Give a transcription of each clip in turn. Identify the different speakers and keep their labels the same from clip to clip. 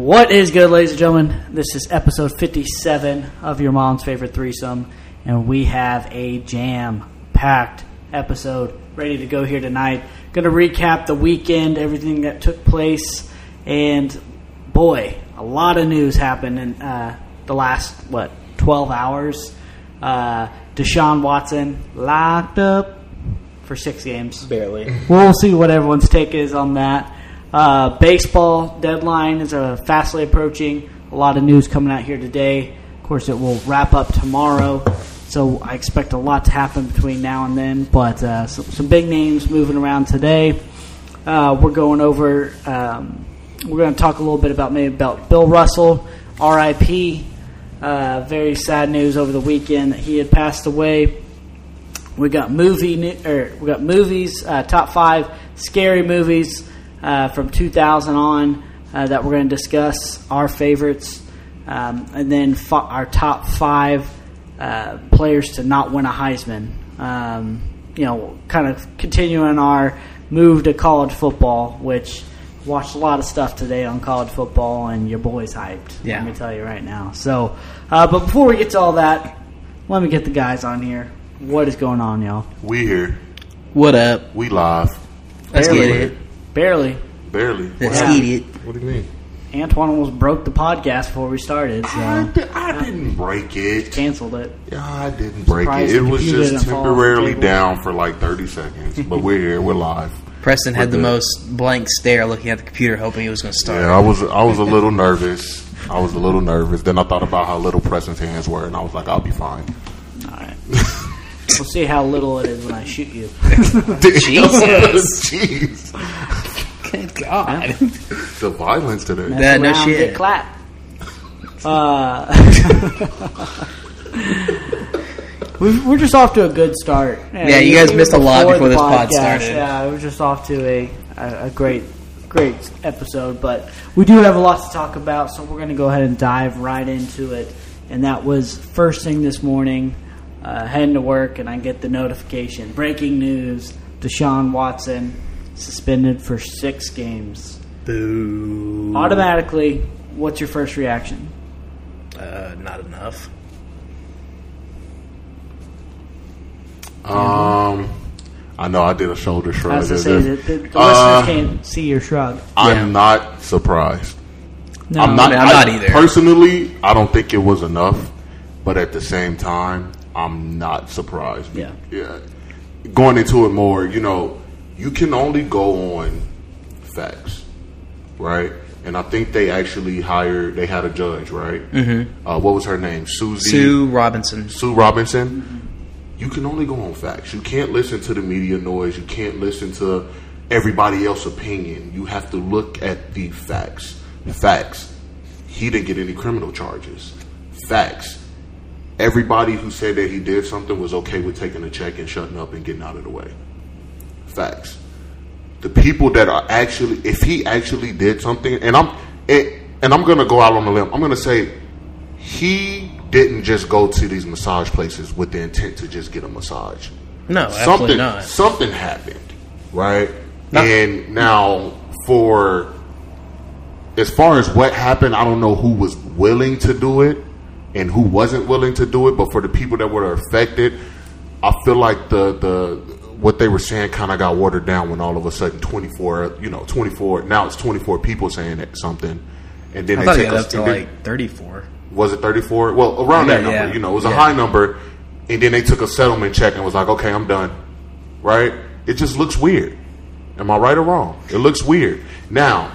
Speaker 1: What is good, ladies and gentlemen? This is episode 57 of Your Mom's Favorite Threesome, and we have a jam packed episode ready to go here tonight. Gonna recap the weekend, everything that took place, and boy, a lot of news happened in uh, the last, what, 12 hours? Uh, Deshaun Watson locked up for six games
Speaker 2: Barely.
Speaker 1: we'll see what everyone's take is on that. Uh, baseball deadline is uh, fastly approaching. A lot of news coming out here today. Of course, it will wrap up tomorrow, so I expect a lot to happen between now and then. But uh, some, some big names moving around today. Uh, we're going over. Um, we're going to talk a little bit about maybe about Bill Russell, R.I.P. Uh, very sad news over the weekend that he had passed away. We got movie ne- or we got movies uh, top five scary movies uh, from 2000 on uh, that we're going to discuss our favorites, um, and then fi- our top five uh, players to not win a Heisman. Um, you know, kind of continuing our move to college football, which watched a lot of stuff today on college football, and your boy's hyped.
Speaker 2: Yeah.
Speaker 1: let me tell you right now. So, uh, but before we get to all that, let me get the guys on here. What is going on, y'all?
Speaker 3: We here.
Speaker 4: What up?
Speaker 3: We live.
Speaker 4: Let's
Speaker 1: Barely.
Speaker 4: get it.
Speaker 1: Barely.
Speaker 3: Barely.
Speaker 4: Let's
Speaker 1: Yeah.
Speaker 4: get it.
Speaker 3: What do you mean?
Speaker 1: Antoine almost broke the podcast before we started,
Speaker 3: I,
Speaker 1: so
Speaker 3: di- I didn't break it.
Speaker 1: canceled it.
Speaker 3: Yeah, I didn't break it.
Speaker 1: Surprised
Speaker 3: It
Speaker 1: the
Speaker 3: was
Speaker 1: computer
Speaker 3: just
Speaker 1: didn't fall off the
Speaker 3: temporarily
Speaker 1: table.
Speaker 3: down for like 30 seconds, but we're here. We're live.
Speaker 4: Preston
Speaker 3: We're
Speaker 4: had the
Speaker 3: good.
Speaker 4: most blank stare looking at the computer, hoping it was going to start.
Speaker 3: Yeah, I was I was a little nervous. I was a little nervous. Then I thought about how little Preston's hands were, and I was like, I'll be fine.
Speaker 1: All right. we'll see how little it is when I shoot you.
Speaker 4: Jesus.
Speaker 3: Jeez.
Speaker 4: Good God.
Speaker 3: The violence today.
Speaker 4: That- Yeah, no
Speaker 1: Around,
Speaker 4: shit.
Speaker 1: Get clapped. Uh, we- we're just off to a good start.
Speaker 4: Yeah, you guys
Speaker 1: even
Speaker 4: missed a lot before
Speaker 1: the
Speaker 4: this pod
Speaker 1: podcast,
Speaker 4: started.
Speaker 1: Yeah, we're just off to a, a, a great, great episode. But we do have a lot to talk about, so we're going to go ahead and dive right into it. And that was first thing this morning, uh, heading to work, and I get the notification: breaking news: Deshaun Watson suspended for six games.
Speaker 4: Boo.
Speaker 1: Automatically, what's your first reaction?
Speaker 4: Uh, not enough.
Speaker 3: Um, I know I did a shoulder shrug.
Speaker 1: I was going to say that the, the
Speaker 3: Uh,
Speaker 1: listeners can't see your shrug.
Speaker 3: I'm not surprised.
Speaker 1: No,
Speaker 3: I'm not.
Speaker 4: I mean, I'm
Speaker 3: I-
Speaker 4: not either.
Speaker 3: Personally, I don't think it was enough, but at the same time, I'm not surprised.
Speaker 1: Yeah.
Speaker 3: Yeah. Going into it more, you know, you can only go on facts, right? And I think they actually hired. They had a judge, right? Mm-hmm. Uh, what was her name? Susie.
Speaker 4: Sue Robinson.
Speaker 3: Sue Robinson, you can only go on facts. You can't listen to the media noise. You can't listen to everybody else's opinion. You have to look at the facts. The facts. He didn't get any criminal charges. Facts. Everybody who said that he did something was okay with taking a check and shutting up and getting out of the way. Facts the people that are actually if he actually did something and i'm and, and i'm gonna go out on a limb i'm gonna say he didn't just go to these massage places with the intent to just get a massage
Speaker 4: No, Oh, absolutely
Speaker 3: something
Speaker 4: not.
Speaker 3: something happened right and now for as far as what happened i don't know who was willing to do it and who wasn't willing to do it but for the people that were affected i feel like the the what they were saying kind of got watered down when all of a sudden 24 you know 24 now it's 24 people saying that something and then
Speaker 4: I
Speaker 3: they
Speaker 4: thought it
Speaker 3: take
Speaker 4: got
Speaker 3: us
Speaker 4: up to like 34.
Speaker 3: was it 34? Well, around that
Speaker 4: Yeah,
Speaker 3: number,
Speaker 4: yeah.
Speaker 3: you know, it was a
Speaker 4: Yeah.
Speaker 3: high number, and then they took a settlement check and was like, okay, I'm done, right? It just looks weird. Am I right or wrong? It looks weird. Now,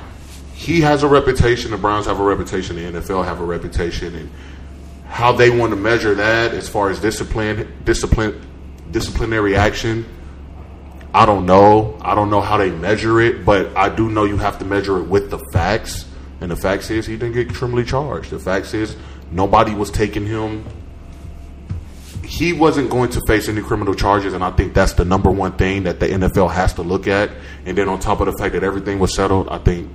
Speaker 3: he has a reputation, the Browns have a reputation, the NFL have a reputation, and how they want to measure that as far as discipline, discipline, disciplinary action. I don't know. I don't know how they measure it, but I do know you have to measure it with the facts. And the facts is he didn't get criminally charged. The facts is nobody was taking him. He wasn't going to face any criminal charges, and I think that's the number one thing that the NFL has to look at. And then on top of the fact that everything was settled, I think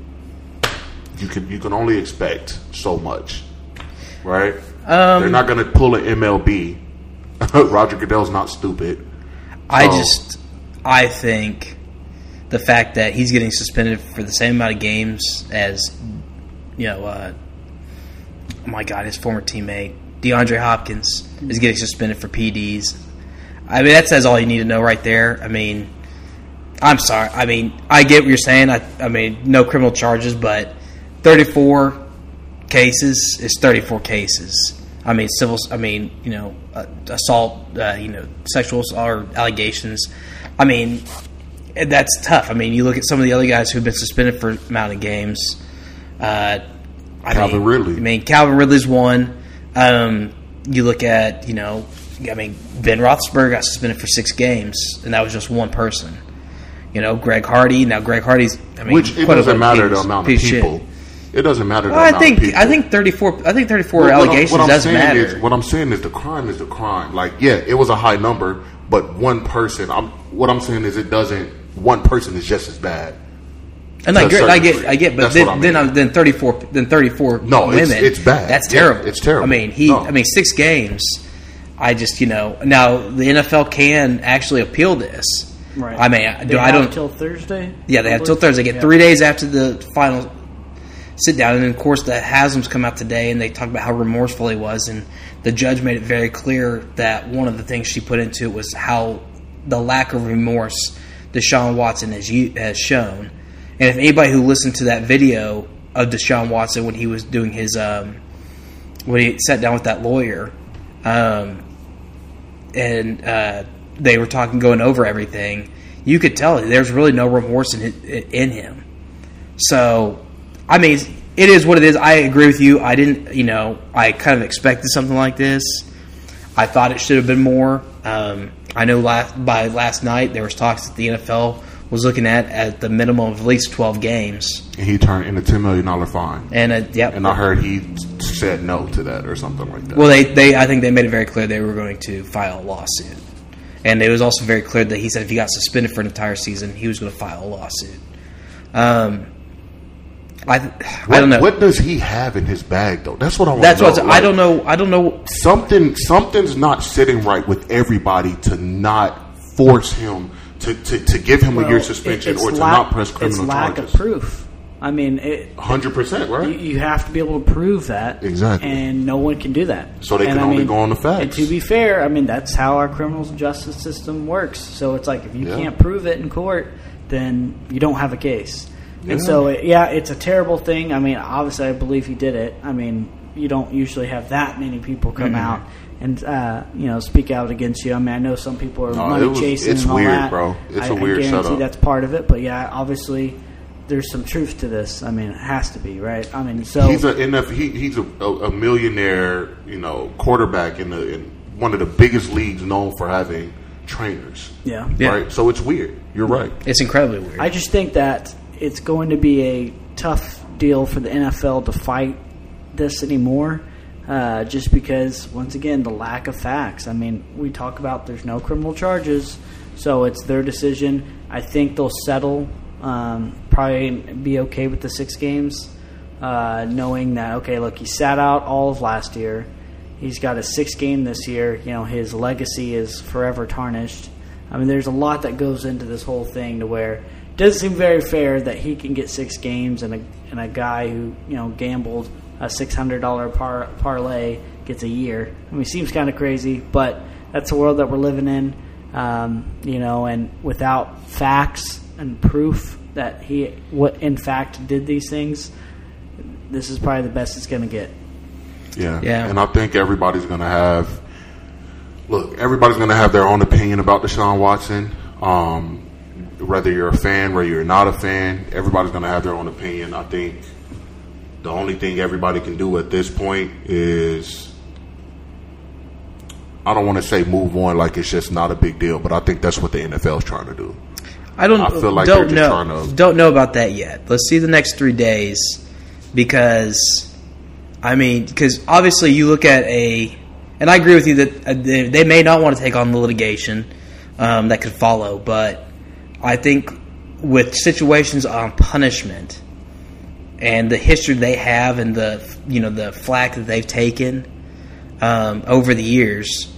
Speaker 3: you can you can only expect so much, right? They're not going to pull an MLB. Roger Goodell's not stupid.
Speaker 4: I
Speaker 3: Oh.
Speaker 4: just, I think the fact that he's getting suspended for the same amount of games as you know, uh, oh my God, his former teammate DeAndre Hopkins is getting suspended for PDs. I mean, that says all you need to know right there. I mean, I'm sorry. I mean, I get what you're saying. I, I mean, no criminal charges, but 34 cases is 34 cases. I mean, civil. I mean, you know, uh, assault. Uh, you know, sexual ass- or allegations. I mean, and that's tough. I mean, you look at some of the other guys who've been suspended for amount of games. Uh, I
Speaker 3: Calvin
Speaker 4: mean,
Speaker 3: Ridley.
Speaker 4: I mean, Calvin Ridley's one. Um, you look at you know, I mean, Ben Roethlisberger got suspended for six games, and that was just one person. You know, Greg Hardy. Now, Greg Hardy's. I mean,
Speaker 3: Which it
Speaker 4: quite a little
Speaker 3: doesn't matter the
Speaker 4: piece-
Speaker 3: amount of
Speaker 4: piece shit.
Speaker 3: people. It doesn't matter
Speaker 4: Well,
Speaker 3: the
Speaker 4: I
Speaker 3: amount
Speaker 4: think
Speaker 3: of people.
Speaker 4: I think thirty four. I think thirty four
Speaker 3: Well, what I'm-
Speaker 4: allegations
Speaker 3: what I'm
Speaker 4: doesn't
Speaker 3: saying
Speaker 4: matter.
Speaker 3: Is, what I'm saying is the crime is the crime. Like, yeah, it was a high number, but one person. I'm what I'm saying is it doesn't. One person is just as bad.
Speaker 4: and
Speaker 3: to
Speaker 4: I
Speaker 3: a
Speaker 4: get,
Speaker 3: certain
Speaker 4: I get,
Speaker 3: degree.
Speaker 4: I get, but
Speaker 3: That's
Speaker 4: then
Speaker 3: what I
Speaker 4: then,
Speaker 3: mean.
Speaker 4: I'm, then thirty four, then thirty four.
Speaker 3: No,
Speaker 4: women.
Speaker 3: it's- it's bad.
Speaker 4: That's
Speaker 3: Yeah,
Speaker 4: terrible.
Speaker 3: it's terrible.
Speaker 4: I mean, he.
Speaker 3: No.
Speaker 4: I mean, six games. I just, you know, now the NFL can actually appeal this.
Speaker 1: Right.
Speaker 4: I mean, I-
Speaker 1: They
Speaker 4: do I
Speaker 1: have
Speaker 4: don't.
Speaker 1: till Thursday.
Speaker 4: Yeah, they have
Speaker 1: I
Speaker 4: till
Speaker 1: believe?
Speaker 4: Thursday. They Get
Speaker 1: Yeah.
Speaker 4: three days after the final sit down, and then of course the Haslam's come out today, and they talk about how remorseful he was, and the judge made it very clear that one of the things she put into it was how the lack of remorse Deshaun Watson has u- has shown, and if anybody who listened to that video of Deshaun Watson when he was doing his um, when he sat down with that lawyer, um, and uh, they were talking, going over everything. You could tell there's really no remorse in in him. So, I mean, it is what it is. I agree with you. I didn't, you know, I kind of expected something like this. I thought it should have been more. Um, I know last, by last night there was talks that the NFL was looking at at the minimum of at least twelve games,
Speaker 3: And he turned in a ten million dollar fine.
Speaker 4: and uh, yep,
Speaker 3: And I heard he said no to that or something like that.
Speaker 4: Well, they, they I think they made it very clear they were going to file a lawsuit, and it was also very clear that he said if he got suspended for an entire season, he was going to file a lawsuit. Um, I
Speaker 3: what,
Speaker 4: I don't know.
Speaker 3: What does he have in his bag though? That's what I want.
Speaker 4: That's
Speaker 3: to know.
Speaker 4: what I don't know. I don't know.
Speaker 3: something something's not sitting right with everybody to not force him to, to, to give him a
Speaker 1: Well,
Speaker 3: year
Speaker 1: it-
Speaker 3: suspension
Speaker 1: it's
Speaker 3: or to
Speaker 1: lack-
Speaker 3: not press criminal
Speaker 1: it's lack
Speaker 3: charges.
Speaker 1: of proof. I mean, it,
Speaker 3: Hundred percent,
Speaker 1: you,
Speaker 3: right?
Speaker 1: you have to be able to prove that
Speaker 3: Exactly.
Speaker 1: and no one can do that.
Speaker 3: So they
Speaker 1: And
Speaker 3: can
Speaker 1: I
Speaker 3: only
Speaker 1: mean,
Speaker 3: go on the facts.
Speaker 1: And to be fair, I mean that's how our criminal justice system works. So it's like if you
Speaker 3: Yeah.
Speaker 1: can't prove it in court, then you don't have a case. And
Speaker 3: Yeah.
Speaker 1: so it, yeah, it's a terrible thing. I mean, obviously, I believe he did it. I mean, you don't usually have that many people come out and uh, you know speak out against you. I mean, I know some people are
Speaker 3: No,
Speaker 1: money
Speaker 3: it was-
Speaker 1: chasing.
Speaker 3: it's
Speaker 1: and all
Speaker 3: weird,
Speaker 1: that.
Speaker 3: bro. It's
Speaker 1: I-
Speaker 3: a weird
Speaker 1: I guarantee
Speaker 3: setup.
Speaker 1: that's part of it. But yeah, obviously, there's some truth to this. I mean, it has to be right. I mean, so
Speaker 3: He's a NF, he, he's a, a, a millionaire, you know, quarterback in the in one of the biggest leagues known for having trainers.
Speaker 1: yeah.
Speaker 4: Yeah.
Speaker 3: Right? So it's weird. You're right.
Speaker 4: It's incredibly weird.
Speaker 1: I just think that it's going to be a tough deal for the NFL to fight this anymore, uh, just because once again the lack of facts. I mean, we talk about there's no criminal charges, so it's their decision. I think they'll settle, um, probably be okay with the six games, uh, knowing that okay, look, he sat out all of last year. He's got a six game this year. You know, his legacy is forever tarnished. I mean, there's a lot that goes into this whole thing to where it doesn't seem very fair that he can get six games and a, and a guy who, you know, gambled a $600 par, parlay gets a year. I mean, it seems kind of crazy, but that's the world that we're living in, um, you know, and without facts and proof that he, what in fact, did these things, this is probably the best it's going to get.
Speaker 3: Yeah.
Speaker 4: Yeah.
Speaker 3: And I think everybody's going to have look, everybody's going to have their own opinion about Deshaun Watson. Um, whether you're a fan, whether you're not a fan, everybody's going to have their own opinion. I think the only thing everybody can do at this point is I don't want to say move on like it's just not a big deal, but I think that's what the NFL's trying to do.
Speaker 4: I don't
Speaker 3: I feel like
Speaker 4: don't
Speaker 3: they're just
Speaker 4: know
Speaker 3: trying to-
Speaker 4: don't know about that yet. Let's see the next three days because I mean because obviously you look at a and I agree with you that uh, they, they may not want to take on the litigation um, that could follow, but I think with situations on punishment and the history they have and the you know the flack that they've taken um, over the years,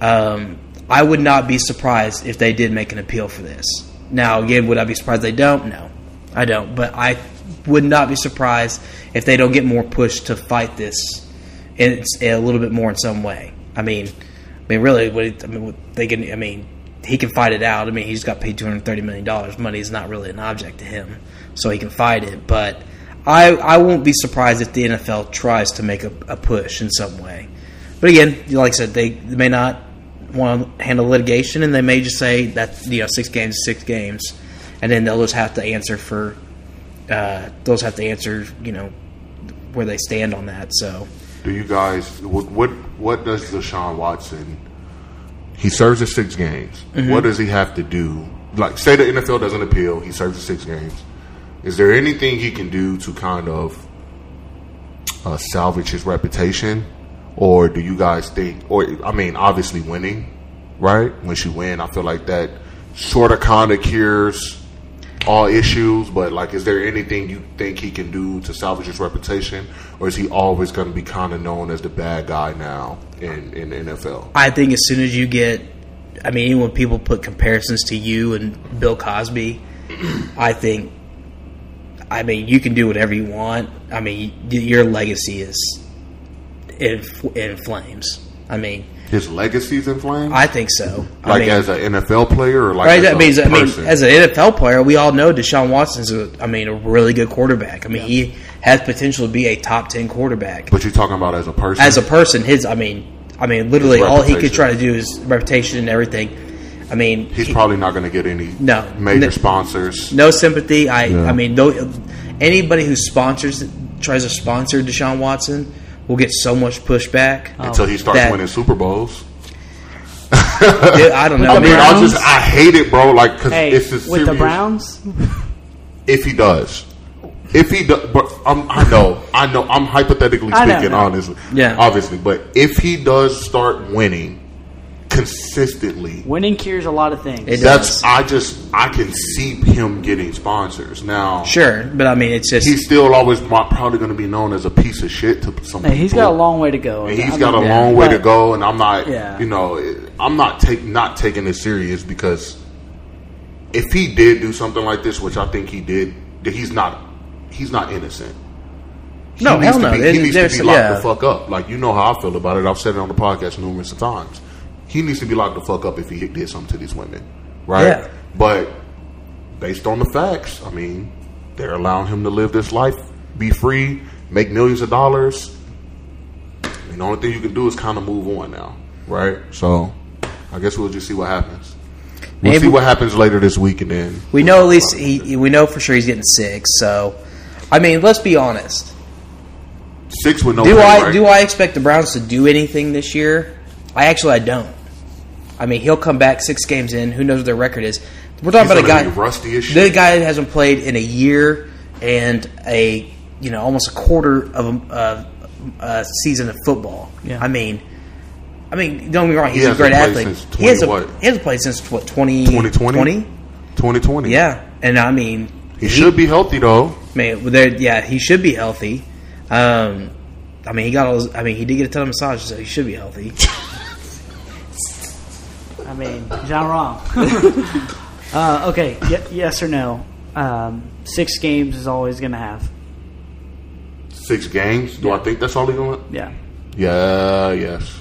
Speaker 4: um, I would not be surprised if they did make an appeal for this. Now, again, would I be surprised they don't? No, I don't. But I would not be surprised if they don't get more push to fight this and it's a little bit more in some way. I mean, I mean, really, what, it- I mean, what they can. I mean, he can fight it out. I mean, he's got paid two hundred thirty million dollars. Money is not really an object to him, so he can fight it. But I, I won't be surprised if the NFL tries to make a, a push in some way. But again, like I said, they, they may not want to handle litigation, and they may just say that you know six games, is six games, and then they'll just have to answer for. Uh, those have to answer, you know, where they stand on that. So,
Speaker 3: Do you guys what what, what does Deshaun Watson? He serves his six games. What does he have to do? Like, say the NFL doesn't appeal, he serves his six games. Is there anything he can do to kind of uh, salvage his reputation, or do you guys think? Or I mean, obviously winning, right? Once you win, I feel like that sort of kind of cures all issues, but like, is there anything you think he can do to salvage his reputation, or is he always going to be kind of known as the bad guy now in in the NFL?
Speaker 4: I think as soon as you get, I mean, when people put comparisons to you and Bill Cosby, I think, I mean, you can do whatever you want. I mean, y- your legacy is in, in flames. I mean,
Speaker 3: His legacy's in flames,
Speaker 4: I think so. I
Speaker 3: like
Speaker 4: mean,
Speaker 3: as an NFL player, or like
Speaker 4: Right,
Speaker 3: as
Speaker 4: that
Speaker 3: a
Speaker 4: means I mean,
Speaker 3: person?
Speaker 4: as an NFL player, we all know Deshaun Watson's a, I mean, a really good quarterback. I mean, he has potential to be a top ten quarterback.
Speaker 3: but you're talking about as a person,
Speaker 4: as a person, his I mean, I mean, literally all he could
Speaker 3: reputation.
Speaker 4: try to do is reputation and everything. I mean,
Speaker 3: he's probably not going to get any
Speaker 4: No.
Speaker 3: major
Speaker 4: N-
Speaker 3: sponsors.
Speaker 4: no sympathy. I
Speaker 3: Yeah.
Speaker 4: I mean, no, anybody who sponsors tries to sponsor Deshaun Watson will get so much pushback.
Speaker 3: Until he starts
Speaker 4: That-
Speaker 3: winning Super Bowls,
Speaker 4: Dude, I don't
Speaker 1: the
Speaker 4: know.
Speaker 3: I mean, I
Speaker 1: Browns?
Speaker 3: just I hate it, bro. Like, cause
Speaker 1: Hey,
Speaker 3: it's a
Speaker 1: with the
Speaker 3: serious-
Speaker 1: Browns,
Speaker 3: if he does. If he does, but um, I know, I know, I'm hypothetically
Speaker 1: I know,
Speaker 3: speaking,
Speaker 1: no.
Speaker 3: honestly,
Speaker 4: Yeah.
Speaker 3: obviously. But if he does start winning consistently,
Speaker 1: winning cures a lot of things.
Speaker 4: It does.
Speaker 3: that's I just I can see him getting sponsors. Now,
Speaker 4: sure, but I mean, it's just
Speaker 3: he's still always mo- probably going to be known as a piece of shit to some.
Speaker 1: Hey, he's
Speaker 3: people.
Speaker 1: got a long way to go.
Speaker 3: And he's
Speaker 1: I
Speaker 3: got a
Speaker 1: mean,
Speaker 3: long way to
Speaker 1: but-
Speaker 3: go, and I'm not,
Speaker 1: Yeah.
Speaker 3: you know, I'm not take not taking it serious because if he did do something like this, which I think he did, that he's not, he's not innocent. He
Speaker 4: no,
Speaker 3: needs
Speaker 4: hell
Speaker 3: to
Speaker 4: no.
Speaker 3: be-
Speaker 4: There's-
Speaker 3: he needs
Speaker 4: there's-
Speaker 3: to be locked
Speaker 4: yeah.
Speaker 3: the fuck up. Like you know how I feel about it. I've said it on the podcast numerous of times. He needs to be locked the fuck up if he did something to these women, right?
Speaker 4: Yeah.
Speaker 3: But based on the facts, I mean, they're allowing him to live this life, be free, make millions of dollars. And the only thing you can do is kind of move on now, right? So, I guess we'll just see what happens. We'll
Speaker 4: Maybe-
Speaker 3: see what happens later this week, and then
Speaker 4: We know at least he, we know for sure he's getting sick. So, I mean, let's be honest.
Speaker 3: six with no.
Speaker 4: Do
Speaker 3: pay,
Speaker 4: I
Speaker 3: right?
Speaker 4: do I expect the Browns to do anything this year? I actually I don't. I mean, he'll come back six games in. Who knows what their record is? We're talking
Speaker 3: He's
Speaker 4: about a guy
Speaker 3: gonna be rusty as
Speaker 4: The
Speaker 3: shit.
Speaker 4: guy hasn't played in a year and a you know almost a quarter of a, of a season of football.
Speaker 1: Yeah.
Speaker 4: I mean, I mean, don't get me wrong. He's a
Speaker 3: hasn't
Speaker 4: great
Speaker 3: played
Speaker 4: athlete.
Speaker 3: since
Speaker 4: he hasn't
Speaker 3: 20 what?
Speaker 4: he hasn't played since what 20,
Speaker 3: 2020? 2020.
Speaker 4: Yeah, and I mean,
Speaker 3: he should be healthy though.
Speaker 4: Man, well, there, yeah, he should be healthy. Um, I mean, he got all. His, I mean, he did get a ton of massages, so he should be healthy.
Speaker 1: I mean, he's not wrong. uh, okay, y- yes or no? Um, six games is all he's going to have.
Speaker 3: six games. Do I think that's all he going?
Speaker 1: Yeah.
Speaker 3: Yeah, yes.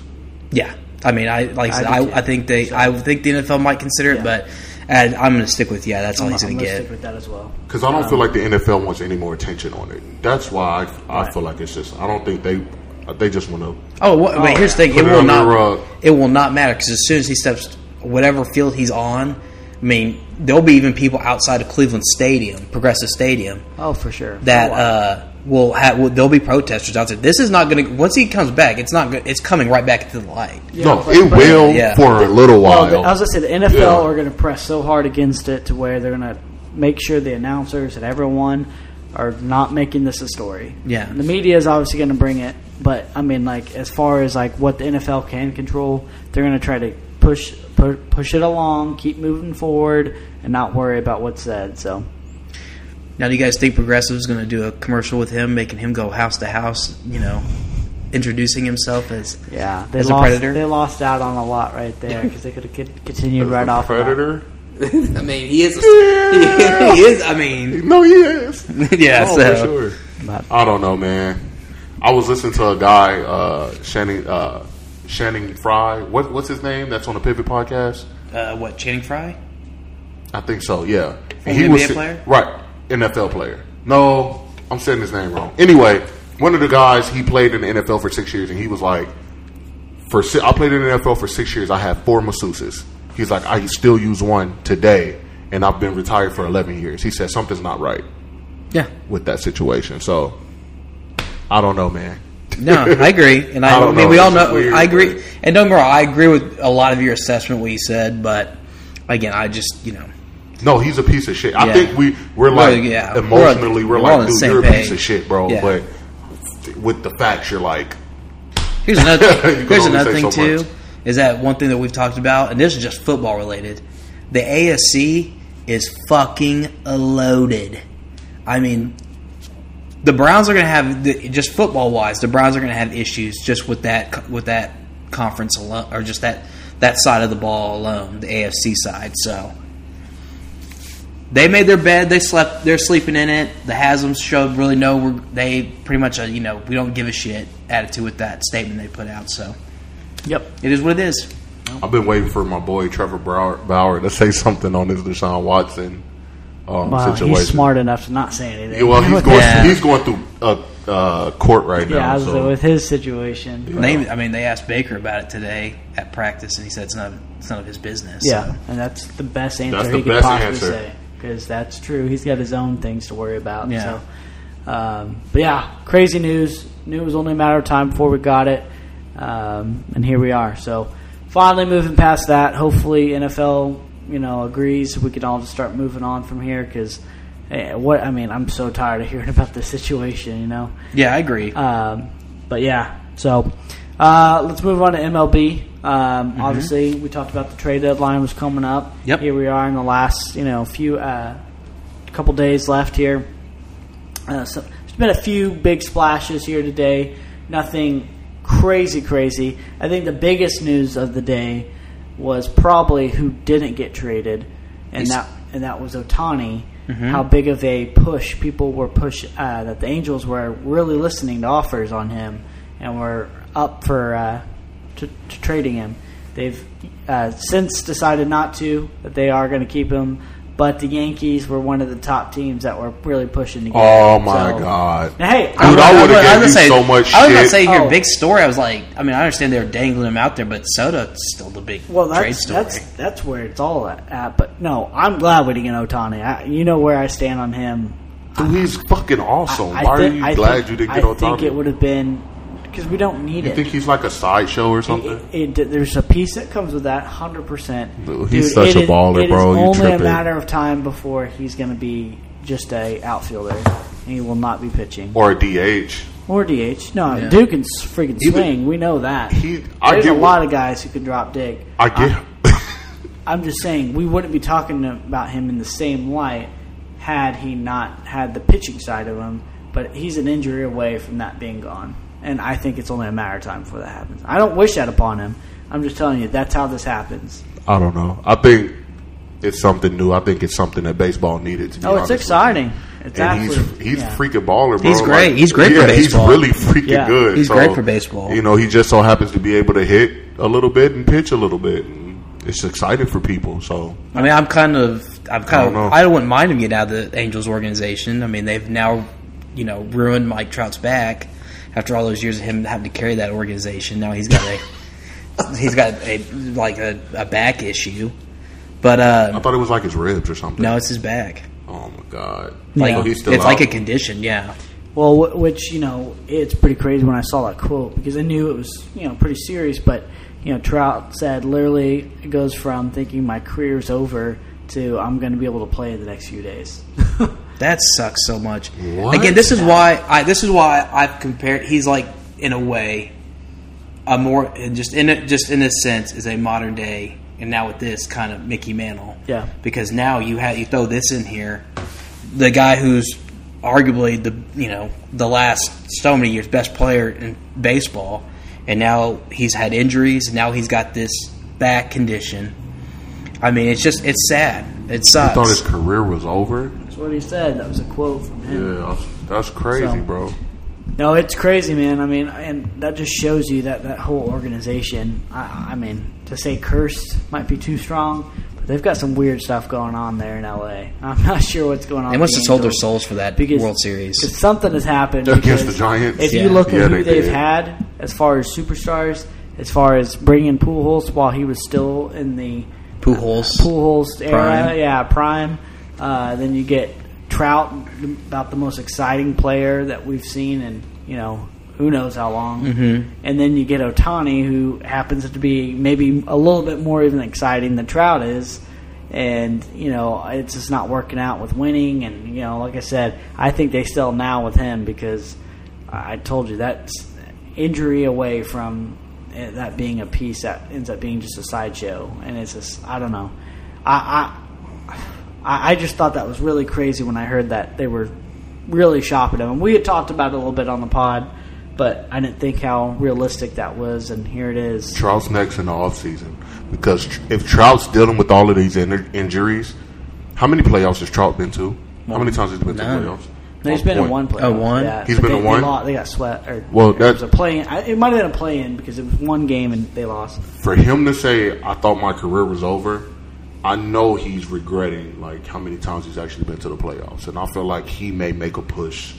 Speaker 4: yeah, I mean, I like I said,
Speaker 1: I do
Speaker 4: I,
Speaker 1: too.
Speaker 4: I think they, I think the NFL might consider it, but and I'm going to stick with yeah. That's all he's
Speaker 1: I'm
Speaker 4: going to
Speaker 1: gonna
Speaker 4: get.
Speaker 1: stick with that as well.
Speaker 3: Because I don't feel like the NFL wants any more attention on it. That's why I, I
Speaker 1: Right.
Speaker 3: feel like it's just. I don't think they. uh, They just want to.
Speaker 4: Oh, well, I mean,
Speaker 1: Oh,
Speaker 4: here's the thing: it
Speaker 3: Put it
Speaker 4: will
Speaker 3: under the
Speaker 4: not,
Speaker 3: rug.
Speaker 4: it will not matter because as soon as he steps whatever field he's on, I mean, there'll be even people outside of Cleveland Stadium, Progressive Stadium,
Speaker 1: Oh, for sure.
Speaker 4: that
Speaker 1: Oh,
Speaker 4: uh, will have will, there'll be protesters out there. This is not going to once he comes back. It's not. Go- it's coming right back into the light.
Speaker 1: yeah,
Speaker 3: no,
Speaker 1: but-
Speaker 3: it
Speaker 1: but-
Speaker 3: will
Speaker 4: yeah.
Speaker 3: for a little
Speaker 1: Well,
Speaker 3: while.
Speaker 1: the- I was going to say the NFL
Speaker 3: Yeah.
Speaker 1: are going to press so hard against it to where they're going to make sure the announcers and everyone are not making this a story.
Speaker 4: Yeah.
Speaker 1: the media is obviously going to bring it, but I mean, like as far as like what the NFL can control, they're going to try to push pu- push it along, keep moving forward, and not worry about what's said. So
Speaker 4: Now, do you guys think Progressive's going to do a commercial with him, making him go house to house? You know, introducing himself as
Speaker 1: yeah, they
Speaker 4: As a
Speaker 1: lost
Speaker 4: predator?
Speaker 1: they lost out on a lot right there because they could have continued
Speaker 3: As
Speaker 1: right
Speaker 3: a
Speaker 1: off. of that.
Speaker 3: predator.
Speaker 4: I mean, he is. A, he, is. I mean,
Speaker 3: No, he is.
Speaker 4: yeah.
Speaker 3: Oh,
Speaker 4: so
Speaker 3: for sure.
Speaker 1: But-
Speaker 3: I don't know, man. I was listening to a guy, uh, Shannon, uh, Shannon Fry. What, what's his name? That's on the Pivot podcast.
Speaker 4: uh, what Channing Frye?
Speaker 3: I think so. Yeah, And
Speaker 4: An NBA
Speaker 3: sit-
Speaker 4: player?
Speaker 3: right? NFL player. No, I'm saying his name wrong. Anyway, one of the guys he played in the NFL for six years, and he was like, "For si- I played in the NFL for six years. I had four masseuses." He's like, "I still use one today, and I've been retired for 11 years." He said something's not right
Speaker 4: Yeah.
Speaker 3: with that situation. So I don't know, man.
Speaker 4: No, I agree, and I,
Speaker 3: I
Speaker 4: I
Speaker 3: don't
Speaker 4: mean
Speaker 3: know.
Speaker 4: we all
Speaker 3: It's
Speaker 4: know.
Speaker 3: weird,
Speaker 4: I agree,
Speaker 3: but-
Speaker 4: and don't get me wrong. I agree with a lot of your assessment what you said, but again, I just you know,
Speaker 3: No, he's a piece of shit. I
Speaker 4: Yeah.
Speaker 3: think we we're
Speaker 4: We're-
Speaker 3: like
Speaker 4: yeah,
Speaker 3: emotionally
Speaker 4: we're
Speaker 3: we're,
Speaker 4: on- we're on
Speaker 3: like,
Speaker 4: the
Speaker 3: dude,
Speaker 4: same
Speaker 3: you're a piece
Speaker 4: page.
Speaker 3: of shit, bro.
Speaker 4: Yeah.
Speaker 3: But with the facts, you're like.
Speaker 4: here's another
Speaker 3: You
Speaker 4: thing,
Speaker 3: can
Speaker 4: here's
Speaker 3: only
Speaker 4: another
Speaker 3: say
Speaker 4: thing
Speaker 3: so
Speaker 4: too
Speaker 3: much.
Speaker 4: is that one thing that we've talked about, and this is just football related. The ASC is fucking loaded. I mean, the Browns are going to have the, just football wise. The Browns are going to have issues just with that with that conference alone, or just that that side of the ball alone, the AFC side. So they made their bed. They slept. They're sleeping in it. The Hasms showed really no. We're, they pretty much a you know we don't give a shit attitude with that statement they put out. So
Speaker 1: Yep.
Speaker 4: it is what it is.
Speaker 3: I've been waiting for my boy Trevor Bauer, Bauer to say something on this Deshaun Watson um,
Speaker 1: Wow,
Speaker 3: situation.
Speaker 1: he's smart enough to not say anything.
Speaker 3: Yeah, well, he's going.
Speaker 4: Yeah.
Speaker 3: He's going through uh, uh, court right
Speaker 1: yeah, I
Speaker 3: now.
Speaker 1: was
Speaker 3: So.
Speaker 1: with his situation.
Speaker 4: They, I mean, they asked Baker about it today at practice, and he said it's none it's none of his business.
Speaker 1: Yeah, and that's the best answer
Speaker 3: That's the
Speaker 1: he could
Speaker 3: best
Speaker 1: possibly
Speaker 3: answer.
Speaker 1: say because that's true. He's got his own things to worry about.
Speaker 4: Yeah.
Speaker 1: So, um, but yeah, crazy news. Knew it was only a matter of time before we got it, um, and here we are. So, finally moving past that. Hopefully, NFL you know agrees. We can all just start moving on from here because. What I mean, I'm so tired of hearing about this situation. You know,
Speaker 4: yeah, I agree.
Speaker 1: Um, but yeah, so uh, let's move on to MLB. Um, Obviously, we talked about the trade deadline was coming up.
Speaker 4: Yep.
Speaker 1: Here we are in the last, you know, few uh, couple days left here. Uh, so there's been a few big splashes here today. Nothing crazy, crazy. I think the biggest news of the day was probably who didn't get traded, and
Speaker 4: Yes.
Speaker 1: that and that was Otani. How big of a push people were push uh, that the Angels were really listening to offers on him, and were up for uh, to, to trading him. They've uh, since decided not to. That they are going to keep him. But the Yankees were one of the top teams that were really pushing to get
Speaker 3: Oh
Speaker 1: him.
Speaker 3: my
Speaker 1: So-
Speaker 3: god,
Speaker 1: Now, hey,
Speaker 3: dude! I, would
Speaker 4: was-
Speaker 3: have
Speaker 4: was
Speaker 3: given you
Speaker 4: gonna say-
Speaker 3: so much
Speaker 4: I was
Speaker 3: shit.
Speaker 4: gonna say here,
Speaker 1: Oh.
Speaker 4: big story. I was like, I mean, I understand they're dangling him out there, but Soda's still the big
Speaker 1: well,
Speaker 4: trade
Speaker 1: that's
Speaker 4: story.
Speaker 1: that's that's where it's all at. at but no, I'm glad we didn't get Otani. I, you know where I stand on him.
Speaker 3: dude, he's fucking awesome.
Speaker 1: I
Speaker 3: Why
Speaker 1: thi-
Speaker 3: are you
Speaker 1: I
Speaker 3: glad
Speaker 1: think-
Speaker 3: you didn't
Speaker 1: I
Speaker 3: get on top?
Speaker 1: think it would have been because we don't need
Speaker 3: You
Speaker 1: it.
Speaker 3: think he's like a sideshow or something?
Speaker 1: It, it, there's a piece that comes with that, hundred percent.
Speaker 3: Dude, he's such a baller,
Speaker 1: it
Speaker 3: bro.
Speaker 1: It's
Speaker 3: You
Speaker 1: only a
Speaker 3: tripping.
Speaker 1: matter of time before he's going to be just a outfielder, and he will not be pitching
Speaker 3: or a DH?
Speaker 1: or DH. No,
Speaker 4: Yeah.
Speaker 1: Duke can s- freaking
Speaker 3: Either-
Speaker 1: swing. We know that.
Speaker 3: He- I
Speaker 1: There's
Speaker 3: get
Speaker 1: a
Speaker 3: what-
Speaker 1: lot of guys who can drop dig.
Speaker 3: I get.
Speaker 1: I'm just saying we wouldn't be talking about him in the same light had he not had the pitching side of him. But he's an injury away from that being gone, and I think it's only a matter of time before that happens. I don't wish that upon him. I'm just telling you that's how this happens.
Speaker 3: I don't know. I think it's something new. I think it's something that baseball needed. To be
Speaker 1: Oh,
Speaker 3: honest
Speaker 1: it's
Speaker 3: with you.
Speaker 1: exciting. It's
Speaker 3: And he's
Speaker 1: absolutely-
Speaker 3: he's
Speaker 1: yeah.
Speaker 3: freaking baller, bro.
Speaker 4: He's great. He's great for
Speaker 3: yeah,
Speaker 4: baseball.
Speaker 3: He's really freaking
Speaker 1: Yeah.
Speaker 3: good.
Speaker 4: He's
Speaker 3: So,
Speaker 4: great for baseball.
Speaker 3: You know, he just so happens to be able to hit a little bit and pitch a little bit. And it's exciting for people. So
Speaker 4: I mean, I'm kind of, I'm kind
Speaker 3: I
Speaker 4: of,
Speaker 3: don't know.
Speaker 4: I wouldn't mind him getting out of the Angels organization. I mean, they've now, you know, ruined Mike Trout's back after all those years of him having to carry that organization. Now he's got a, he's got a like a, a back issue, but
Speaker 3: I
Speaker 4: uh,
Speaker 3: thought it was like his ribs or something.
Speaker 4: no, it's his back.
Speaker 3: Oh my god.
Speaker 4: Like
Speaker 3: So Oh, he's
Speaker 4: it's
Speaker 3: still
Speaker 4: like a
Speaker 3: out.
Speaker 4: condition. Yeah,
Speaker 1: Well, wh- which you know, it's pretty crazy when I saw that quote because I knew it was you know pretty serious. But you know, Trout said literally it goes from thinking my career's over to I'm going to be able to play in the next few days.
Speaker 4: That sucks so much.
Speaker 3: What?
Speaker 4: Again, this is why I this is why I've compared. He's like in a way a more and just in a, just in a sense is a modern day and now with this kind of Mickey Mantle.
Speaker 1: Yeah.
Speaker 4: Because now you have you throw this in here, the guy who's arguably the you know the last so many years best player in baseball, and now he's had injuries. Now he's got this back condition. I mean, it's just it's sad. It
Speaker 3: I thought his
Speaker 4: sucks.
Speaker 3: career was over.
Speaker 1: That's what he said. That was a quote from him.
Speaker 3: Yeah, that's crazy,
Speaker 1: So-
Speaker 3: bro.
Speaker 1: No, it's crazy, man. I mean, and that just shows you that that whole organization. I, I mean, to say cursed might be too strong, but they've got some weird stuff going on there in L.A. I'm not sure what's going on.
Speaker 4: They
Speaker 1: with
Speaker 4: must
Speaker 1: the
Speaker 4: have sold their
Speaker 1: Angels.
Speaker 4: souls for that
Speaker 1: because
Speaker 4: World Series.
Speaker 1: 'cause something has happened
Speaker 3: Against
Speaker 1: because
Speaker 3: the Giants?
Speaker 1: If
Speaker 4: Yeah.
Speaker 1: you look at
Speaker 3: Yeah,
Speaker 1: who
Speaker 3: they
Speaker 1: they've
Speaker 3: did.
Speaker 1: had as far as superstars, as far as bringing Pujols while he was still in the
Speaker 4: Pujols.
Speaker 1: Pujols era,
Speaker 4: Prime.
Speaker 1: yeah, prime. Uh, then you get Trout, about the most exciting player that we've seen in you know who knows how long. Mm-hmm. And then you get Otani, who happens to be maybe a little bit more even exciting than Trout is. And you know it's just not working out with winning, and you know, like I said, I think they still now with him because I I told you that's injury away from it- that being a piece that ends up being just a sideshow, and it's just I don't know. I I, I just thought that was really crazy when I heard that they were really shopping him. And we had talked about it a little bit on the pod, but I didn't think how realistic that was, and here it is.
Speaker 3: Trout's next in the offseason because tr- if Trout's dealing with all of these in- injuries, how many playoffs has Trout been to? How many times has he been
Speaker 4: None.
Speaker 3: to playoffs?
Speaker 1: He's been in one play.
Speaker 4: Oh, one?
Speaker 3: He's
Speaker 1: but
Speaker 3: been
Speaker 1: they,
Speaker 3: in
Speaker 1: they
Speaker 3: one?
Speaker 1: lo- They, got sweat. Or,
Speaker 3: Well,
Speaker 1: it was
Speaker 3: that-
Speaker 1: a play. I- It might have been a play-in because it was one game and they lost.
Speaker 3: For him to say, "I thought my career was over," I know he's regretting like how many times he's actually been to the playoffs, and I feel like he may make a push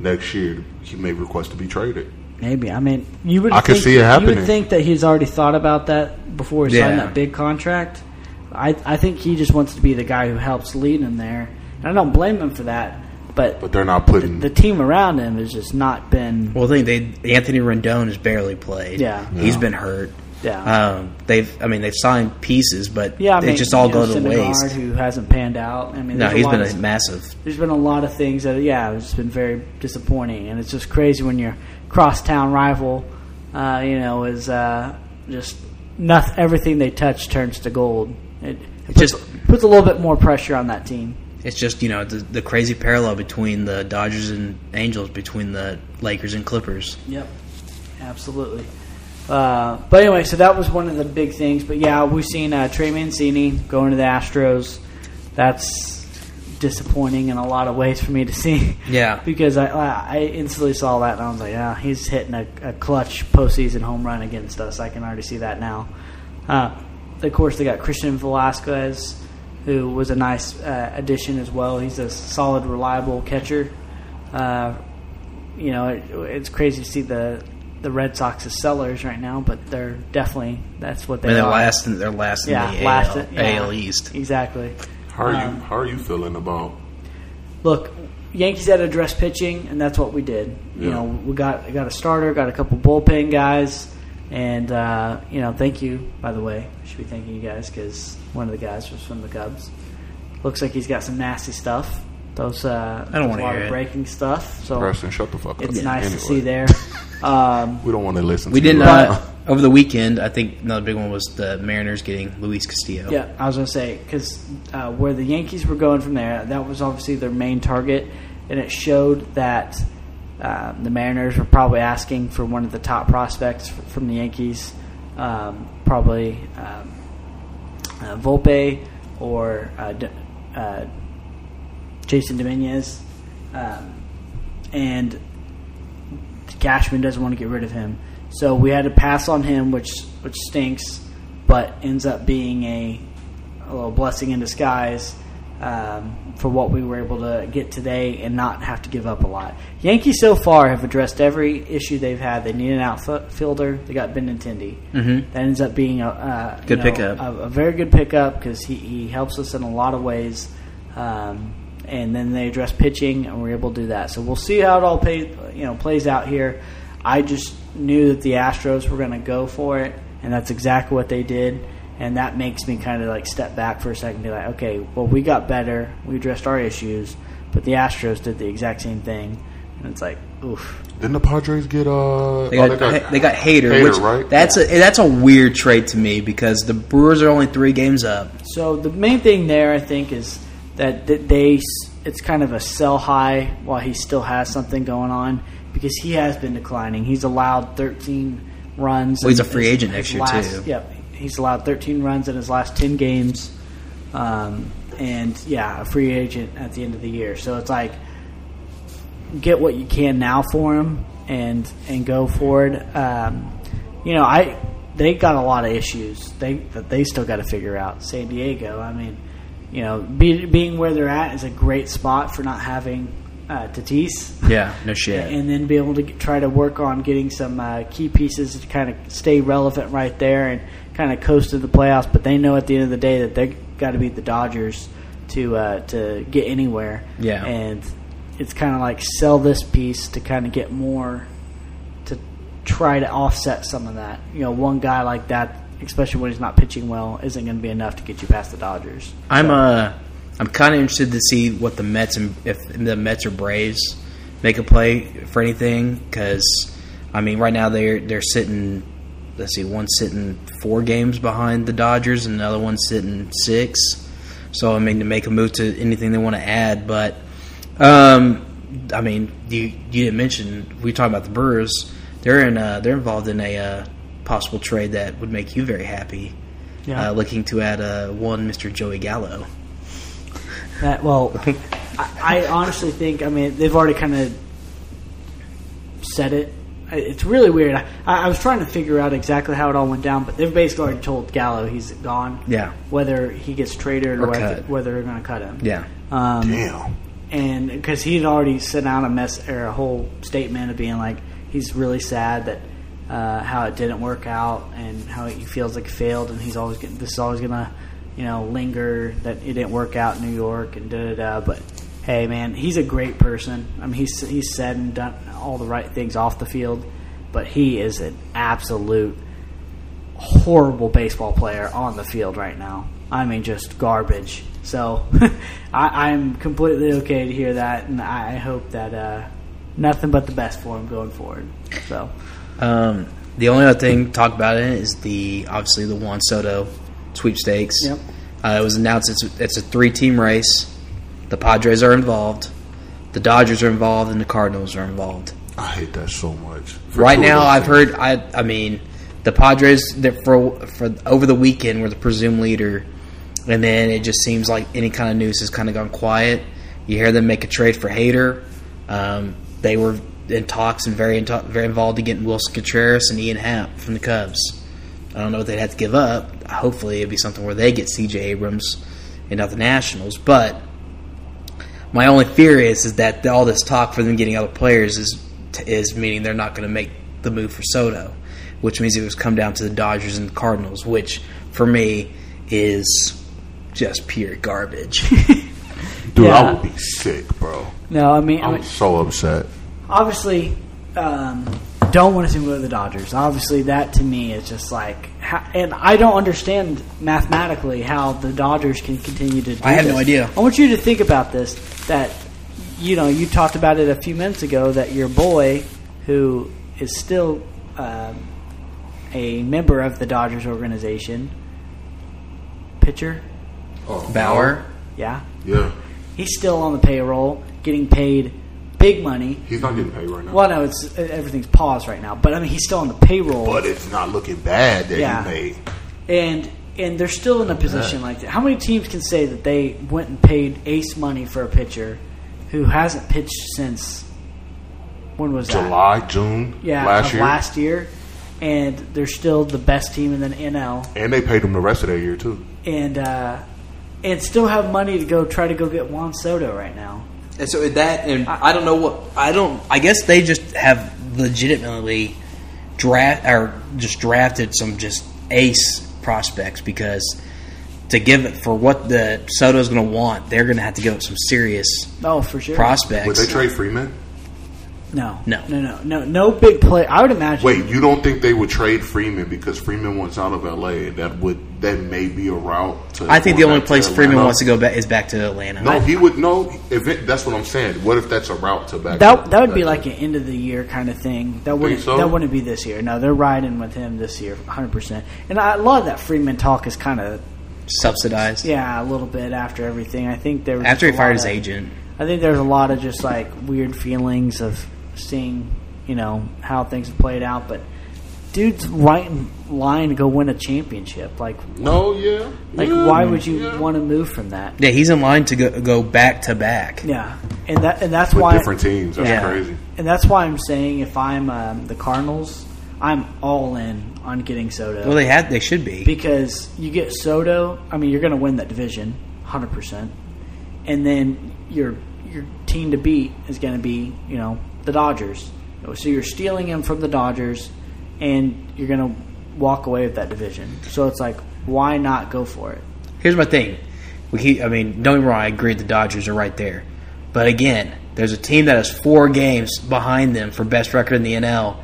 Speaker 3: next year. He may request to be traded.
Speaker 1: Maybe. I mean, you would.
Speaker 3: I could
Speaker 1: think-
Speaker 3: see it
Speaker 1: You
Speaker 3: happening.
Speaker 1: would think that he's already thought about that before he signed
Speaker 4: Yeah.
Speaker 1: that big contract. I I think he just wants to be the guy who helps lead him there, and I don't blame him for that. But
Speaker 3: But they're not putting.
Speaker 1: the team around him has just not been.
Speaker 4: Well, I think they Anthony Rendon has barely played.
Speaker 1: Yeah.
Speaker 4: he's
Speaker 3: Yeah.
Speaker 4: been hurt.
Speaker 1: Yeah.
Speaker 4: Um, they've, I mean, they've signed pieces, but
Speaker 1: yeah, I
Speaker 4: they
Speaker 1: mean,
Speaker 4: just all
Speaker 1: you
Speaker 4: go
Speaker 1: know,
Speaker 4: to
Speaker 1: Syndergaard,
Speaker 4: waste.
Speaker 1: Who hasn't panned out? I mean,
Speaker 4: No,
Speaker 1: there's
Speaker 4: he's
Speaker 1: a lot
Speaker 4: been
Speaker 1: of
Speaker 4: a massive.
Speaker 1: there's been a lot of things that yeah it's been very disappointing and it's just crazy when your crosstown rival uh, you know is uh, just nothing everything they touch turns to gold it, it puts,
Speaker 4: just-
Speaker 1: puts a little bit more pressure on that team
Speaker 4: It's just you know the, the crazy parallel between the Dodgers and Angels, between the Lakers and Clippers.
Speaker 1: Yep, absolutely. Uh, but anyway, so that was one of the big things. But yeah, we've seen uh, Trey Mancini going to the Astros. That's disappointing in a lot of ways for me to see.
Speaker 4: Yeah.
Speaker 1: because I I I instantly saw that and I was like, ah, he's hitting a, a clutch postseason home run against us. I can already see that now. Uh, of course, they got Christian Velasquez, who was a nice uh, addition as well. He's a solid, reliable catcher. Uh, you know, it, it's crazy to see the the Red Sox as sellers right now, but they're definitely that's what they
Speaker 4: I mean, they're
Speaker 1: are.
Speaker 4: last. In, they're last
Speaker 1: yeah,
Speaker 4: in the
Speaker 1: last,
Speaker 4: AL,
Speaker 1: yeah,
Speaker 4: AL East.
Speaker 1: Exactly.
Speaker 3: how are
Speaker 1: um,
Speaker 3: you? How are you feeling about?
Speaker 1: Look, Yankees had to address pitching, and that's what we did. You
Speaker 3: Yeah.
Speaker 1: know, we got got a starter, got a couple bullpen guys, and uh, you know, thank you. By the way, I should be thanking you guys because one of the guys was from the Cubs. Looks like he's got some nasty stuff. Those uh,
Speaker 4: I don't
Speaker 1: there's
Speaker 4: wanna
Speaker 1: a lot
Speaker 4: hear
Speaker 1: of
Speaker 4: it.
Speaker 1: breaking stuff. So
Speaker 3: Preston, shut the fuck up.
Speaker 1: it's nice
Speaker 3: Anyway,
Speaker 1: to see there. Um,
Speaker 3: We don't want to listen.
Speaker 4: We
Speaker 3: to you
Speaker 4: didn't.
Speaker 3: right
Speaker 4: Uh, over the weekend, I think another big one was the Mariners getting Luis Castillo.
Speaker 1: Yeah, I was going to say because uh, where the Yankees were going from there, that was obviously their main target, and it showed that uh, the Mariners were probably asking for one of the top prospects f- from the Yankees, um, probably um, uh, Volpe or uh, D- uh, Jason Dominguez, um, and Cashman doesn't want to get rid of him. So we had to pass on him, which which stinks, but ends up being a, a little blessing in disguise um, for what we were able to get today and not have to give up a lot. Yankees so far have addressed every issue they've had. They need an outfielder. They got Benintendi. Mm-hmm. That ends up being a, a you
Speaker 4: Good
Speaker 1: know,
Speaker 4: pickup.
Speaker 1: A, a very good pickup because he, he helps us in a lot of ways. Um, and then they address pitching, and we're able to do that. So we'll see how it all pay, you know plays out here. I just knew that the Astros were going to go for it, and that's exactly what they did. And that makes me kind of like step back for a second, and be like, okay, well we got better, we addressed our issues, but the Astros did the exact same thing, and it's like, oof.
Speaker 3: Didn't the Padres get uh?
Speaker 4: They got,
Speaker 3: oh,
Speaker 4: they got, Hater,
Speaker 3: Hader,
Speaker 4: which
Speaker 3: right?
Speaker 4: that's a that's a weird trade to me because the Brewers are only three games up.
Speaker 1: So the main thing there, I think, is that th- they s- it's kind of a sell high while he still has something going on because he has been declining. He's allowed 13 runs.
Speaker 4: Well, he's
Speaker 1: in
Speaker 4: a free
Speaker 1: his-
Speaker 4: agent
Speaker 1: his
Speaker 4: next year,
Speaker 1: last-
Speaker 4: too.
Speaker 1: Yep, he's allowed 13 runs in his last 10 games. um, and yeah, a free agent at the end of the year. So it's like get what you can now for him and and go forward. Um, you know, I they got a lot of issues they that they still got to figure out. San Diego, I mean, you know, be, being where they're at is a great spot for not having uh, Tatis
Speaker 4: Yeah, no shit.
Speaker 1: and then be able to get, try to work on getting some uh, key pieces to kind of stay relevant right there and kind of coast to the playoffs. But they know at the end of the day that they got to beat the Dodgers to uh, to get anywhere.
Speaker 4: Yeah.
Speaker 1: and it's kind of like sell this piece to kind of get more to try to offset some of that. You know, one guy like that, especially when he's not pitching well, isn't going to be enough to get you past the Dodgers.
Speaker 4: I'm uh, I'm kind of interested to see what the Mets and if the Mets or Braves make a play for anything because I mean right now they're they're sitting let's see one's sitting four games behind the Dodgers and another one's sitting six so I mean to make a move to anything they want to add but um I mean you you didn't mention we talked about the Brewers they're in uh, they're involved in a uh, possible trade that would make you very happy
Speaker 1: Yeah.
Speaker 4: uh, looking to add uh, one Mr. Joey Gallo.
Speaker 1: That well, I, I honestly think I mean they've already kind of said it. I- It's really weird. I, I was trying to figure out exactly how it all went down, but they've basically already told Gallo he's gone.
Speaker 4: Yeah.
Speaker 1: Whether he gets traded or,
Speaker 4: Or
Speaker 1: whether,
Speaker 4: cut.
Speaker 1: whether they're going to cut him.
Speaker 4: Yeah.
Speaker 1: Um,
Speaker 3: Damn.
Speaker 1: and because he had already sent out a mess or a whole statement of being like he's really sad that uh, how it didn't work out and how he feels like he failed and he's always gonna, this is always gonna you know linger that it didn't work out in New York and da da da. But hey, man, he's a great person. I mean, he's he's said and done all the right things off the field, but he is an absolute horrible baseball player on the field right now. I mean, just garbage. So I, I'm completely okay to hear that, and I I hope that uh, nothing but the best for him going forward. So
Speaker 4: Um, the only other thing to talk about in it is the obviously the Juan Soto sweepstakes.
Speaker 1: Yep.
Speaker 4: Uh, it was announced it's it's a three team race. The Padres are involved, the Dodgers are involved, and the Cardinals are involved.
Speaker 3: I hate that so much. For
Speaker 4: right
Speaker 3: two of
Speaker 4: now,
Speaker 3: those
Speaker 4: I've
Speaker 3: teams.
Speaker 4: heard. I I mean, the Padres that for for over the weekend were the presumed leader, and then it just seems like any kind of news has kind of gone quiet. You hear them make a trade for Hader. Um, they were in talks and very in talk, very involved in getting Wilson Contreras and Ian Happ from the Cubs. I don't know what they'd have to give up. Hopefully, it'd be something where they get C.J. Abrams and not the Nationals, but. My only fear is is that all this talk for them getting other players is is meaning they're not going to make the move for Soto, which means it was come down to the Dodgers and the Cardinals, which for me is just pure garbage.
Speaker 3: dude,
Speaker 1: Yeah.
Speaker 3: I would be sick, bro.
Speaker 1: no, I mean, I mean
Speaker 3: I'm so upset.
Speaker 1: obviously, um, don't want to see him go to the Dodgers. Obviously, that to me is just like, ha- and I don't understand mathematically how the Dodgers can continue to. do
Speaker 4: I have no
Speaker 1: this.
Speaker 4: idea.
Speaker 1: I want you to think about this. That you know, you talked about it a few minutes ago. That your boy, who is still um, a member of the Dodgers organization, pitcher,
Speaker 3: Oh,
Speaker 4: Bauer,
Speaker 1: yeah,
Speaker 3: Yeah.
Speaker 1: he's still on the payroll, getting paid big money.
Speaker 3: He's not getting paid right now.
Speaker 1: Well, no, it's everything's paused right now. But I mean, he's still on the payroll,
Speaker 3: But it's not looking bad that
Speaker 1: Yeah.
Speaker 3: he made.
Speaker 1: and and they're still in a position like that. How many teams can say that they went and paid ace money for a pitcher who hasn't pitched since when was that?
Speaker 3: July, June
Speaker 1: Yeah,
Speaker 3: last
Speaker 1: of
Speaker 3: year.
Speaker 1: last year, and they're still the best team in the NL,
Speaker 3: and they paid him the rest of that year, too.
Speaker 1: and uh, and still have money to go try to go get Juan Soto right now.
Speaker 4: and so that and I don't know what I don't. I guess they just have legitimately draft or just drafted some just ace prospects because to give it for what the Soto's going to want, they're going to have to give up some serious
Speaker 1: Oh, for sure.
Speaker 4: prospects.
Speaker 3: Would they trade Freeman?
Speaker 1: no,
Speaker 4: No.
Speaker 1: no, no, no, no big play. I would imagine.
Speaker 3: Wait, you don't think they would trade Freeman because Freeman wants out of LA? That would that may be a route to.
Speaker 4: I think the
Speaker 3: going
Speaker 4: only
Speaker 3: back
Speaker 4: place
Speaker 3: to
Speaker 4: Freeman
Speaker 3: Atlanta.
Speaker 4: wants to go back is back to Atlanta.
Speaker 3: No, he would. No, if it, that's what I'm saying. What if that's a route to back?
Speaker 1: That that would be
Speaker 3: back-
Speaker 1: like an end of the year kind of thing. That wouldn't
Speaker 3: so?
Speaker 1: that wouldn't be this year. No, they're riding with him this year, hundred percent. And I, a lot of that Freeman talk is kind of
Speaker 4: subsidized.
Speaker 1: yeah, a little bit after everything. I think there was
Speaker 4: After
Speaker 1: just a
Speaker 4: he fired
Speaker 1: lot
Speaker 4: his
Speaker 1: of-
Speaker 4: agent,
Speaker 1: I think there's a lot of just like weird feelings of seeing you know how things have played out, but dude's right in line to go win a championship. Like,
Speaker 3: No, yeah.
Speaker 1: like
Speaker 3: yeah,
Speaker 1: why would you
Speaker 3: Mm. yeah.
Speaker 1: want to move from that?
Speaker 4: Yeah, he's in line to go, go back to back.
Speaker 1: Yeah, and that and that's
Speaker 3: With
Speaker 1: why
Speaker 3: different teams? That's
Speaker 4: Yeah.
Speaker 3: crazy.
Speaker 1: and that's why I'm saying if I'm um, the Cardinals, I'm all in on getting Soto.
Speaker 4: Well, they had they should be.
Speaker 1: because you get Soto. I mean, you're going to win that division, hundred percent, and then your your team to beat is going to be you know the Dodgers. So you're stealing him from the Dodgers, and you're going to walk away with that division. So it's like, why not go for it?
Speaker 4: Here's my thing. We keep, I mean, don't get me wrong. I agree the Dodgers are right there, but again, there's a team that has four games behind them for best record in the NL,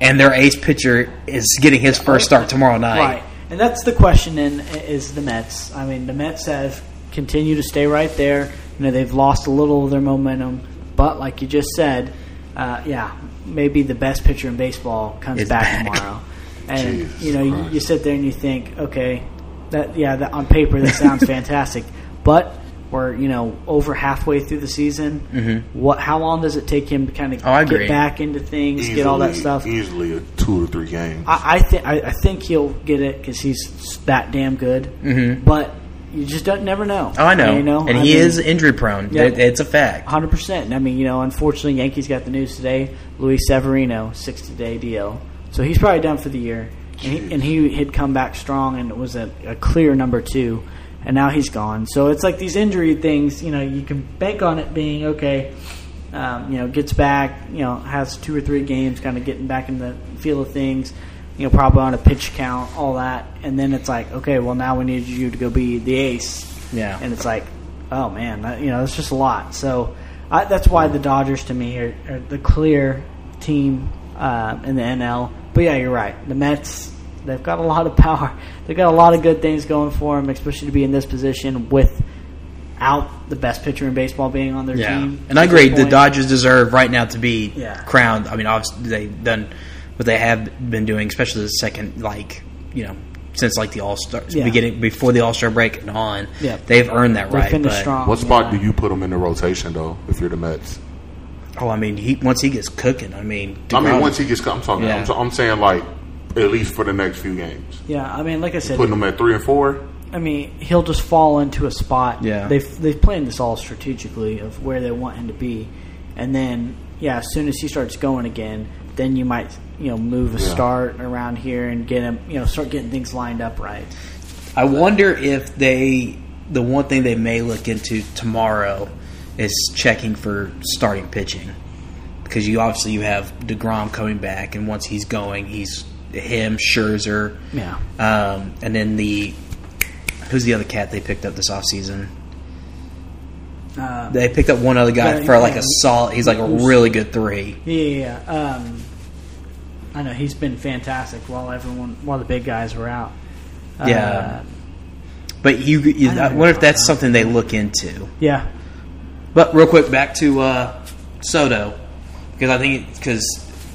Speaker 4: and their ace pitcher is getting his first start tomorrow night.
Speaker 1: Right. And that's the question then i- is the Mets. I mean, the Mets have continued to stay right there. You know, they've lost a little of their momentum, but like you just said, uh, yeah, maybe the best pitcher in baseball comes
Speaker 4: Is
Speaker 1: back,
Speaker 4: back.
Speaker 1: tomorrow. And
Speaker 3: Jesus
Speaker 1: you know, you,
Speaker 3: Christ.
Speaker 1: you sit there and you think, okay, that yeah, that on paper that sounds fantastic, but we're you know over halfway through the season. What? How long does it take him to kind of
Speaker 4: Mm-hmm. Oh, I
Speaker 1: get
Speaker 4: agree.
Speaker 1: back into things, get all that
Speaker 3: Easily-
Speaker 1: stuff?
Speaker 3: Easily a two to three games.
Speaker 1: I, I think I I think he'll get it because he's that damn good. Mm-hmm. But you just don't never know.
Speaker 4: Oh, I know.
Speaker 1: You know,
Speaker 4: and
Speaker 1: I
Speaker 4: he
Speaker 1: mean,
Speaker 4: is injury prone.
Speaker 1: Yeah.
Speaker 4: It- it's a fact.
Speaker 1: 100%. I mean, you know, unfortunately, Yankees got the news today. Luis Severino, 60 day deal. So he's probably done for the year. And he, and he had come back strong and was a, a clear number two. And now he's gone. So it's like these injury things, you know, you can bank on it being okay, um, you know, gets back, you know, has two or three games kind of getting back in the feel of things, you know, probably on a pitch count, all that. And then it's like, okay, well, now we need you to go be the ace
Speaker 4: Yeah.
Speaker 1: and it's like, oh man, that, you know, that's just a lot. So I, that's why the Dodgers to me are, are the clear team uh, in the NL. But yeah, you're right. The Mets, they've got a lot of power. They've got a lot of good things going for them, especially to be in this position without the best pitcher in baseball being on their
Speaker 4: Yeah,
Speaker 1: team.
Speaker 4: and I
Speaker 1: at this
Speaker 4: agree. The
Speaker 1: point.
Speaker 4: Dodgers deserve right now to be
Speaker 1: Yeah.
Speaker 4: crowned. I mean, obviously they've done what they have been doing, especially the second, like you know, since like the All Star
Speaker 1: Yeah.
Speaker 4: beginning before the All Star break and on.
Speaker 1: Yeah.
Speaker 4: they've earned that
Speaker 1: They
Speaker 4: right.
Speaker 1: finished
Speaker 4: but-
Speaker 1: strong.
Speaker 3: what spot
Speaker 1: yeah.
Speaker 3: do you put them in the rotation though? If you're the Mets,
Speaker 4: Oh, I mean, he once he gets cooking, I mean,
Speaker 3: I mean,
Speaker 4: DeGrom-
Speaker 3: once he gets, I'm talking,
Speaker 4: Yeah.
Speaker 3: I'm, t- I'm saying like at least for the next few games,
Speaker 1: Yeah, I mean, like I said,
Speaker 3: putting them at three and four.
Speaker 1: I mean, he'll just fall into a spot.
Speaker 4: Yeah.
Speaker 1: They've, they've planned this all strategically of where they want him to be. And then, yeah, as soon as he starts going again, then you might, you know, move a start around here and get him, you know, start getting things lined up right.
Speaker 4: I wonder if they the one thing they may look into tomorrow is checking for starting pitching because you obviously you have Degrom coming back and once he's going he's him Scherzer
Speaker 1: Yeah.
Speaker 4: um, and then the who's the other cat they picked up this offseason?
Speaker 1: Uh,
Speaker 4: They picked up one other guy
Speaker 1: Yeah,
Speaker 4: for like
Speaker 1: yeah.
Speaker 4: a solid. He's like a really good three.
Speaker 1: yeah, yeah, yeah. Um, I know he's been fantastic while everyone, while the big guys were out. Uh,
Speaker 4: Yeah. But you, you
Speaker 1: I
Speaker 4: I
Speaker 1: don't
Speaker 4: wonder if
Speaker 1: know.
Speaker 4: that's something they look into.
Speaker 1: Yeah.
Speaker 4: But real quick, back to uh, Soto because I think because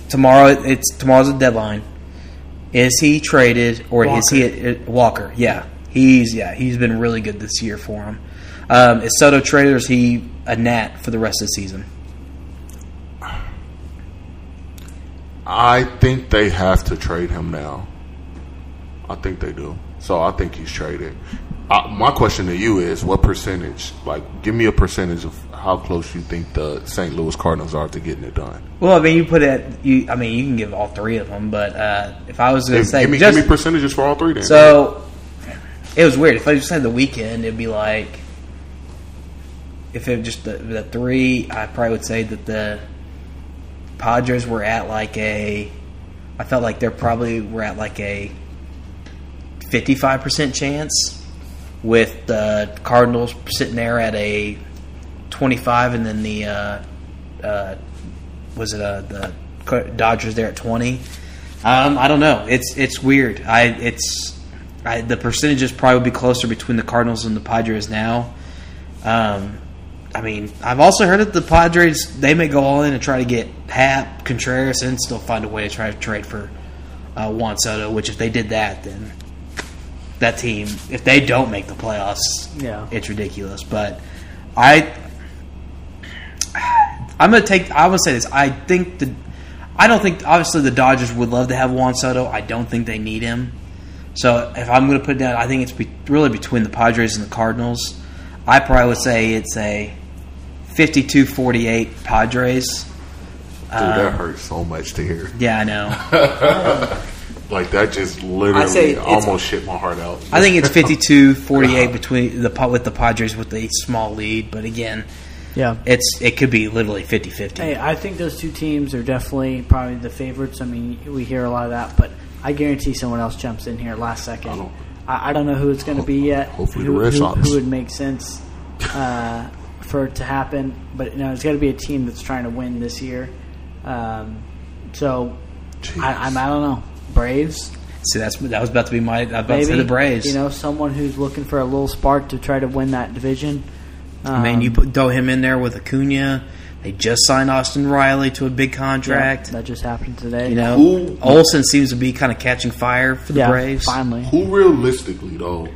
Speaker 4: tomorrow it's tomorrow's the deadline. Is he traded or is he uh, Walker? Yeah, he's yeah he's been really good this year for him. Um, is Soto traded or is he a gnat for the rest of the season?
Speaker 3: I think they have to trade him now. I think they do. So I think he's traded. Uh, my question to you is, what percentage? Like, give me a percentage of how close you think the St. Louis Cardinals are to getting it done.
Speaker 4: Well, I mean, you put it. You, I mean, you can give all three of them, but uh, if I was going to
Speaker 3: Give,
Speaker 4: say,
Speaker 3: give me,
Speaker 4: just-
Speaker 3: give me percentages for all three. Then
Speaker 4: so it was weird. If I just had the weekend, it'd be like if it just the, the three. I probably would say that the Padres were at like a. I felt like they're probably were at like a fifty-five percent chance, with the Cardinals sitting there at a twenty-five, and then the uh, uh, was it uh, the Car- Dodgers there at twenty? Um, I don't know. It's it's weird. I it's I, the percentages probably would be closer between the Cardinals and the Padres now. Um, I mean, I've also heard that the Padres they may go all in and try to get Hap Contreras and still find a way to try to trade for uh, Juan Soto. Which if they did that, then that team if they don't make the playoffs,
Speaker 1: Yeah.
Speaker 4: it's ridiculous. But I I'm gonna take. I would say this. I think the. I don't think obviously the Dodgers would love to have Juan Soto. I don't think they need him. So if I'm going to put it down, I think it's be, really between the Padres and the Cardinals. I probably would say it's a 52-48 Padres.
Speaker 3: Dude,
Speaker 4: uh,
Speaker 3: that hurts so much to hear.
Speaker 4: Yeah, I know.
Speaker 3: Like that just literally
Speaker 4: say it's-
Speaker 3: almost shit my heart out.
Speaker 4: I think it's 52-48 between the Pa- with the Padres with a small lead, but again,
Speaker 1: Yeah.
Speaker 4: it's it could be literally 50-50.
Speaker 1: Hey, I think those two teams are definitely probably the favorites. I mean, we hear a lot of that, but I guarantee someone else jumps in here last second. I
Speaker 3: don't-
Speaker 1: don't, I, don't know who it's going to be yet.
Speaker 3: Hopefully the
Speaker 1: who,
Speaker 3: Red
Speaker 1: who-
Speaker 3: Sox.
Speaker 1: Who would make sense uh, for it to happen? But no, it's got to be a team that's trying to win this year. Um, so I, I'm, I don't know. Braves,
Speaker 4: See, that's that was about to be my I was about to
Speaker 1: maybe
Speaker 4: say the Braves.
Speaker 1: You know, someone who's looking for a little spark to try to win that division.
Speaker 4: I mean,
Speaker 1: um,
Speaker 4: you put, throw him in there with Acuna. They just signed Austin Riley to a big contract.
Speaker 1: That just happened today.
Speaker 4: You know,
Speaker 3: Who-
Speaker 4: Olson seems to be kind of catching fire for the
Speaker 1: yeah,
Speaker 4: Braves.
Speaker 1: finally.
Speaker 3: Who realistically though,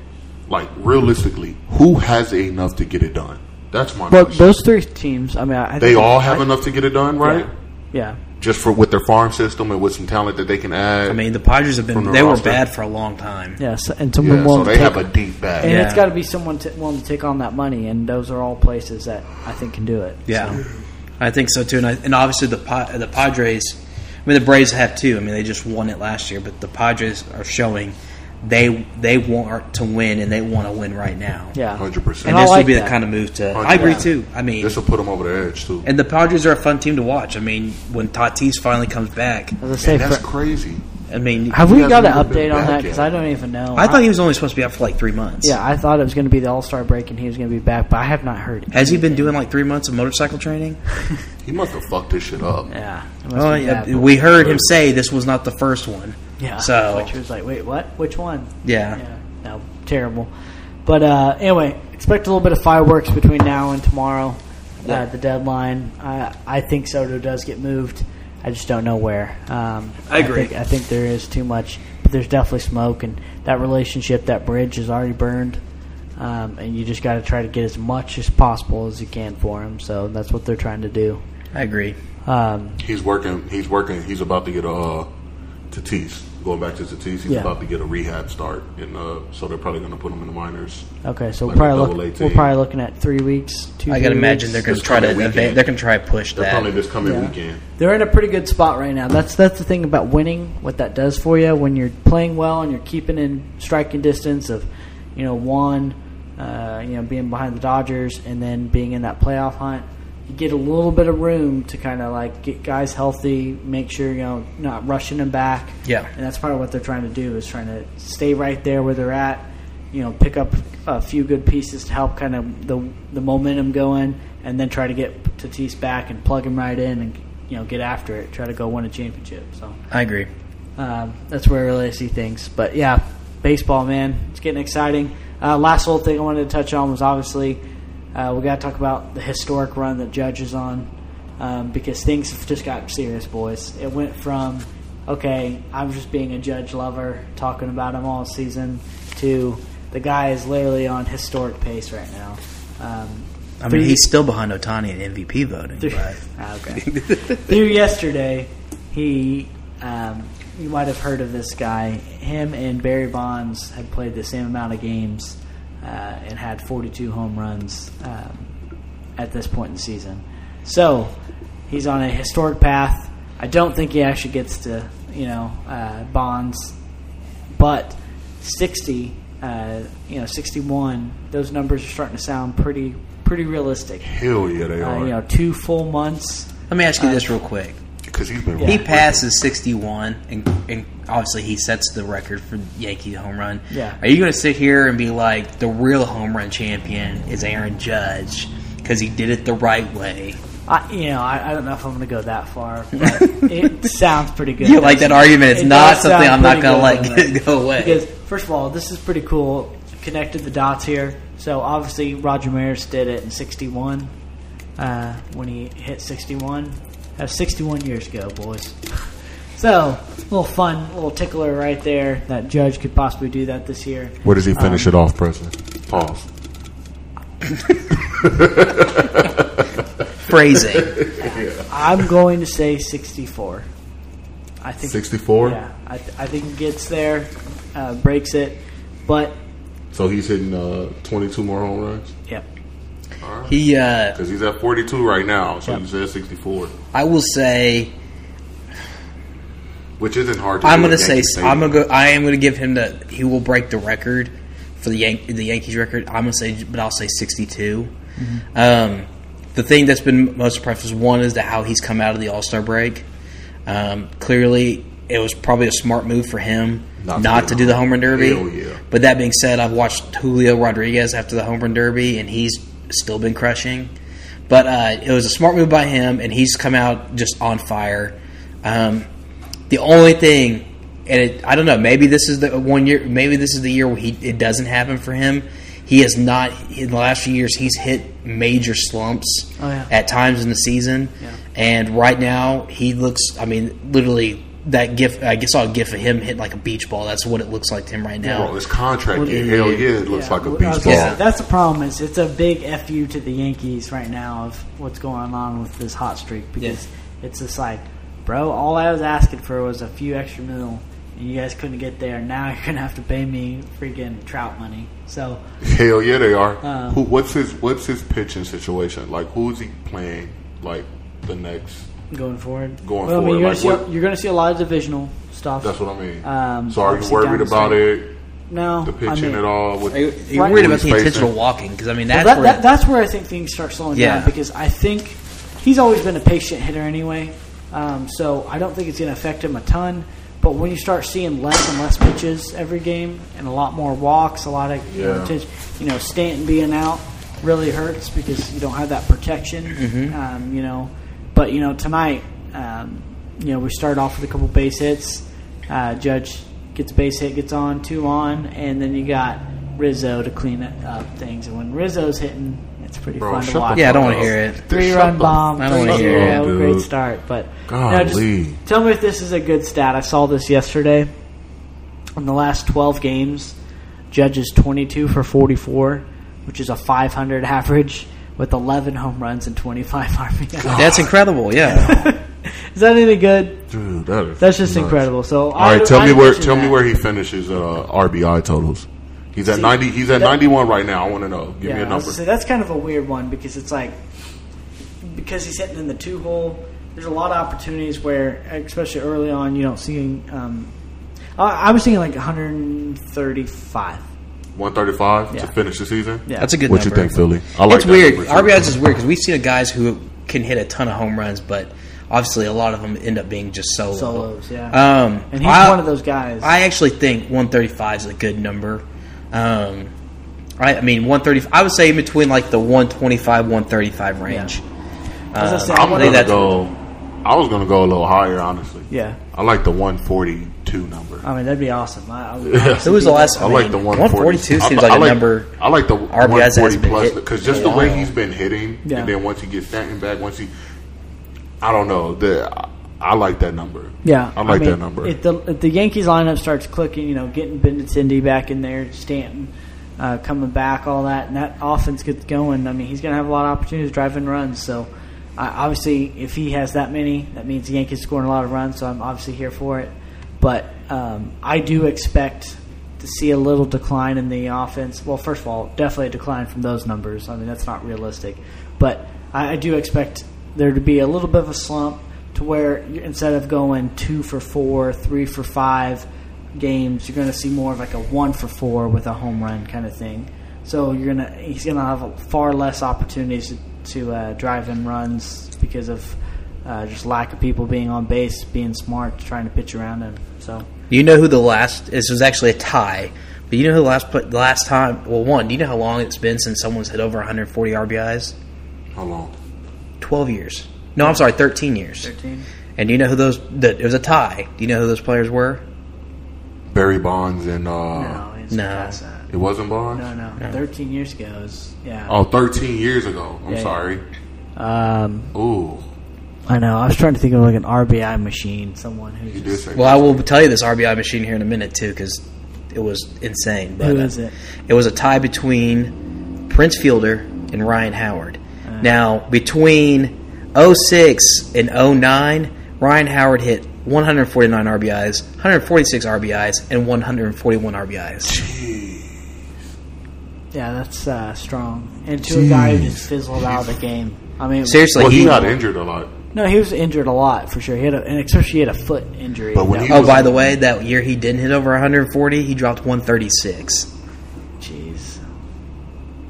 Speaker 3: like realistically, who has it enough to get it done? That's my
Speaker 1: But
Speaker 3: question.
Speaker 1: those three teams, I mean, I
Speaker 3: They
Speaker 1: think-
Speaker 3: all have enough to get it done, right?
Speaker 1: Yeah.
Speaker 3: Just for with their farm system and with some talent that they can add.
Speaker 4: I mean, the Padres have been
Speaker 3: From the
Speaker 4: they
Speaker 3: roster.
Speaker 4: were bad for a long time.
Speaker 1: Yes, and someone
Speaker 3: yeah,
Speaker 1: willing
Speaker 3: so
Speaker 1: to
Speaker 3: they
Speaker 1: take,
Speaker 3: have a deep bag.
Speaker 1: and
Speaker 4: Yeah.
Speaker 1: it's got to be someone t- willing to take on that money, and those are all places that I think can do it.
Speaker 4: Yeah, I think so too. And, I, and obviously the Pa- the Padres, I mean the Braves have too. I mean they just won it last year, but the Padres are showing they they want to win and they want to win right now.
Speaker 1: yeah,
Speaker 3: Hundred percent.
Speaker 4: and
Speaker 1: I
Speaker 4: this
Speaker 1: like
Speaker 4: would be
Speaker 1: that.
Speaker 4: the kind of move to.
Speaker 3: Hundred
Speaker 4: I agree
Speaker 3: percent.
Speaker 4: too. I mean,
Speaker 3: This will put them over the edge too.
Speaker 4: and the Padres are a fun team to watch. I mean, when Tatis finally comes back,
Speaker 1: As I say,
Speaker 3: That's
Speaker 1: Fra-
Speaker 3: crazy.
Speaker 4: I mean,
Speaker 1: have we
Speaker 3: hasn't
Speaker 1: got an
Speaker 3: even been
Speaker 1: update on
Speaker 3: back
Speaker 1: that? Because
Speaker 3: yet.
Speaker 1: I don't even know.
Speaker 4: I thought he was only supposed to be out for like three months.
Speaker 1: yeah, I thought it was going to be the All Star break and he was going to be back, but I have not heard.
Speaker 4: Has he been doing like three months of motorcycle training?
Speaker 3: He must have fucked this shit up.
Speaker 1: Yeah, it must
Speaker 4: Well,
Speaker 1: be
Speaker 4: Oh, yeah,
Speaker 1: bad, but-
Speaker 4: we heard him say this was not the first one.
Speaker 1: yeah.
Speaker 4: So
Speaker 1: which was like, wait, what? Which one?
Speaker 4: yeah.
Speaker 1: Yeah, no, terrible. But uh, anyway, expect a little bit of fireworks between now and tomorrow. Uh, the deadline. I I think Soto does get moved. I just don't know where. Um,
Speaker 4: I agree.
Speaker 1: think, I think there is too much. But there's definitely smoke, and that relationship, that bridge, is already burned. Um, and you just got to try to get as much as possible as you can for him. So that's what they're trying to do.
Speaker 4: I agree.
Speaker 1: Um,
Speaker 3: He's working. He's working. He's about to get a uh, Tatis. Going back to Tatis, he's
Speaker 1: Yeah.
Speaker 3: about to get a rehab start, and uh, so they're probably going to put him in the minors.
Speaker 1: okay, so
Speaker 3: Like a
Speaker 1: probably
Speaker 3: double A
Speaker 1: look,
Speaker 3: team.
Speaker 1: we're probably looking at three weeks. Two,
Speaker 4: I gotta
Speaker 1: three weeks.
Speaker 4: imagine they're gonna
Speaker 3: This
Speaker 4: try to
Speaker 3: coming
Speaker 4: eva-
Speaker 3: weekend.
Speaker 4: they're gonna try to push
Speaker 3: They're
Speaker 4: that.
Speaker 3: probably this coming
Speaker 1: Yeah.
Speaker 3: weekend.
Speaker 1: They're in a pretty good spot right now. That's that's the thing about winning. What that does for you when you're playing well and you're keeping in striking distance of, you know, one, uh, you know, being behind the Dodgers and then being in that playoff hunt. You get a little bit of room to kind of like get guys healthy, make sure you know not rushing them back.
Speaker 4: Yeah.
Speaker 1: and that's part of what they're trying to do is trying to stay right there where they're at. You know, pick up a few good pieces to help kind of the the momentum going, and then try to get Tatis back and plug him right in, and you know get after it, try to go win a championship. So
Speaker 4: I agree.
Speaker 1: um, that's where I really see things. But yeah, baseball, man, it's getting exciting. Uh, last little thing I wanted to touch on was obviously uh, we got to talk about the historic run that Judge is on um, because things have just got serious, boys. It went from okay, I'm just being a Judge lover, talking about him all season, to the guy is literally on historic pace right now. Um,
Speaker 4: I mean, he's still behind Otani in MVP voting,
Speaker 1: through,
Speaker 4: but
Speaker 1: Ah, okay. through yesterday, he, um, you might have heard of this guy. Him and Barry Bonds had played the same amount of games uh, and had 42 home runs um, at this point in the season. So he's on a historic path. I don't think he actually gets to, you know, uh, Bonds, but 60. Uh, you know, 61. Those numbers are starting to sound pretty, pretty realistic
Speaker 3: Hell yeah, they
Speaker 1: uh, you know,
Speaker 3: are.
Speaker 1: two full months.
Speaker 4: let me ask
Speaker 1: Uh,
Speaker 4: you this real quick.
Speaker 3: Because he's been.
Speaker 4: He passes 61, and, and obviously he sets the record for Yankee home run.
Speaker 1: Yeah.
Speaker 4: Are you going to sit here and be like, the real home run champion is Aaron Judge because he did it the right way?
Speaker 1: I, you know, I, I don't know if I'm going to go that far, but it sounds pretty good.
Speaker 4: You like that argument? It's
Speaker 1: It
Speaker 4: not
Speaker 1: does
Speaker 4: something I'm
Speaker 1: sound
Speaker 4: not going to
Speaker 1: pretty good,
Speaker 4: let go away.
Speaker 1: Because first of all, this is pretty cool. Connected the dots here. So obviously, Roger Maris did it in '61 uh, when he hit 61. That was 61 years ago, boys. So, a little fun, little tickler right there. That judge could possibly do that this year.
Speaker 3: Where does he finish
Speaker 1: Um,
Speaker 3: it off, President? Pause.
Speaker 4: Phrasing.
Speaker 1: I'm going to say 64. I think
Speaker 3: 64?
Speaker 1: Yeah, I, th- I think he gets there, uh, breaks it, but
Speaker 3: So he's hitting uh, 22 more home runs
Speaker 1: yeah,
Speaker 4: He, uh,
Speaker 3: because he's at 42 right now. So you said 64,
Speaker 4: I will say,
Speaker 3: which isn't hard. to
Speaker 4: I'm
Speaker 3: do
Speaker 4: gonna
Speaker 3: at
Speaker 4: say,
Speaker 3: Yankee
Speaker 4: I'm gonna
Speaker 3: Stadium.
Speaker 4: go. I am gonna give him the. He will break the record for the Yan- the Yankees record. I'm gonna say, but I'll say 62. Um, the thing that's been most impressive is one is the how he's come out of the All Star break. Um, clearly, it was probably a smart move for him
Speaker 3: Not
Speaker 4: not,
Speaker 3: to do
Speaker 4: to
Speaker 3: it.
Speaker 4: do the home run derby.
Speaker 3: Hell yeah.
Speaker 4: But that being said, I've watched Julio Rodriguez after the home run derby, and he's still been crushing. But uh, it was a smart move by him, and he's come out just on fire. Um, the only thing, and it, I don't know, maybe this is the one year, maybe this is the year where he it doesn't happen for him. He has not in the last few years. He's hit major slumps
Speaker 1: Oh, yeah.
Speaker 4: at times in the season,
Speaker 1: Yeah.
Speaker 4: and right now he looks. I mean, literally that gif. I guess I'll gif of him hit like a beach ball. That's what it looks like to him right now.
Speaker 3: Bro, his contract,
Speaker 1: Well,
Speaker 3: year,
Speaker 1: yeah,
Speaker 3: hell yeah, it looks
Speaker 1: yeah.
Speaker 3: like a
Speaker 1: Well,
Speaker 3: beach
Speaker 1: I
Speaker 3: ball.
Speaker 1: was gonna say, that's the problem is it's a big fu to the Yankees right now of what's going on with this hot streak because it's just like, bro, all I was asking for was a few extra mil, and you guys couldn't get there. Now you're gonna have to pay me freaking trout money. So
Speaker 3: Hell yeah, they are.
Speaker 1: Uh,
Speaker 3: Who? What's his What's his pitching situation like? Who's he playing? Like the next?
Speaker 1: going forward,
Speaker 3: Going
Speaker 1: well, I mean,
Speaker 3: forward,
Speaker 1: you're,
Speaker 3: like,
Speaker 1: gonna see,
Speaker 3: what-
Speaker 1: you're gonna see a lot of divisional stuff.
Speaker 3: That's what I mean.
Speaker 1: Um,
Speaker 3: so are you
Speaker 1: obviously down
Speaker 3: worried
Speaker 1: the
Speaker 3: about
Speaker 1: stretch.
Speaker 3: it?
Speaker 1: no,
Speaker 3: The
Speaker 1: I
Speaker 3: pitching
Speaker 1: mean,
Speaker 3: at all? With,
Speaker 4: Are you, are you
Speaker 1: Right.
Speaker 4: worried
Speaker 3: Who
Speaker 4: about
Speaker 3: he's
Speaker 4: the
Speaker 3: facing.
Speaker 4: intentional walking? Because I mean, that's
Speaker 1: that,
Speaker 4: where
Speaker 1: that, that's where I think things start slowing
Speaker 4: Yeah.
Speaker 1: down because I think he's always been a patient hitter anyway. Um, so I don't think it's going to affect him a ton. But when you start seeing less and less pitches every game and a lot more walks, a lot of you, know,
Speaker 3: Yeah.
Speaker 1: pitch- you know Stanton being out really hurts because you don't have that protection.
Speaker 3: Mm-hmm.
Speaker 1: Um, you know, but you know tonight, um, you know we start off with a couple base hits. Uh, Judge gets a base hit, gets on two on, and then you got Rizzo to clean up things. And when Rizzo's hitting, it's pretty
Speaker 3: Bro,
Speaker 1: fun
Speaker 3: shut
Speaker 1: to
Speaker 3: the
Speaker 1: watch.
Speaker 4: yeah, I don't
Speaker 3: fuck
Speaker 4: want to hear
Speaker 3: up.
Speaker 4: it.
Speaker 1: Three
Speaker 3: Shut
Speaker 1: run
Speaker 3: the
Speaker 1: bomb.
Speaker 4: I don't
Speaker 1: three
Speaker 4: wanna hear
Speaker 1: zero,
Speaker 3: it.
Speaker 1: Great
Speaker 3: Dude.
Speaker 1: start, but
Speaker 3: Golly.
Speaker 1: no, just tell me if this is a good stat. I saw this yesterday. In the last twelve games, Judge is twenty-two for forty-four, which is a five hundred average with eleven home runs and twenty-five RBI.
Speaker 4: That's incredible. Yeah,
Speaker 1: is that any good?
Speaker 3: Dude, that is
Speaker 1: That's just
Speaker 3: nuts.
Speaker 1: incredible. So
Speaker 3: All right,
Speaker 1: I,
Speaker 3: tell
Speaker 1: I
Speaker 3: me where
Speaker 1: mentioned
Speaker 3: tell me
Speaker 1: that.
Speaker 3: where he finishes uh, RBI totals. He's at ninety. He's at
Speaker 1: that-
Speaker 3: ninety one right now. I want to know. Give me a
Speaker 1: I was
Speaker 3: number.
Speaker 1: gonna say, that's kind of a weird one because it's like because he's hitting in the two hole. There's a lot of opportunities where, especially early on, you don't see. Um, I I was thinking like 135.
Speaker 3: One thirty five
Speaker 1: Yeah.
Speaker 3: to finish the season.
Speaker 1: Yeah,
Speaker 4: that's a good.
Speaker 3: What you
Speaker 4: number.
Speaker 3: think, Philly? I like
Speaker 4: it's
Speaker 3: that
Speaker 4: weird.
Speaker 3: number, too.
Speaker 4: RBIs is weird because we've seen guys who can hit a ton of home runs, but obviously a lot of them end up being just solo.
Speaker 1: solos. Yeah,
Speaker 4: Um,
Speaker 1: and he's
Speaker 4: I-
Speaker 1: one of those guys.
Speaker 4: I actually think 135 is a good number. Um, I, I mean, 130. I would say in between like the 125, 135 range.
Speaker 1: As I
Speaker 4: Um,
Speaker 1: said,
Speaker 3: Uh, I'm
Speaker 1: I
Speaker 4: think
Speaker 3: gonna
Speaker 4: that's-
Speaker 3: go. I was gonna go a little higher, honestly.
Speaker 1: yeah,
Speaker 3: I like the one forty two number.
Speaker 1: I mean that'd be awesome. I, I would
Speaker 3: Yeah.
Speaker 1: honestly
Speaker 4: Who was
Speaker 1: be-
Speaker 4: the last?
Speaker 3: I like
Speaker 4: mean,
Speaker 3: the
Speaker 4: 142
Speaker 3: 142
Speaker 4: seems like a number.
Speaker 3: I like the
Speaker 4: RBIs
Speaker 3: 140
Speaker 4: hasn't been
Speaker 3: plus
Speaker 4: hit
Speaker 3: because just
Speaker 4: in
Speaker 3: the
Speaker 4: a
Speaker 3: way
Speaker 4: while.
Speaker 3: he's been hitting,
Speaker 1: Yeah.
Speaker 3: and then once he gets Stanton back, once he, I don't know. The I, I like that number.
Speaker 1: Yeah,
Speaker 3: I like
Speaker 1: mean,
Speaker 3: that number.
Speaker 1: If the if the Yankees lineup starts clicking, you know, getting Benintendi back in there, Stanton uh, coming back, all that, and that offense gets going. I mean, he's going to have a lot of opportunities driving runs. So, I obviously, if he has that many, that means the Yankees scoring a lot of runs. So, I'm obviously here for it. But um, I do expect to see a little decline in the offense. Well, first of all, definitely a decline from those numbers. I mean, that's not realistic. But I, I do expect there to be a little bit of a slump to where you- instead of going two for four, three for five games, you're going to see more of like a one for four with a home run kind of thing. So you're gonna he's gonna have far less opportunities to, to uh, drive in runs because of uh, just lack of people being on base, being smart, trying to pitch around him. So
Speaker 4: You know who the last? This was actually a tie, but you know who the last pla- the last time? Well, one. Do you know how long it's been since someone's hit over 140 RBIs?
Speaker 3: How long?
Speaker 4: 12 years. No, I'm sorry, 13 years.
Speaker 1: 13.
Speaker 4: And do you know who those? The, it was a tie. Do you know who those players were?
Speaker 3: Barry Bonds and uh,
Speaker 1: No, Oh, it's
Speaker 4: No.
Speaker 1: past that.
Speaker 3: it wasn't Bonds.
Speaker 1: No, no, Thirteen years ago is yeah.
Speaker 3: Oh, 13 years ago. I'm
Speaker 1: yeah.
Speaker 3: sorry.
Speaker 1: Um,
Speaker 3: Ooh,
Speaker 1: I know. I was trying to think of like an RBI machine, someone who
Speaker 3: you
Speaker 1: just,
Speaker 3: did say.
Speaker 4: Well, I will tell you this RBI machine here in a minute too, because it was insane. But
Speaker 1: Who
Speaker 4: uh,
Speaker 1: is it?
Speaker 4: It was a tie between Prince Fielder and Ryan Howard.
Speaker 3: Uh-huh.
Speaker 4: oh now between 06 and 09, Ryan Howard hit 149 RBIs, 146 RBIs, and 141 RBIs.
Speaker 1: Yeah, that's uh, strong. And to a guy who just fizzled out of the game. I mean,
Speaker 4: Seriously,
Speaker 3: Well,
Speaker 4: he,
Speaker 3: he got injured a lot.
Speaker 1: no, he was injured a lot for sure. He had, a, and especially he had a foot injury.
Speaker 3: But when
Speaker 1: That
Speaker 3: he
Speaker 4: oh, by the way, that year he didn't hit over 140, he dropped 136. Oh.
Speaker 1: Jeez.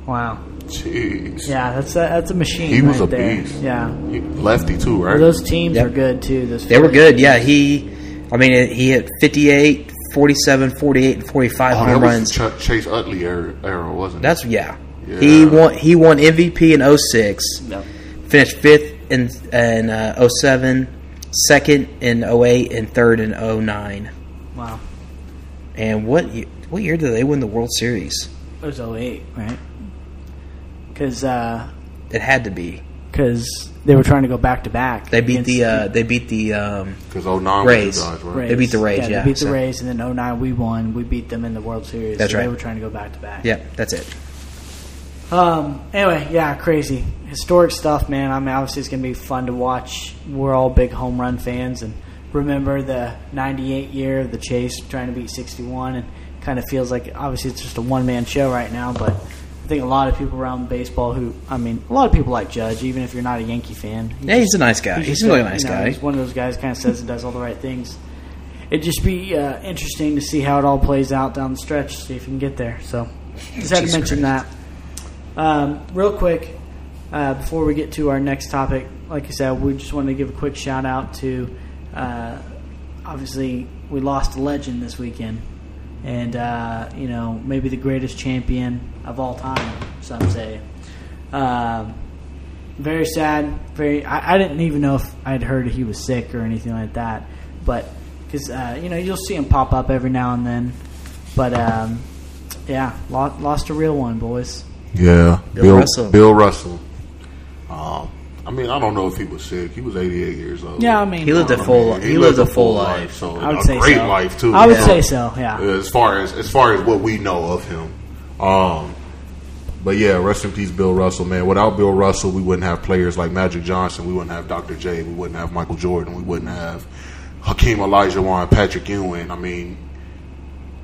Speaker 1: Wow.
Speaker 3: Jeez.
Speaker 1: Yeah, that's a, that's a machine.
Speaker 3: He was
Speaker 1: right
Speaker 3: a
Speaker 1: there.
Speaker 3: beast.
Speaker 1: Yeah.
Speaker 3: He- Lefty too, right?
Speaker 1: Well, those teams
Speaker 4: Yep.
Speaker 1: are good too. Those
Speaker 4: They were good. Yeah, he, I mean, it, he hit 58, 47, 48, and 45
Speaker 3: oh, that
Speaker 4: home
Speaker 3: was
Speaker 4: runs.
Speaker 3: the Ch- Chase Utley era, era wasn't it?
Speaker 4: That's yeah. He
Speaker 3: Yeah.
Speaker 4: won. He won MVP in 06,
Speaker 1: Yep.
Speaker 4: finished fifth in in uh, 07, second in 08, and third in 09.
Speaker 1: Wow.
Speaker 4: And what ye- what year did they win the World Series?
Speaker 1: It was 08, right? uh, Because
Speaker 4: It had to be.
Speaker 1: they were trying to go back to back.
Speaker 4: They beat the uh, they beat the um,
Speaker 3: Because 09
Speaker 4: Rays.
Speaker 3: was the Dodgers, right?
Speaker 4: Rays. they beat the Rays, yeah,
Speaker 1: they beat
Speaker 4: so-
Speaker 1: the Rays, and then 09 we won. We beat them in the World Series.
Speaker 4: That's
Speaker 1: so They
Speaker 4: right.
Speaker 1: were trying to go back to back.
Speaker 4: yeah that's it.
Speaker 1: Um. Anyway, yeah, crazy historic stuff, man. I mean, obviously it's gonna be fun to watch. We're all big home run fans, and remember the '98 year of the Chase trying to beat '61, and kind of feels like obviously it's just a one man show right now. But I think a lot of people around baseball who, I mean, a lot of people like Judge, even if you're not a Yankee fan.
Speaker 4: Yeah, he's a nice guy. He's
Speaker 1: just
Speaker 4: really a
Speaker 1: you
Speaker 4: nice
Speaker 1: know,
Speaker 4: guy.
Speaker 1: He's one of those guys kind of says and does all the right things. It'd just be uh, interesting to see how it all plays out down the stretch, see if you can get there. So, just had to
Speaker 4: Jesus
Speaker 1: mention that. Um, real quick, uh, before we get to our next topic, like I said, we just wanted to give a quick shout out to. Uh, obviously, we lost a legend this weekend, and uh, you know maybe the greatest champion of all time. Some say. Um, very sad. Very. I, I didn't even know if I'd heard he was sick or anything like that, but because uh, you know you'll see him pop up every now and then. But um, yeah, lost, lost a real one, boys.
Speaker 3: Yeah,
Speaker 4: Bill Russell.
Speaker 3: Bill Russell. Um, I mean, I don't know if he was sick. He was 88 years old.
Speaker 1: Yeah, I mean,
Speaker 4: He lived
Speaker 1: I
Speaker 4: a
Speaker 1: don't
Speaker 4: full
Speaker 3: mean,
Speaker 4: life. He lived a full life.
Speaker 3: so
Speaker 1: I would
Speaker 3: a
Speaker 1: say
Speaker 3: great
Speaker 1: so.
Speaker 3: life too.
Speaker 1: I would
Speaker 3: you
Speaker 1: say
Speaker 3: know,
Speaker 1: so. Yeah.
Speaker 3: As far as as far as what we know of him, um, but yeah, rest in peace, Bill Russell, man. Without Bill Russell, we wouldn't have players like Magic Johnson. We wouldn't have Dr. J. We wouldn't have Michael Jordan. We wouldn't have Hakeem Olajuwon, Patrick Ewing. I mean,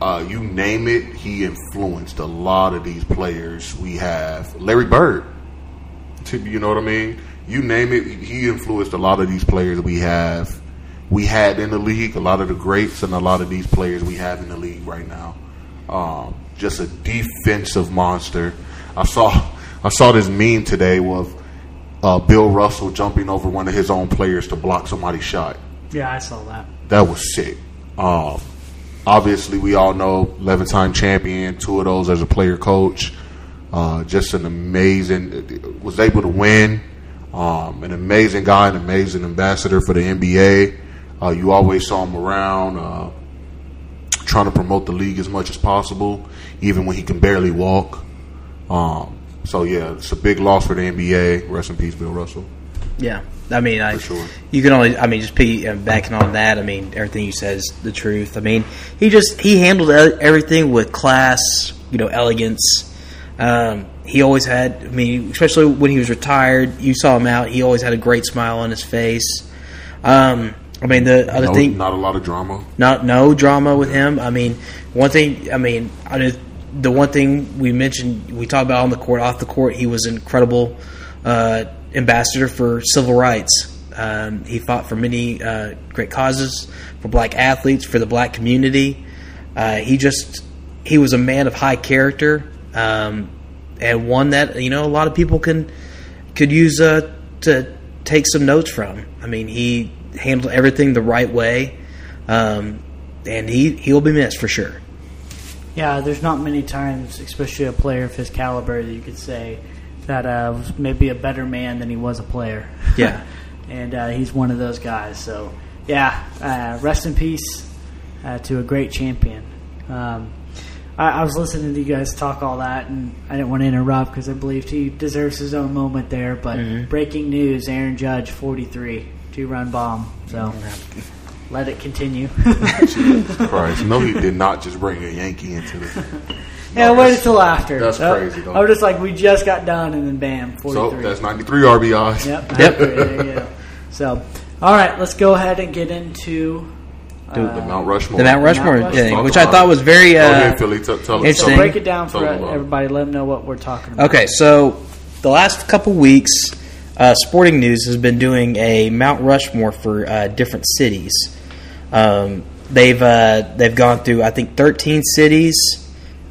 Speaker 3: uh, you name it, he influenced a lot of these players. We have Larry Bird. To, you know what I mean? You name it, he influenced a lot of these players we have. We had in the league a lot of the greats and a lot of these players we have in the league right now. Um, just a defensive monster. I saw I saw this meme today with uh, Bill Russell jumping over one of his own players to block somebody's shot
Speaker 1: Yeah, I saw that.
Speaker 3: that was sick. Um, obviously, we all know 11 time champion, two of those as a player coach. Uh, just an amazing, was able to win. Um, an amazing guy, an amazing ambassador for the NBA. Uh, you always saw him around, uh, trying to promote the league as much as possible, even when he can barely walk. Um, so, yeah, it's a big loss for the NBA. Rest in peace, Bill Russell.
Speaker 4: Yeah, I mean, I
Speaker 3: sure.
Speaker 4: you can only I mean just piggy uh, backing on that. I mean, everything you said is the truth. I mean, he just he handled e- everything with class, you know, elegance. Um, he always had. I mean, especially when he was retired, you saw him out. He always had a great smile on his face. Um, I mean, the other
Speaker 3: No,
Speaker 4: thing,
Speaker 3: not a lot of drama.
Speaker 4: not no drama with him. I mean, one thing. I mean, I just, the one thing we mentioned, we talked about on the court, off the court, he was an incredible uh, ambassador for civil rights. Um, he fought for many uh, great causes for black athletes, for the black community. Uh, he just he was a man of high character um, and one that you know a lot of people can could use uh, to take some notes from. I mean, he handled everything the right way, um, and he he'll be missed for sure.
Speaker 1: Yeah, there's not many times, especially a player of his caliber, that you could say that uh, was maybe a better man than he was a player.
Speaker 4: Yeah.
Speaker 1: and uh, he's one of those guys. So, yeah, uh, rest in peace uh, to a great champion. Um, I, I was listening to you guys talk all that, and I didn't want to interrupt because I believed he deserves his own moment there. But breaking news: Aaron Judge, 43, two-run bomb. So. Let it continue.
Speaker 3: Christ. No, he did not just bring a Yankee into this.
Speaker 1: Yeah,
Speaker 3: No,
Speaker 1: wait
Speaker 3: Oh, that's-
Speaker 1: until after.
Speaker 3: that's
Speaker 1: Oh,
Speaker 3: crazy, though.
Speaker 1: I'm just like, we just got done, and then bam, 43.
Speaker 3: So that's 93 RBIs.
Speaker 1: Yep.
Speaker 4: Yep.
Speaker 1: There you go. So, All right, let's go ahead and get into.
Speaker 3: the Mount Rushmore.
Speaker 4: The Mount Rushmore
Speaker 1: Rushmore.
Speaker 4: thing,
Speaker 3: Talk
Speaker 4: which I
Speaker 3: about
Speaker 4: thought
Speaker 3: it.
Speaker 4: was very.
Speaker 3: Go
Speaker 4: Uh,
Speaker 3: ahead, Philly. Tell, tell them
Speaker 1: So
Speaker 4: Interesting.
Speaker 3: something.
Speaker 1: break it down for
Speaker 3: Tell them about it.
Speaker 1: everybody. Let them know what we're talking about.
Speaker 4: Okay, so the last couple weeks, uh, Sporting News has been doing a Mount Rushmore for uh, different cities. Um, they've uh, they've gone through I think 13 cities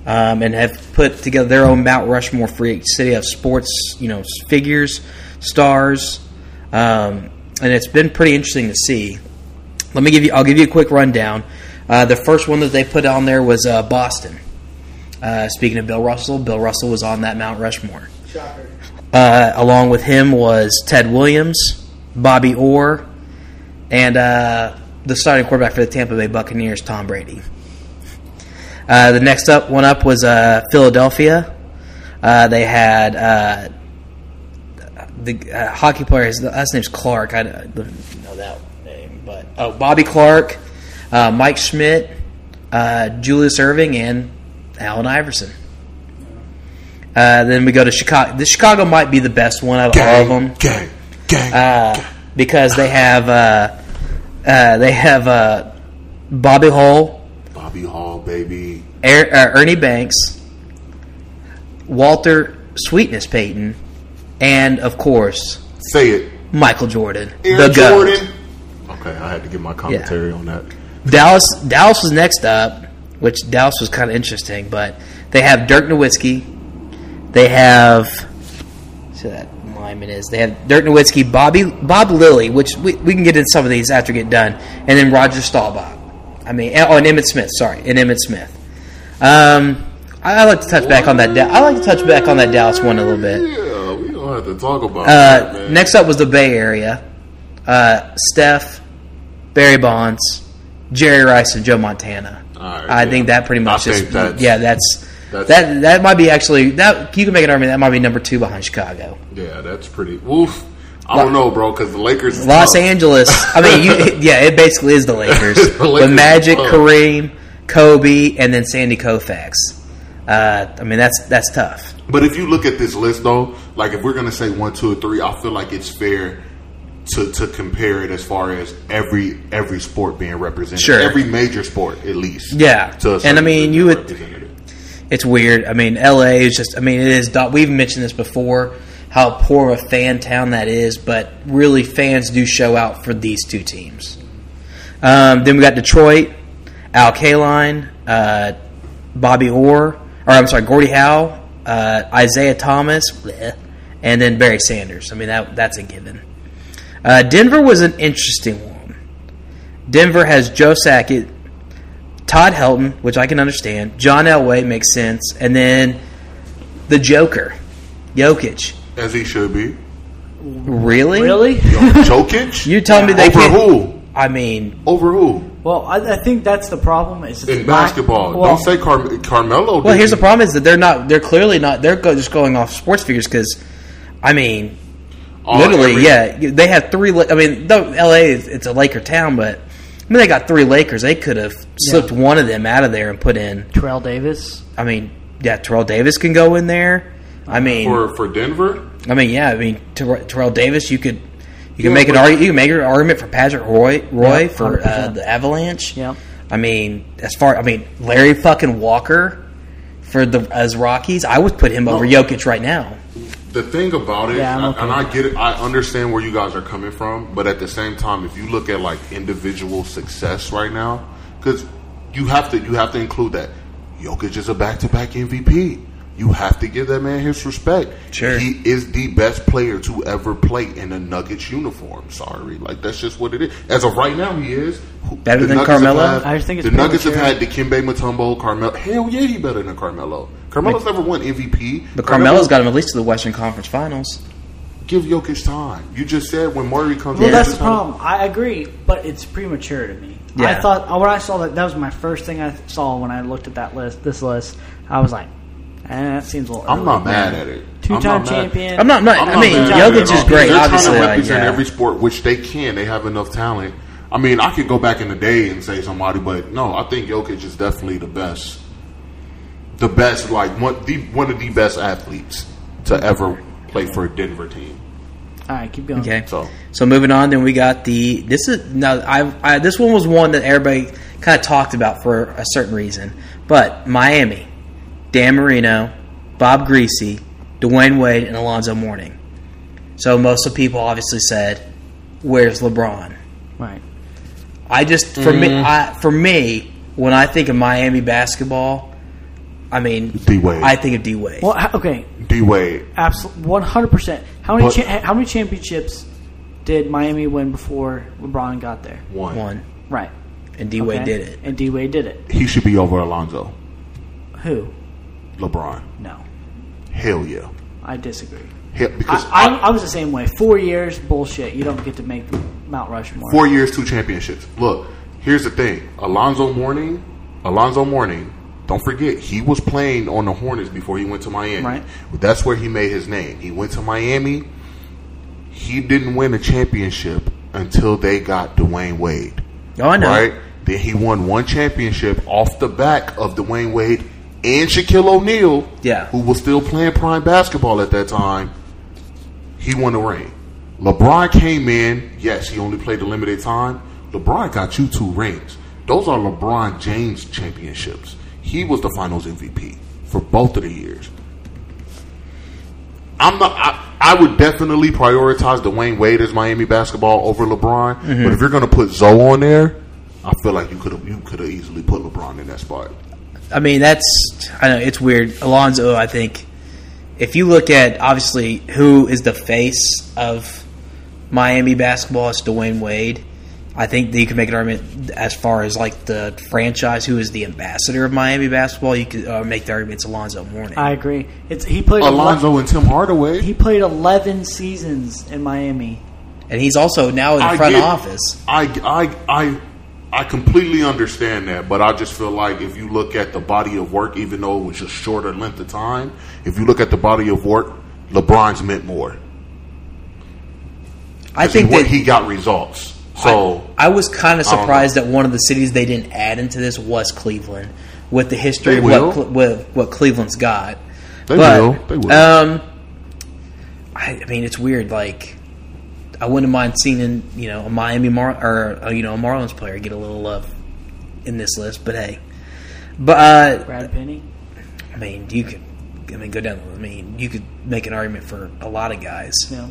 Speaker 4: um, and have put together their own Mount Rushmore for each city of sports, you know, figures, stars, um, and it's been pretty interesting to see. Let me give you. I'll give you a quick rundown. Uh, the first one that they put on there was uh, Boston. Uh, speaking of Bill Russell, Bill Russell was on that Mount Rushmore. Uh, along with him was Ted Williams, Bobby Orr, and uh, the starting quarterback for the Tampa Bay Buccaneers, Tom Brady. Uh, the next up one up was uh, Philadelphia. Uh, they had uh, the uh, hockey player. His last name's Clark. I don't know that name, but oh, Bobby Clark, uh, Mike Schmidt, uh, Julius Irving, and Allen Iverson. Uh, then we go to Chicago. The Chicago might be the best one out of all of them
Speaker 3: Gang, gang, gang.
Speaker 4: uh, because they have uh, uh, they have uh, Bobby Hull,
Speaker 3: Bobby Hall, baby.
Speaker 4: er- uh, Ernie Banks, Walter Sweetness Payton, and of course
Speaker 3: Say it.
Speaker 4: Michael Jordan,
Speaker 3: Air
Speaker 4: the GOAT. Uh,
Speaker 3: Jordan. Okay, I had to give my commentary on that.
Speaker 4: Dallas Dallas was next up, which Dallas was kind of interesting, but they have Dirk Nowitzki. They have so that lineman is. They have Dirk Nowitzki, Bobby Bob Lilly, which we, we can get into some of these after we get done, and then Roger Staubach. I mean, oh, and Emmett Smith. Sorry, and Emmett Smith. Um, I, I like to touch back on that. Da- I like to touch back on that Dallas one a little bit.
Speaker 3: Yeah, we don't have to talk about that,
Speaker 4: Uh,
Speaker 3: man.
Speaker 4: next up was the Bay Area. Uh, Steph, Barry Bonds, Jerry Rice, and Joe Montana.
Speaker 3: All right,
Speaker 4: I
Speaker 3: yeah.
Speaker 4: think that pretty much
Speaker 3: I
Speaker 4: is
Speaker 3: think that's-
Speaker 4: yeah. That's,
Speaker 3: that's-
Speaker 4: that that might be actually that you can make an argument that might be number two behind Chicago.
Speaker 3: yeah, that's pretty. Woof. I don't know, bro, because the Lakers. is
Speaker 4: Los
Speaker 3: tough.
Speaker 4: Angeles. I mean, you, yeah, it basically is the Lakers.
Speaker 3: The Lakers
Speaker 4: but Magic,
Speaker 3: are tough.
Speaker 4: Kareem, Kobe, and then Sandy Koufax. Uh, I mean, that's that's tough.
Speaker 3: But if you look at this list, though, like if we're gonna say one, two, or three, I feel like it's fair to to compare it as far as every every sport being represented,
Speaker 4: Sure.
Speaker 3: every major sport at least.
Speaker 4: Yeah.
Speaker 3: to a
Speaker 4: And I
Speaker 3: certain
Speaker 4: mean,
Speaker 3: degree
Speaker 4: you would
Speaker 3: represented.
Speaker 4: it's weird. I mean, LA is just. I mean, it is. do- We've mentioned this before how poor of a fan town that is, but really fans do show out for these two teams. Um, then we got Detroit, Al Kaline, uh, Bobby Orr, or I'm sorry, Gordie Howe, uh, Isaiah Thomas, bleh, and then Barry Sanders. I mean, that that's a given. Uh, Denver was an interesting one. Denver has Joe Sackett, Todd Helton, which I can understand. John Elway makes sense, and then the Joker, Jokic.
Speaker 3: as he should be.
Speaker 4: Really?
Speaker 1: Really?
Speaker 3: Jokic,
Speaker 4: You telling me they
Speaker 3: over
Speaker 4: can't?
Speaker 3: who?
Speaker 4: I mean,
Speaker 3: Over who?
Speaker 1: Well, I, I think that's the problem. Is it's
Speaker 3: In basketball,
Speaker 1: Well,
Speaker 3: don't say Car- Carmelo.
Speaker 4: well, here's the
Speaker 3: didn't-
Speaker 4: problem: is that they're not. They're clearly not. They're go, just going off sports figures because, I mean,
Speaker 3: all-
Speaker 4: literally,
Speaker 3: every-
Speaker 4: yeah. you- They have three. La- I mean, though L.A. is it's a Laker town, but I mean, they got three Lakers. They could have slipped one of them out of there and put in.
Speaker 1: Terrell Davis.
Speaker 4: I mean, yeah, Terrell Davis can go in there. I mean,
Speaker 3: for for Denver.
Speaker 4: I mean, yeah. I mean, Ter- Terrell Davis. You could, you can
Speaker 3: Yeah,
Speaker 4: make an
Speaker 3: but-
Speaker 4: argument. You can make an argument for Patrick Roy, Roy
Speaker 1: Yeah,
Speaker 4: for uh,
Speaker 1: 100%.
Speaker 4: the Avalanche.
Speaker 1: Yep.
Speaker 4: I mean, as far, I mean, Larry fucking Walker for the as Rockies. I would put him over Jokic right now.
Speaker 3: The thing about it,
Speaker 1: Yeah, I'm okay
Speaker 3: and I get it, I understand where you guys are coming from, but at the same time, if you look at like individual success right now, because you have to you have to include that Jokic is a back to back MVP. You have to give that man his respect.
Speaker 4: Sure.
Speaker 3: he is the best player to ever play in a Nuggets uniform. Sorry, like that's just what it is. As of right now, he is Who-
Speaker 4: Better
Speaker 3: the
Speaker 4: than
Speaker 3: Nuggets have
Speaker 4: Carmelo?
Speaker 3: had-
Speaker 1: I just think it's
Speaker 3: the Nuggets have
Speaker 1: premature.
Speaker 3: had Dikembe Mutombo, Carmelo. Hell yeah, he better than Carmelo. Carmelo's never won MVP.
Speaker 4: But Carmelo's got him at least to the Western Conference Finals.
Speaker 3: Give Jokic time. You just said when Murray comes.
Speaker 1: Well,
Speaker 3: in,
Speaker 1: that's
Speaker 3: just
Speaker 1: the
Speaker 3: kinda-
Speaker 1: problem. I agree, but it's premature to me. I
Speaker 4: Yeah.
Speaker 1: thought uh, when I saw that that was my first thing I saw when I looked at that list. This list, I was like, eh, that seems a little.
Speaker 3: I'm
Speaker 1: early.
Speaker 3: not mad at it. I'm not
Speaker 1: Two-time
Speaker 3: mad.
Speaker 1: champion.
Speaker 4: I'm not. not
Speaker 3: I'm
Speaker 4: i
Speaker 3: not
Speaker 4: mean,
Speaker 3: mad at it
Speaker 4: Jokic
Speaker 3: at
Speaker 4: is
Speaker 3: all.
Speaker 4: great.
Speaker 3: They're
Speaker 4: Obviously,
Speaker 3: trying to
Speaker 4: like,
Speaker 3: represent
Speaker 4: yeah.
Speaker 3: every sport, which they can. They have enough talent. I mean, I could go back in the day and say somebody, but no, I think Jokic is definitely the best, the best, like one, the, one of the best athletes to ever play for a Denver team.
Speaker 1: All right, keep going.
Speaker 4: Okay.
Speaker 3: So
Speaker 4: So moving on, then we got the this is now I, I this one was one that everybody kind of talked about for a certain reason, but Miami, Dan Marino, Bob Greasy, Dwayne Wade, and Alonzo Mourning. So most of the people obviously said, "Where's LeBron?"
Speaker 1: Right.
Speaker 4: I just for me I, for me when I think of Miami basketball, I mean
Speaker 3: D Wade.
Speaker 4: I think of D Wade.
Speaker 1: Well, h- okay,
Speaker 3: D Wade.
Speaker 1: absolutely, one hundred percent. How many
Speaker 3: But-
Speaker 1: cha- how many championships did Miami win before LeBron got there?
Speaker 3: One.
Speaker 4: One
Speaker 1: Right.
Speaker 4: and D Wade
Speaker 1: Okay?
Speaker 4: did it.
Speaker 1: and D Wade did it.
Speaker 3: He should be over Alonzo.
Speaker 1: Who?
Speaker 3: LeBron.
Speaker 1: No,
Speaker 3: Hell yeah.
Speaker 1: I disagree.
Speaker 3: Hell,
Speaker 1: I,
Speaker 3: because
Speaker 1: I, I was the same way. Four years, bullshit. You don't get to make the Mount Rushmore.
Speaker 3: four years, two championships. Look, here's the thing. Alonzo Mourning, Alonzo Mourning, don't forget, he was playing on the Hornets before he went to Miami.
Speaker 1: Right.
Speaker 3: That's where he made his name. He went to Miami. He didn't win a championship until they got Dwayne Wade.
Speaker 4: Oh, I know.
Speaker 3: Right? Then he won one championship off the back of Dwayne Wade and Shaquille O'Neal,
Speaker 4: Yeah.
Speaker 3: who was still playing prime basketball at that time. He won the ring. LeBron came in. Yes, he only played a limited time. LeBron got you two rings. Those are LeBron James championships. He was the Finals MVP for both of the years. I'm not. I, I would definitely prioritize Dwayne Wade as Miami basketball over LeBron. But if you're going to put Zoe on there, I feel like you could have you could have easily put LeBron in that spot.
Speaker 4: I mean, that's I know it's weird. Alonzo, I think if you look at obviously who is the face of Miami basketball, it's Dwayne Wade. I think that you can make an argument as far as like the franchise, who is the ambassador of Miami basketball. You could uh, make the argument it's Alonzo Mourning.
Speaker 1: I agree. It's he played
Speaker 3: Alonzo and Tim Hardaway.
Speaker 1: He played eleven seasons in Miami.
Speaker 4: and he's also now in the
Speaker 3: I
Speaker 4: front
Speaker 3: get-
Speaker 4: office.
Speaker 3: I, I, I, I completely understand that, but I just feel like if you look at the body of work, even though it was just shorter length of time, if you look at the body of work, LeBron's meant more.
Speaker 4: I
Speaker 3: He,
Speaker 4: think that
Speaker 3: he got results. So
Speaker 4: I was kind of
Speaker 3: don't
Speaker 4: surprised that one of the cities they didn't add into this was Cleveland, with the history
Speaker 3: They
Speaker 4: of
Speaker 3: will.
Speaker 4: what, Cle- with what Cleveland's got.
Speaker 3: They will. They will.
Speaker 4: Um, I, I mean, it's weird. Like, I wouldn't mind seeing you know a Miami Mar- or uh, you know a Marlins player get a little love in this list, but hey, but uh,
Speaker 1: Brad Penny.
Speaker 4: I mean, you could. I mean, go down. the- I mean, you could make an argument for a lot of guys,
Speaker 1: No.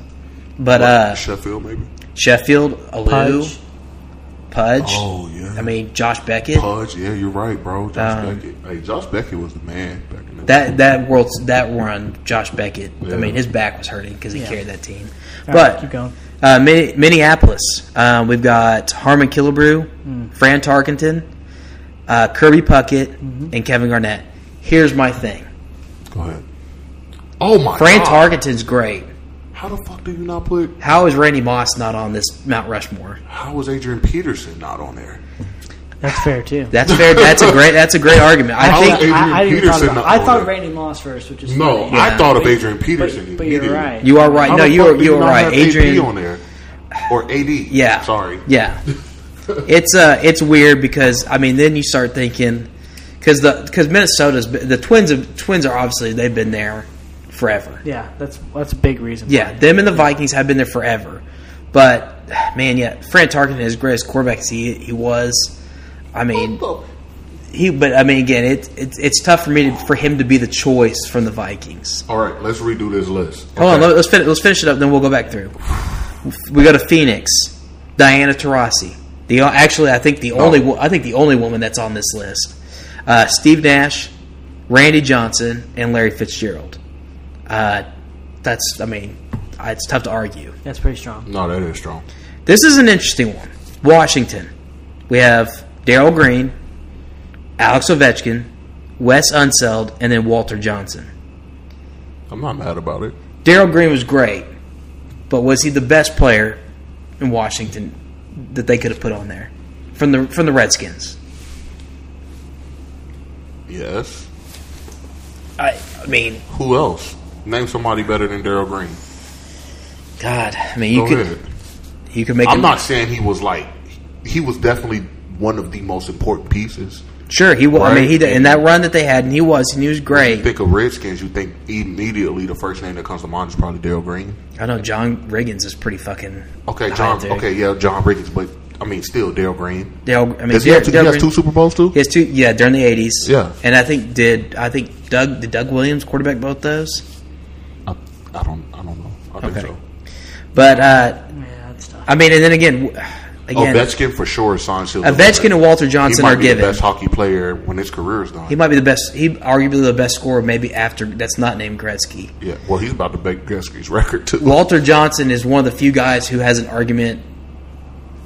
Speaker 4: but uh,
Speaker 3: Sheffield maybe.
Speaker 4: Sheffield, Alou,
Speaker 1: Pudge.
Speaker 4: Pudge.
Speaker 3: Oh yeah.
Speaker 4: I mean, Josh Beckett.
Speaker 3: Pudge, yeah, you're right, bro. Josh
Speaker 4: Um,
Speaker 3: Beckett. Hey, Josh Beckett was the man back in the
Speaker 4: That that world that run, Josh Beckett.
Speaker 3: Yeah.
Speaker 4: I mean, his back was hurting because he carried that team.
Speaker 1: All right,
Speaker 4: but
Speaker 1: keep going.
Speaker 4: Uh, Min- Minneapolis, uh, we've got Harmon Killebrew,
Speaker 1: Hmm.
Speaker 4: Fran Tarkenton, uh, Kirby Puckett,
Speaker 1: Mm-hmm.
Speaker 4: and Kevin Garnett. Here's my thing:
Speaker 3: Go ahead. Oh my
Speaker 4: Fran
Speaker 3: god.
Speaker 4: Tarkenton's great.
Speaker 3: How the fuck do you not put
Speaker 4: How is Randy Moss not on this Mount Rushmore?
Speaker 3: how was Adrian Peterson not on there?
Speaker 1: That's fair too.
Speaker 4: That's fair. That's a great. That's a great argument. I
Speaker 3: How is
Speaker 4: think
Speaker 3: Adrian
Speaker 1: I, I, didn't even thought
Speaker 3: Peterson
Speaker 1: about,
Speaker 3: not
Speaker 1: I
Speaker 3: on
Speaker 1: thought
Speaker 3: there?
Speaker 1: Randy Moss first, which is
Speaker 3: No,
Speaker 1: funny.
Speaker 3: I
Speaker 4: Yeah.
Speaker 3: thought of Adrian Peterson.
Speaker 1: but, but you're
Speaker 3: immediately.
Speaker 1: right.
Speaker 4: you are right.
Speaker 3: How
Speaker 4: No,
Speaker 3: the fuck
Speaker 4: you're
Speaker 3: do you
Speaker 4: you're
Speaker 3: not
Speaker 4: right.
Speaker 3: have
Speaker 4: Adrian
Speaker 3: AP on there or AD.
Speaker 4: Yeah.
Speaker 3: Sorry.
Speaker 4: Yeah. it's uh, it's weird because I mean, then you start thinking because the because Minnesota's been- the Twins of Twins are obviously they've been there forever.
Speaker 1: yeah, that's that's a big reason.
Speaker 4: Yeah, them and the Vikings have been there forever. But man, yeah, Fran Tarkenton is great as quarterback as he he was. I mean,
Speaker 3: What
Speaker 4: he. But I mean, again, it, it's it's tough for me to, for him to be the choice from the Vikings.
Speaker 3: the- All right, let's redo this list.
Speaker 4: Hold on,
Speaker 3: Okay.
Speaker 4: let- let's finish, let's finish it up, then we'll go back through. We go to Phoenix, Diana Taurasi. The o- actually, I think the only wo- I think the only woman that's on this list, uh, Steve Nash, Randy Johnson, and Larry Fitzgerald. Uh, that's I mean, uh, it's tough to argue.
Speaker 1: that's pretty strong.
Speaker 3: No, that is strong.
Speaker 4: This is an interesting one. Washington, we have Daryl Green, Alex Ovechkin, Wes Unseld, and then Walter Johnson.
Speaker 3: I'm not mad about it.
Speaker 4: Daryl Green was great, but was he the best player in Washington that they could have put on there from the from the Redskins?
Speaker 3: Yes.
Speaker 4: I, I mean,
Speaker 3: Who else? Name somebody better than Daryl Green.
Speaker 4: God, I mean you
Speaker 3: Go
Speaker 4: could
Speaker 3: ahead.
Speaker 4: you could make.
Speaker 3: I'm
Speaker 4: a-
Speaker 3: not saying he was like he was definitely one of the most important pieces.
Speaker 4: Sure, he was. I mean,
Speaker 3: Right.
Speaker 4: he did, in that run that they had, and he was, and he was great.
Speaker 3: Think of Redskins, you think immediately the first name that comes to mind is probably Daryl Green.
Speaker 4: I know John Riggins is pretty fucking.
Speaker 3: Okay,
Speaker 4: high
Speaker 3: John.
Speaker 4: there.
Speaker 3: Okay, yeah, John Riggins, but I mean, still Daryl Green.
Speaker 4: Dale, I mean,
Speaker 3: Does he, have
Speaker 4: Dale-
Speaker 3: two, he
Speaker 4: Dale
Speaker 3: has
Speaker 4: Green-
Speaker 3: two Super Bowls too?
Speaker 4: He has two. Yeah, during the eighties.
Speaker 3: Yeah.
Speaker 4: and I think did I think Doug did Doug Williams quarterback both those?
Speaker 3: I, I don't. I don't know. I think
Speaker 4: Okay.
Speaker 3: so.
Speaker 4: But uh,
Speaker 1: Yeah, that's tough.
Speaker 4: I mean, and then again, w- again,
Speaker 3: Ovechkin for sure. Son Shields.
Speaker 4: Ovechkin and Walter
Speaker 3: Oh, He
Speaker 4: Johnson
Speaker 3: might
Speaker 4: are
Speaker 3: be the
Speaker 4: given.
Speaker 3: best hockey player when his career is done.
Speaker 4: He might be the best. He arguably the best scorer, maybe after that's not named Gretzky.
Speaker 3: yeah. Well, he's about to break Gretzky's record too.
Speaker 4: Walter Johnson is one of the few guys who has an argument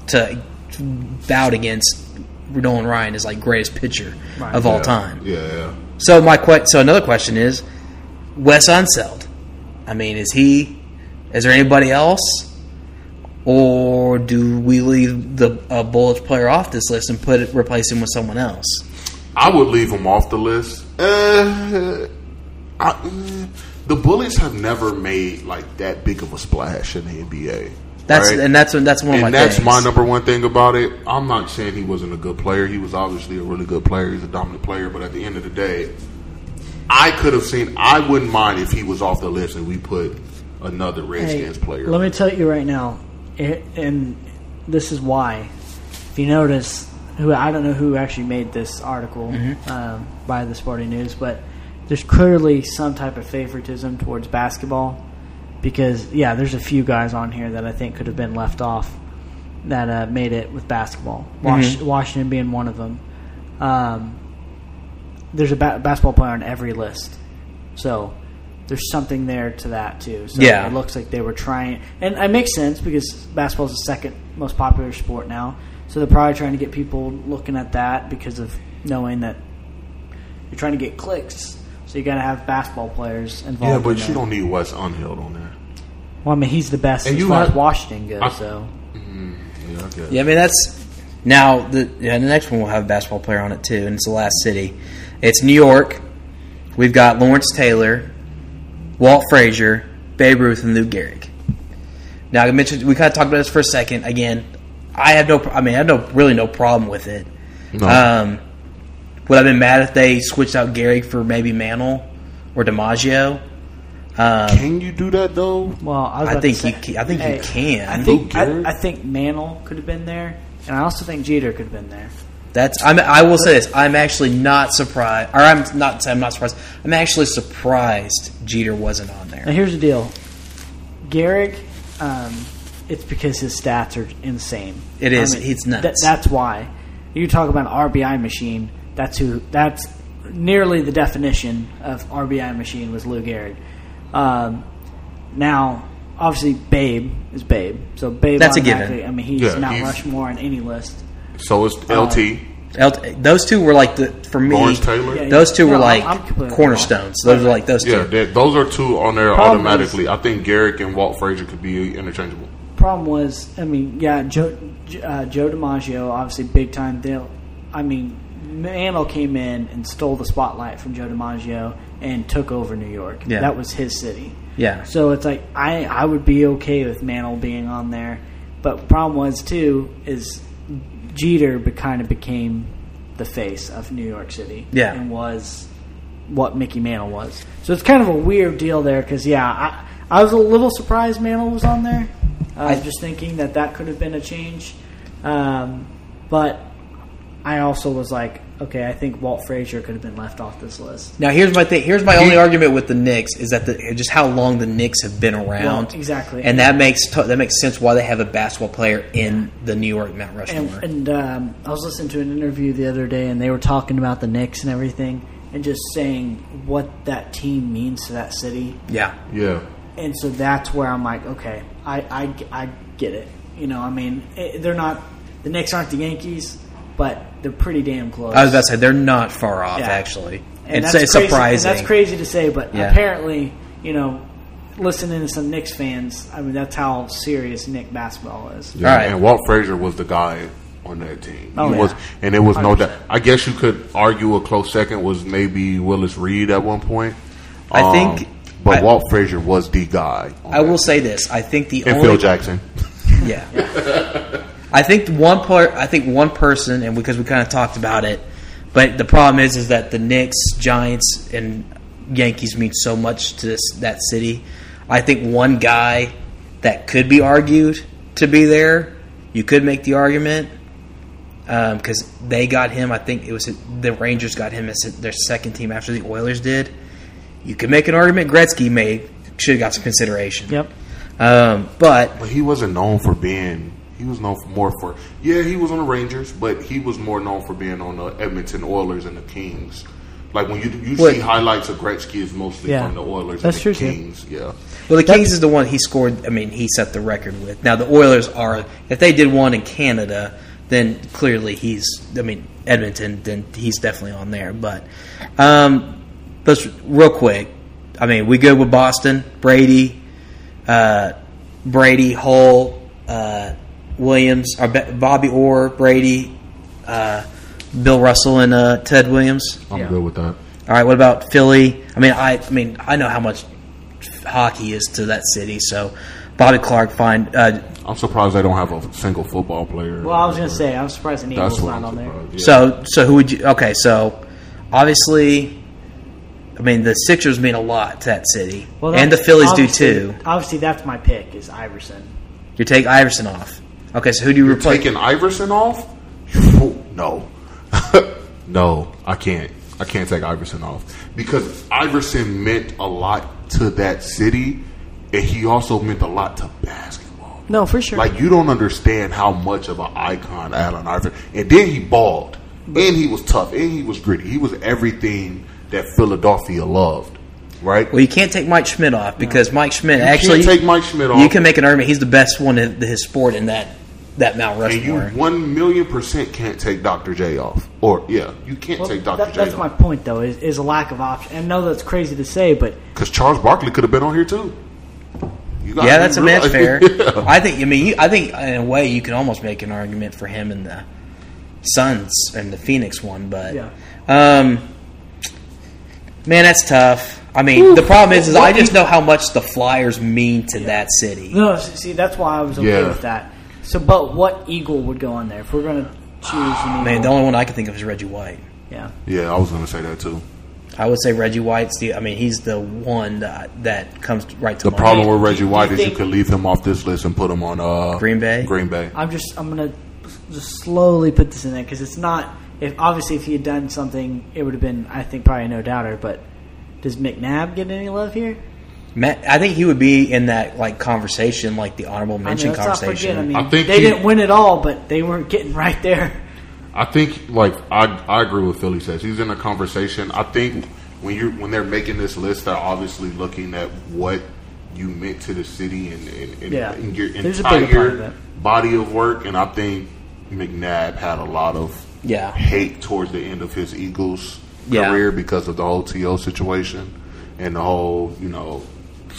Speaker 4: to bout against Nolan Ryan as like greatest pitcher
Speaker 1: Right.
Speaker 4: of all time.
Speaker 3: Yeah. yeah.
Speaker 4: So my que- so another question is Wes Unseld. I mean, is he? Is there anybody else, or do we leave the uh, Bullets player off this list and put it, replace him with someone else?
Speaker 3: I would leave him off the list. Uh, I, mm, the Bullets have never made like that big of a splash in the NBA.
Speaker 4: That's
Speaker 3: right?
Speaker 4: and that's that's
Speaker 1: Oh
Speaker 4: one of my
Speaker 3: and that's
Speaker 4: things.
Speaker 3: my number one thing about it. I'm not saying he wasn't a good player. He was obviously a really good player. He's a dominant player. But at the end of the day, I could have seen. I wouldn't mind if he was off the list and we put another Redskins player.
Speaker 1: Let me tell you right now, it, and this is why. If you notice, who I don't know who actually made this article
Speaker 4: Mm-hmm.
Speaker 1: um, by the Sporting News, but there's clearly some type of favoritism towards basketball because yeah, there's a few guys on here that I think could have been left off that uh, made it with basketball.
Speaker 4: Mm-hmm.
Speaker 1: Wash- Washington being one of them. Um, there's a ba- basketball player on every list, so there's something there to that too. So
Speaker 4: Yeah.
Speaker 1: it looks like they were trying, and it makes sense because basketball's the second most popular sport now. So they're probably trying to get people looking at that because of knowing that you're trying to get clicks. So you got to have basketball players involved.
Speaker 3: yeah,
Speaker 1: in
Speaker 3: but you
Speaker 1: that.
Speaker 3: don't need Wes Unhill on there.
Speaker 1: Well, I mean, he's the best
Speaker 3: And
Speaker 1: as
Speaker 3: you
Speaker 1: far as
Speaker 3: have-
Speaker 1: Washington goes.
Speaker 3: I-
Speaker 1: so
Speaker 3: Yeah, I guess.
Speaker 4: Yeah, I mean that's now the yeah, the next one will have a basketball player on it too, and it's the last city. It's New York. We've got Lawrence Taylor, Walt Frazier, Babe Ruth, and Lou Gehrig. Now I mentioned we kind of talked about this for a second. Again, I have no, I mean, I have no really no problem with it.
Speaker 3: No.
Speaker 4: Um, would I have been mad if they switched out Gehrig for maybe Mantle or DiMaggio? Um,
Speaker 3: Can you do that though?
Speaker 1: Well, I, was
Speaker 4: I
Speaker 1: about
Speaker 4: think
Speaker 1: to say,
Speaker 4: you ca- I think you
Speaker 1: hey,
Speaker 4: can.
Speaker 1: I think
Speaker 3: Who
Speaker 1: I,
Speaker 3: cares?
Speaker 1: I think Mantle could have been there, and I also think Jeter could have been there.
Speaker 4: That's I'm, I will say this. I'm actually not surprised, or I'm not. I'm not surprised. I'm actually surprised Jeter wasn't on
Speaker 1: Now,
Speaker 4: there.
Speaker 1: here's the deal, Garrick. Um, it's because his stats are insane.
Speaker 4: It is. He's nuts.
Speaker 1: that- that's why. You talk about an RBI machine. That's who. That's nearly the definition of RBI machine was Lou Gehrig. Um, now, obviously, Babe is Babe. So Babe.
Speaker 4: That's a given.
Speaker 1: automatically- I mean, he's
Speaker 3: Yeah,
Speaker 1: not
Speaker 3: he's-
Speaker 1: Rushmore on any list.
Speaker 3: So
Speaker 1: Uh,
Speaker 3: it's LT.
Speaker 4: El- Those two were like the for me.
Speaker 3: Lawrence Taylor? Yeah,
Speaker 4: Those two
Speaker 1: No, I'm-
Speaker 4: were like
Speaker 1: I'm completely
Speaker 4: cornerstones.
Speaker 1: wrong.
Speaker 4: Those were like those two.
Speaker 3: Yeah, that- those are two on there
Speaker 1: Problem is-
Speaker 3: automatically. I think Garrick and Walt Frazier could be interchangeable.
Speaker 1: problem was, I mean, yeah, Joe J- uh, Joe DiMaggio, obviously big time deal. I mean, Mantle came in and stole the spotlight from Joe DiMaggio and took over New York.
Speaker 4: Yeah.
Speaker 1: That was his city.
Speaker 4: Yeah.
Speaker 1: So it's like I I would be okay with Mantle being on there, but the problem was too is Jeter be, kind of became the face of New York City.
Speaker 4: Yeah.
Speaker 1: And was what Mickey Mantle was. So it's kind of a weird deal there because yeah, I I was a little surprised Mantle was on there. I was just thinking that that could have been a change, um, but I also was like, okay, I think Walt Frazier could have been left off this list.
Speaker 4: Now here's my thing. Here's my only argument with the Knicks is that the, just how long the Knicks have been around.
Speaker 1: Well, exactly.
Speaker 4: And that makes to- that makes sense why they have a basketball player in the New York Mount
Speaker 1: And,
Speaker 4: Rushmore.
Speaker 1: and um, I was listening to an interview the other day, and they were talking about the Knicks and everything, and just saying what that team means to that city.
Speaker 4: yeah.
Speaker 3: Yeah.
Speaker 1: And so that's where I'm like, okay, I, I, I get it. You know, I mean, eh, they're not the Knicks aren't the Yankees, but they're pretty damn close.
Speaker 4: I was about to say they're not far off
Speaker 1: Yeah.
Speaker 4: actually.
Speaker 1: and
Speaker 4: it's
Speaker 1: that's
Speaker 4: it's
Speaker 1: crazy,
Speaker 4: surprising.
Speaker 1: And that's crazy to say, but
Speaker 4: Yeah.
Speaker 1: apparently, you know, listening to some Knicks fans, I mean, that's how serious Nick basketball is.
Speaker 3: Yeah,
Speaker 4: All right.
Speaker 3: And Walt Frazier was the guy on that team.
Speaker 1: Oh,
Speaker 3: he
Speaker 1: yeah.
Speaker 3: was, and it was no doubt. I guess you could argue a close second was maybe Willis Reed at one point. Um,
Speaker 4: I think-
Speaker 3: but
Speaker 4: I-
Speaker 3: Walt Frazier was the guy. on
Speaker 4: I will
Speaker 3: that.
Speaker 4: say this. I think the
Speaker 3: and
Speaker 4: only
Speaker 3: Phil Jackson.
Speaker 4: Yeah. I think the one part. I think one person, and because we kind of talked about it, But the problem is, is that the Knicks, Giants, and Yankees mean so much to this that city. I think one guy that could be argued to be there. You could make the argument because they got him. I think it was the Rangers got him as their second team after the Oilers did. You could make an argument Gretzky made should have got some consideration.
Speaker 1: Yep.
Speaker 4: Um, but
Speaker 3: But he wasn't known for being. He was known for more for. Yeah, he was on the Rangers, but he was more known for being on the Edmonton Oilers and the Kings. Like when you you
Speaker 4: What-
Speaker 3: see highlights of Gretzky is mostly
Speaker 1: Yeah.
Speaker 3: from the Oilers
Speaker 1: That's
Speaker 3: and
Speaker 1: true,
Speaker 3: the
Speaker 1: too.
Speaker 3: Kings. Yeah,
Speaker 4: Well, the Kings is the one he scored. I mean, he set the record with. Now the Oilers are. If they did one in Canada, then clearly he's. I mean, Edmonton. Then he's definitely on there. But, um, let's real quick. I mean, we good with Boston, Brady, uh, Brady, Hull, uh, Williams, or Be- Bobby Orr, Brady, uh, Bill Russell, and uh, Ted Williams.
Speaker 3: I'm
Speaker 1: Yeah.
Speaker 3: good with that.
Speaker 4: All right, what about Philly? I mean, I, I mean, I know how much hockey is to that city. So, Bobby Clark, fine. Uh,
Speaker 3: I'm surprised they don't have a single football player.
Speaker 1: Well, I was gonna say I'm surprised the Eagles not on there.
Speaker 4: So, so who would you? Okay, so obviously, I mean, the Sixers mean a lot to that city, and the
Speaker 1: that's-
Speaker 4: Phillies do
Speaker 1: obviously-
Speaker 4: too.
Speaker 1: Obviously, that's my pick is Iverson.
Speaker 4: You take Iverson off. Okay, so who do you replace?
Speaker 3: taking Iverson off? no, no, I can't. I can't take Iverson off because Iverson meant a lot to that city, and he also meant a lot to basketball.
Speaker 1: No, for sure.
Speaker 3: Like you don't understand how much of an icon Allen Iverson. And then he balled, and he was tough, and he was gritty. He was everything that Philadelphia loved, right?
Speaker 4: well, you can't take Mike Schmidt off because Mike Schmidt actually
Speaker 3: can't take Mike Schmidt off.
Speaker 4: You can make an argument he's the best one in his sport in that that Mount
Speaker 3: and you
Speaker 4: Rushmore.
Speaker 3: one million percent can't take Dr. J off, or yeah, you can't
Speaker 1: Well,
Speaker 3: take Dr.
Speaker 1: that-
Speaker 3: J
Speaker 1: that's
Speaker 3: off.
Speaker 1: my point though is, is a lack of option. And I know that's crazy to say, but
Speaker 3: Because Charles Barkley could have been on here too. You gotta
Speaker 4: yeah, that's a match
Speaker 3: realize-
Speaker 4: fair.
Speaker 3: Yeah.
Speaker 4: I think. I mean, you, I think in a way you can almost make an argument for him and the Suns and the Phoenix one, but
Speaker 1: Yeah.
Speaker 4: um, man, that's tough. I mean, the problem is, is I just know how much the Flyers mean to that city.
Speaker 1: no, s- see that's why I was okay
Speaker 3: Yeah.
Speaker 1: with that. So, but what Eagle would go on there if we're gonna choose an Eagle?
Speaker 4: Man, the only one I can think of is Reggie White.
Speaker 1: yeah,
Speaker 3: yeah, I was going to say that too.
Speaker 4: I would say Reggie White's the. I mean, he's the one that, that comes right to
Speaker 3: The
Speaker 4: mind.
Speaker 3: problem with Reggie White is you
Speaker 1: think-
Speaker 3: could leave him off this list and put him on uh,
Speaker 4: Green Bay?
Speaker 3: Green Bay.
Speaker 1: I'm just I'm gonna just slowly put this in there because it's not. If obviously if he had done something, it would have been I think probably a no doubter. But does McNabb get any love here?
Speaker 4: Matt, I think he would be in that like conversation, like the honorable
Speaker 1: I mean,
Speaker 4: mention
Speaker 1: let's not forget.
Speaker 4: conversation.
Speaker 1: I mean,
Speaker 3: I think
Speaker 1: they
Speaker 3: he-
Speaker 1: didn't win it all, but they weren't getting right there.
Speaker 3: I think like I, I agree with Philly says he's in a conversation. I think when you are when they're making this list, they're obviously looking at what you meant to the city and, and, and,
Speaker 1: Yeah.
Speaker 3: and your
Speaker 1: There's a bigger part of
Speaker 3: entire
Speaker 1: it.
Speaker 3: body of work. And I think McNabb had a lot of
Speaker 4: Yeah.
Speaker 3: hate towards the end of his Eagles
Speaker 4: Yeah.
Speaker 3: career because of the whole To situation and the whole you know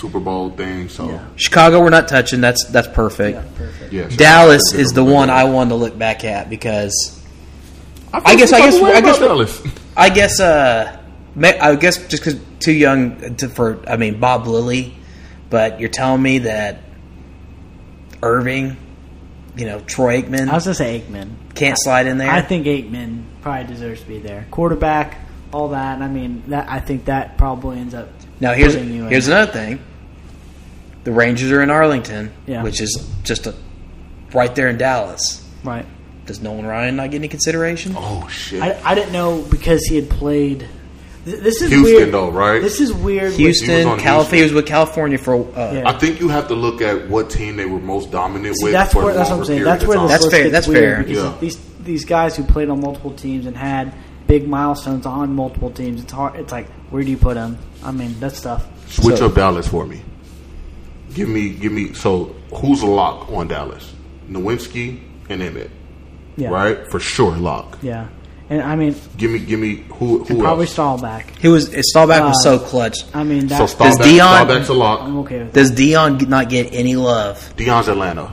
Speaker 3: Super Bowl thing. So
Speaker 1: Yeah.
Speaker 4: Chicago, we're not touching. That's that's perfect.
Speaker 1: Yeah, perfect.
Speaker 3: yeah, so
Speaker 4: Dallas
Speaker 3: that's a
Speaker 4: is the
Speaker 3: different
Speaker 4: one I
Speaker 3: one.
Speaker 4: wanted to look back at because
Speaker 3: feel
Speaker 4: I guess-
Speaker 3: some
Speaker 4: I
Speaker 3: type
Speaker 4: guess-
Speaker 3: of way
Speaker 4: I
Speaker 3: about
Speaker 4: guess-
Speaker 3: Dallas.
Speaker 4: I guess uh ma- I guess just because too young to, for I mean Bob Lilly, but you're telling me that Irving, you know Troy Aikman
Speaker 1: I was gonna say Aikman.
Speaker 4: can't slide in there.
Speaker 1: I think Aikman probably deserves to be there. Quarterback, all that. and I mean, that I think that probably ends up.
Speaker 4: now here's
Speaker 1: putting you in.
Speaker 4: here's another thing. The Rangers are in Arlington,
Speaker 1: Yeah.
Speaker 4: which is just a, right there in Dallas.
Speaker 1: right.
Speaker 4: Does Nolan Ryan not get any consideration?
Speaker 3: Oh shit.
Speaker 1: I, I didn't know because he had played. th- This is
Speaker 3: Houston,
Speaker 1: weird.
Speaker 3: though, right?
Speaker 1: This is weird. with-
Speaker 4: Houston,
Speaker 3: He was on
Speaker 4: California
Speaker 3: Houston.
Speaker 4: he was with California for uh,
Speaker 1: Yeah.
Speaker 3: I think you have to look at what team they were most dominant
Speaker 1: See,
Speaker 3: with.
Speaker 1: that's
Speaker 3: for
Speaker 1: where
Speaker 3: the
Speaker 1: that's what I'm
Speaker 3: longer
Speaker 1: saying.
Speaker 3: period
Speaker 1: That's
Speaker 3: of
Speaker 1: where this
Speaker 3: time.
Speaker 4: That's
Speaker 1: list
Speaker 4: fair,
Speaker 1: gets
Speaker 4: that's
Speaker 1: weird
Speaker 4: fair.
Speaker 1: because
Speaker 3: Yeah.
Speaker 1: these these guys who played on multiple teams and had big milestones on multiple teams. It's hard. It's like where do you put them? I mean, that's tough.
Speaker 3: Switch
Speaker 4: So-
Speaker 3: up Dallas for me. Give me, give me. So who's a lock on Dallas? Nowinski and Emmett,
Speaker 1: Yeah.
Speaker 3: right? For sure, lock.
Speaker 1: Yeah. And I mean,
Speaker 3: Give me, give me. Who, who
Speaker 1: probably
Speaker 3: else?
Speaker 1: Stallback.
Speaker 4: He was Stallback was
Speaker 1: Uh,
Speaker 4: so clutch.
Speaker 1: I mean, that,
Speaker 3: so
Speaker 4: Does
Speaker 3: Staubach,
Speaker 4: Deion-
Speaker 3: Staubach's a
Speaker 1: I'm
Speaker 3: lock.
Speaker 1: okay with that.
Speaker 4: Does Dion not get any love?
Speaker 3: Dion's Atlanta.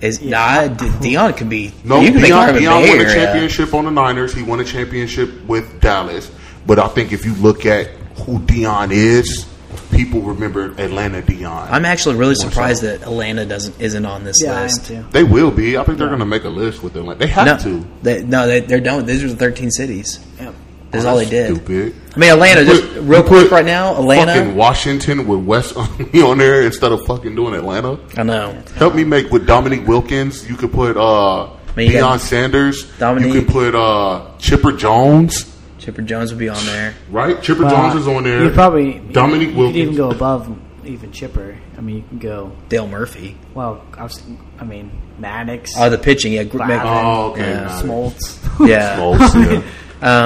Speaker 4: Is
Speaker 1: Yeah.
Speaker 4: nah, D- Dion could be
Speaker 3: No,
Speaker 4: You can make uh, an
Speaker 3: Deion,
Speaker 4: argument
Speaker 3: Deion
Speaker 4: Bay
Speaker 3: won a
Speaker 4: Area.
Speaker 3: championship on the Niners. He won a championship with Dallas. But I think if you look at who Deion is, people remember Atlanta Dion.
Speaker 4: I'm actually really
Speaker 3: More
Speaker 4: surprised
Speaker 3: so.
Speaker 4: that Atlanta doesn't isn't on this
Speaker 1: Yeah, I am
Speaker 4: list.
Speaker 1: too.
Speaker 3: they will be. I think they're going to make a list with Atlanta. They have
Speaker 4: No,
Speaker 3: to.
Speaker 4: they, no, they, they're done. These are the 13 cities.
Speaker 1: Yep.
Speaker 4: That's all they did.
Speaker 3: Oh, Stupid.
Speaker 4: I mean, Atlanta. Just
Speaker 3: Put-
Speaker 4: real
Speaker 3: you
Speaker 4: quick,
Speaker 3: put
Speaker 4: right now,
Speaker 3: Fucking
Speaker 4: Atlanta.
Speaker 3: Washington with West on there instead of fucking doing Atlanta.
Speaker 4: I know.
Speaker 3: Help me make with Dominique Wilkins. You could put uh,
Speaker 4: Man, you
Speaker 3: Deion
Speaker 4: got-
Speaker 3: Sanders.
Speaker 4: Dominique.
Speaker 3: You could put uh, Chipper Jones.
Speaker 4: Chipper Jones would be on there.
Speaker 3: Right, Chipper
Speaker 1: Well,
Speaker 3: Jones is on there.
Speaker 1: You probably
Speaker 3: Dominique
Speaker 1: you,
Speaker 3: Wilkins.
Speaker 1: You can go above even Chipper. I mean, you can go.
Speaker 4: Dale Murphy.
Speaker 1: Well, I, was, I mean Maddox,
Speaker 4: Oh, the pitching. Yeah, Gr-
Speaker 1: Glavin,
Speaker 4: Mac-
Speaker 3: Oh, okay,
Speaker 4: Yeah.
Speaker 3: got it.
Speaker 1: Smoltz.
Speaker 4: yeah.
Speaker 3: Smoltz, yeah.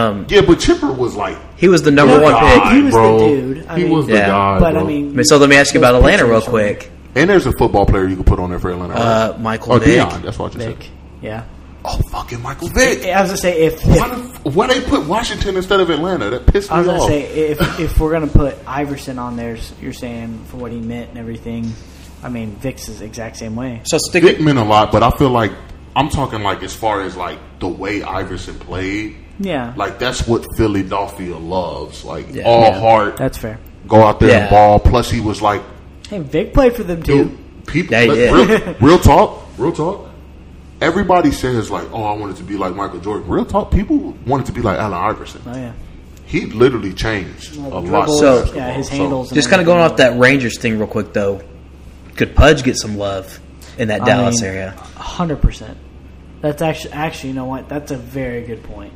Speaker 4: Um,
Speaker 3: Oh, yeah, but Chipper was like
Speaker 4: he was the number
Speaker 3: Oh,
Speaker 1: Yeah.
Speaker 4: one
Speaker 1: God.
Speaker 4: pick.
Speaker 1: He was the
Speaker 3: bro.
Speaker 1: dude. I
Speaker 3: he
Speaker 1: mean-
Speaker 3: was the
Speaker 4: Yeah.
Speaker 3: guy.
Speaker 1: But I
Speaker 3: bro.
Speaker 1: mean,
Speaker 4: I mean, so let me ask you
Speaker 1: those
Speaker 4: about Atlanta
Speaker 1: pitchers
Speaker 4: real
Speaker 1: are
Speaker 4: quick.
Speaker 3: and there's a football player you could put on there for Atlanta. right?
Speaker 4: Uh, Michael
Speaker 3: oh,
Speaker 4: Vick.
Speaker 3: Deion. That's what I just
Speaker 1: Vic.
Speaker 3: said.
Speaker 1: Yeah.
Speaker 3: Oh, fucking Michael Vick.
Speaker 1: I was gonna say if,
Speaker 3: Why, the, f- why they put Washington instead of Atlanta? That pissed me
Speaker 1: I was gonna
Speaker 3: off.
Speaker 1: say if if we're gonna put Iverson on there, you're saying for what he meant and everything. I mean, Vic's is the exact same way.
Speaker 4: So stick
Speaker 3: Vick meant a lot, but I feel like I'm talking like as far as like the way Iverson played.
Speaker 1: Yeah,
Speaker 3: Like that's what Philadelphia loves. Like
Speaker 4: Yeah.
Speaker 3: all
Speaker 4: Yeah.
Speaker 3: heart,
Speaker 1: that's fair.
Speaker 3: go out there
Speaker 4: Yeah.
Speaker 3: and ball. Plus, he was like,
Speaker 1: Hey, Vic played for them too.
Speaker 3: dude, people.
Speaker 4: Yeah, he
Speaker 3: like,
Speaker 4: did.
Speaker 3: real, real talk, real talk. Everybody says like, oh, I wanted to be like Michael Jordan. Real talk, people wanted to be like Allen Iverson.
Speaker 1: Oh yeah,
Speaker 3: He literally changed a lot.
Speaker 1: Dribbles,
Speaker 3: since
Speaker 4: So-
Speaker 1: yeah,
Speaker 3: basketball.
Speaker 1: his
Speaker 3: So,
Speaker 1: handles. and
Speaker 4: Just kind of
Speaker 1: everything.
Speaker 4: going off that Rangers thing real quick though. Could Pudge get some love in that Dallas
Speaker 1: mean,
Speaker 4: area?
Speaker 1: Hundred percent. That's actually actually you know what? That's a very good point.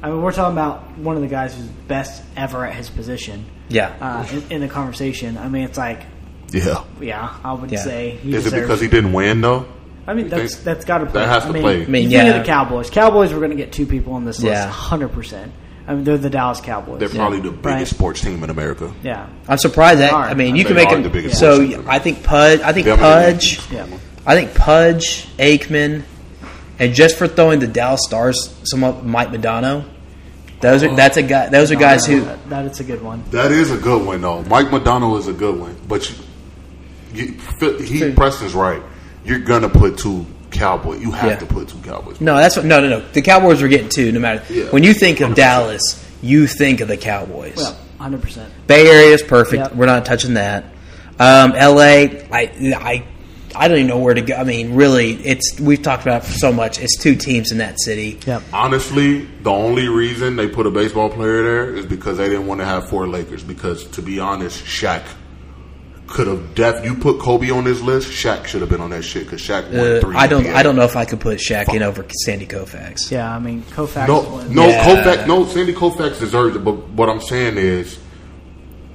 Speaker 1: I mean, we're talking about one of the guys who's best ever at his position.
Speaker 4: Yeah.
Speaker 1: Uh, in, in the conversation, I mean, it's like,
Speaker 3: yeah.
Speaker 1: yeah, I would
Speaker 4: Yeah.
Speaker 1: say he
Speaker 3: Is
Speaker 1: deserves.
Speaker 3: it because he didn't win though?
Speaker 1: I mean, that's
Speaker 3: think-
Speaker 1: that's got to play.
Speaker 3: has to
Speaker 1: I mean,
Speaker 3: play. I
Speaker 4: mean,
Speaker 1: you think of
Speaker 4: yeah.
Speaker 1: the Cowboys. Cowboys were going to get two people on this list,
Speaker 4: Yeah.
Speaker 1: hundred percent. I mean, they're the Dallas Cowboys.
Speaker 3: They're probably the biggest
Speaker 1: Right.
Speaker 3: sports team in America.
Speaker 1: yeah,
Speaker 4: I'm surprised that
Speaker 1: are.
Speaker 4: I mean
Speaker 1: I
Speaker 4: you can make
Speaker 3: think they are
Speaker 4: him.
Speaker 3: the biggest
Speaker 4: so
Speaker 3: ones.
Speaker 4: I think Pudge. I think
Speaker 3: They're the
Speaker 4: Pudge.
Speaker 3: biggest.
Speaker 1: yeah.
Speaker 4: I think Pudge, Aikman, and just for throwing the Dallas Stars, some of Mike Madonna. Those are that's a guy. Those are guys who
Speaker 1: Uh, that, that it's a good one.
Speaker 3: That is a good one though. Mike Madonna is a good one, but you, you, Phil- he Preston's right. You're gonna put two cowboy. You have
Speaker 4: Yeah.
Speaker 3: to put two cowboys.
Speaker 4: No, that's what, no, no, no. The Cowboys were getting two. No matter
Speaker 3: Yeah.
Speaker 4: when you think of Dallas, you think of the Cowboys.
Speaker 1: Yeah, hundred percent.
Speaker 4: Bay Area is perfect.
Speaker 1: Yep.
Speaker 4: We're not touching that. Um, L.A. I, I, I don't even know where to go. I mean, really, it's we've talked about it for so much. It's two teams in that city.
Speaker 1: Yep.
Speaker 3: Honestly, the only reason they put a baseball player there is because they didn't want to have four Lakers. Because to be honest, Shaq could have def. You put Kobe on this list. Shaq should have been on that shit because Shaq won
Speaker 4: Uh,
Speaker 3: three.
Speaker 4: I don't.
Speaker 3: NBA.
Speaker 4: I don't know if I could put Shaq in over Sandy Koufax.
Speaker 1: Yeah, I mean, Koufax.
Speaker 3: No,
Speaker 1: was-
Speaker 3: no,
Speaker 4: Yeah.
Speaker 3: Koufax, no. Sandy Koufax deserves it, but what I'm saying is,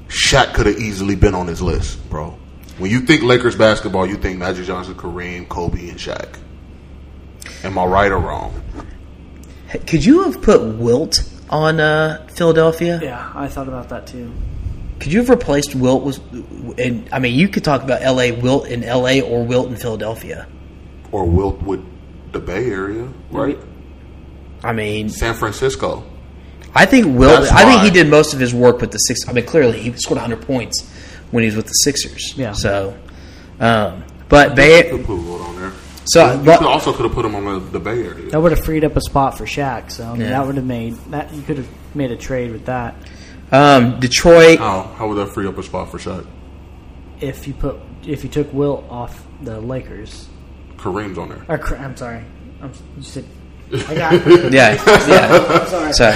Speaker 3: Shaq could have easily been on this list, bro. When you think Lakers basketball, you think Magic Johnson, Kareem, Kobe, and Shaq. Am I right or wrong?
Speaker 4: Could you have put Wilt on uh, Philadelphia?
Speaker 1: Yeah, I thought about that too.
Speaker 4: Could you have replaced Wilt with? And I mean, you could talk about L.A. Wilt in L.A. or Wilt in Philadelphia.
Speaker 3: Or Wilt with the Bay Area, right?
Speaker 4: I mean,
Speaker 3: San Francisco.
Speaker 4: I think Will.
Speaker 3: That's
Speaker 4: I think
Speaker 3: why.
Speaker 4: he did most of his work with the six. I mean, clearly he scored 100 points when he was with the Sixers.
Speaker 1: Yeah.
Speaker 4: So, um, but
Speaker 3: You
Speaker 4: Bay.
Speaker 3: could put Wilt on there.
Speaker 4: So,
Speaker 3: you
Speaker 4: but-
Speaker 3: could also could have put him on the, the Bay Area.
Speaker 1: That would have freed up a spot for Shaq. So I mean,
Speaker 4: Yeah.
Speaker 1: that would have made that you could have made a trade with that
Speaker 4: Um, Detroit.
Speaker 3: How how would that free up a spot for Shaq?
Speaker 1: if you put if you took Will off the Lakers.
Speaker 3: Kareem's on there.
Speaker 1: Or, Kar- I'm sorry, I'm, you said I got.
Speaker 4: Yeah. Yeah.
Speaker 1: I'm sorry.
Speaker 4: so,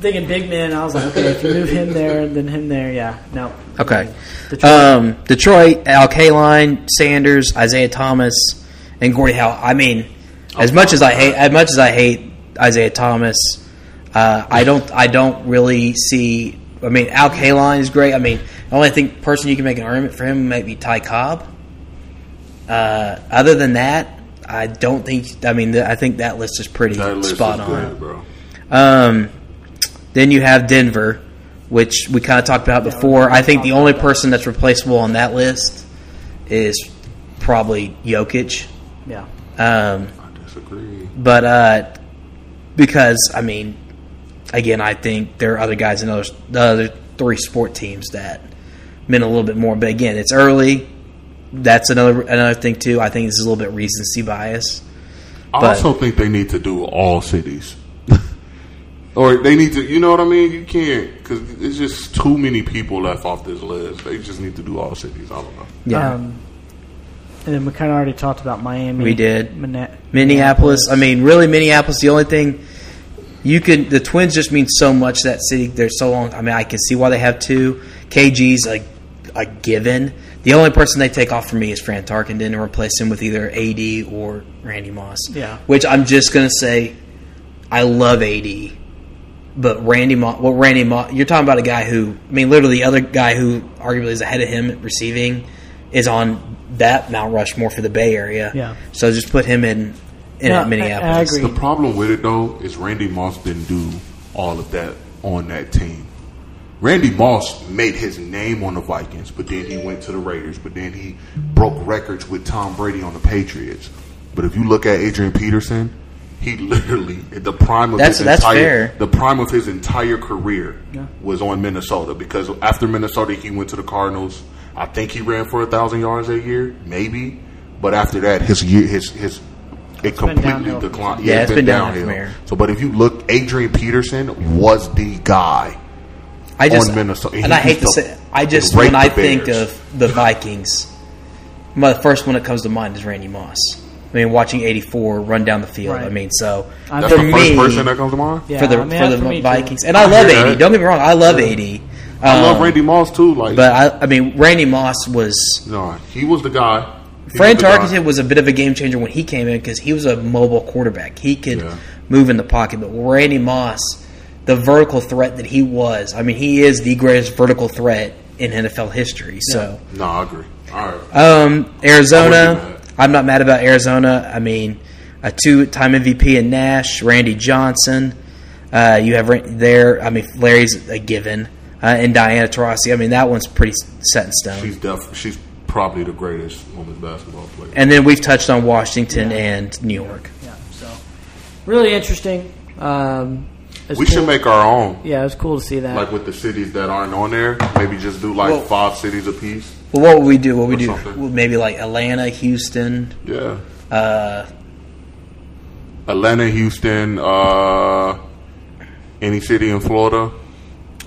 Speaker 1: thinking big man. I was like, okay, if you move him there and then him there, yeah, no.
Speaker 4: okay.
Speaker 1: Detroit.
Speaker 4: Um, Detroit. Al Kaline, Sanders, Isaiah Thomas, and Gordie Howe. I mean, as much as I hate, as much as I hate Isaiah Thomas, uh, I don't. I don't really see. I mean, Al Kaline is great. I mean, the only think person you can make an argument for him might be Ty Cobb. Uh, other than that, I don't think. I mean, th- I think that list is pretty
Speaker 3: That list
Speaker 4: spot
Speaker 3: is
Speaker 4: on.
Speaker 3: good, bro.
Speaker 4: Um, then you have Denver, which we kind of talked about before. I think the only person that's replaceable on that list is probably Jokic.
Speaker 1: Yeah.
Speaker 4: Um,
Speaker 3: I disagree.
Speaker 4: but uh, because I mean, again, I think there are other guys in other the other three sport teams that meant a little bit more. But again, it's early. That's another another thing too. I think this is a little bit recency bias.
Speaker 3: I
Speaker 4: But-
Speaker 3: also think they need to do all cities. Or they need to, you know what I mean? You can't because it's just too many people left off this list. They just need to do all the cities. I don't know.
Speaker 4: Yeah.
Speaker 1: Um, and then we kind of already talked about Miami.
Speaker 4: We did.
Speaker 1: Mina-
Speaker 4: Minneapolis. I mean, really, Minneapolis. The only thing you can the Twins just mean so much to that city. They're so long. I mean, I can see why they have two. KG's a a given. The only person they take off for me is Fran Tarkenton and replace him with either AD or Randy Moss.
Speaker 1: Yeah.
Speaker 4: Which I'm just gonna say, I love AD, but Randy Moss. Well, Randy Moss. You're talking about a guy who, I mean, literally the other guy who arguably is ahead of him at receiving is on that Mount Rushmore for the Bay Area.
Speaker 1: Yeah.
Speaker 4: So just put him in in
Speaker 1: No, I-
Speaker 4: at Minneapolis.
Speaker 1: I agree.
Speaker 3: The problem with it though is Randy Moss didn't do all of that on that team. Randy Moss made his name on the Vikings, but then he went to the Raiders, but then he broke records with Tom Brady on the Patriots. But if you look at Adrian Peterson, he literally at the prime of
Speaker 4: That's-
Speaker 3: his
Speaker 4: that's
Speaker 3: entire
Speaker 4: fair.
Speaker 3: the prime of his entire career was on Minnesota because after Minnesota he went to the Cardinals. I think he ran for a thousand yards that year, maybe. But after that, his year, his his it completely
Speaker 1: downhill.
Speaker 3: declined.
Speaker 4: Yeah, it's been downhill from here.
Speaker 3: So, but if you look, Adrian Peterson was the guy.
Speaker 4: I just
Speaker 3: on Minnesota.
Speaker 4: and I
Speaker 3: He
Speaker 4: hate to
Speaker 3: used to
Speaker 4: say, I just
Speaker 3: rape
Speaker 4: when I
Speaker 3: the
Speaker 4: think
Speaker 3: Bears.
Speaker 4: of the Vikings, my the first one that comes to mind is Randy Moss. I mean, watching '84 run down the field.
Speaker 1: Right.
Speaker 4: I mean, so
Speaker 1: I'm-
Speaker 3: That's
Speaker 4: for
Speaker 3: the first
Speaker 4: me,
Speaker 3: person that comes to mind.
Speaker 1: Yeah,
Speaker 4: for the
Speaker 1: I mean,
Speaker 4: for
Speaker 1: for me
Speaker 4: the
Speaker 1: too.
Speaker 4: Vikings, and I love
Speaker 3: hear that.
Speaker 4: AD. Don't get me wrong, I love AD.
Speaker 3: I love
Speaker 4: Um,
Speaker 3: Randy Moss too. Like,
Speaker 4: but I, I mean, Randy Moss was
Speaker 3: no, he was the guy. He
Speaker 4: Fran
Speaker 3: was the guy.
Speaker 4: Tarkenton was a bit of a game changer when he came in because he was a mobile quarterback. He could
Speaker 3: Yeah.
Speaker 4: move in the pocket. But Randy Moss, the vertical threat that he was, I mean, he is the greatest vertical threat in NFL history. So,
Speaker 3: No, I agree. All right.
Speaker 4: um,
Speaker 3: I wouldn't be
Speaker 4: Arizona,
Speaker 3: mad.
Speaker 4: I'm not mad about Arizona. I mean, a two time MVP in Nash, Randy Johnson. Uh, you have Ran- there, I mean, Larry's a given. Uh, and Diana Taurasi. I mean, that one's pretty s- set in stone.
Speaker 3: She's def- she's probably the greatest women's basketball player.
Speaker 4: and then we've touched on Washington and New York.
Speaker 1: Yeah, so really interesting. Um, it's
Speaker 3: we
Speaker 1: cool.
Speaker 3: should make our own,
Speaker 1: Yeah, it was cool to see that.
Speaker 3: like with the cities that aren't on there. Maybe just do like
Speaker 4: Well-
Speaker 3: five cities apiece.
Speaker 4: Well, what would we do? What would we do?
Speaker 3: Or something.
Speaker 4: Well, maybe like Atlanta, Houston.
Speaker 3: Yeah. Uh, Atlanta, Houston, uh, any city in Florida,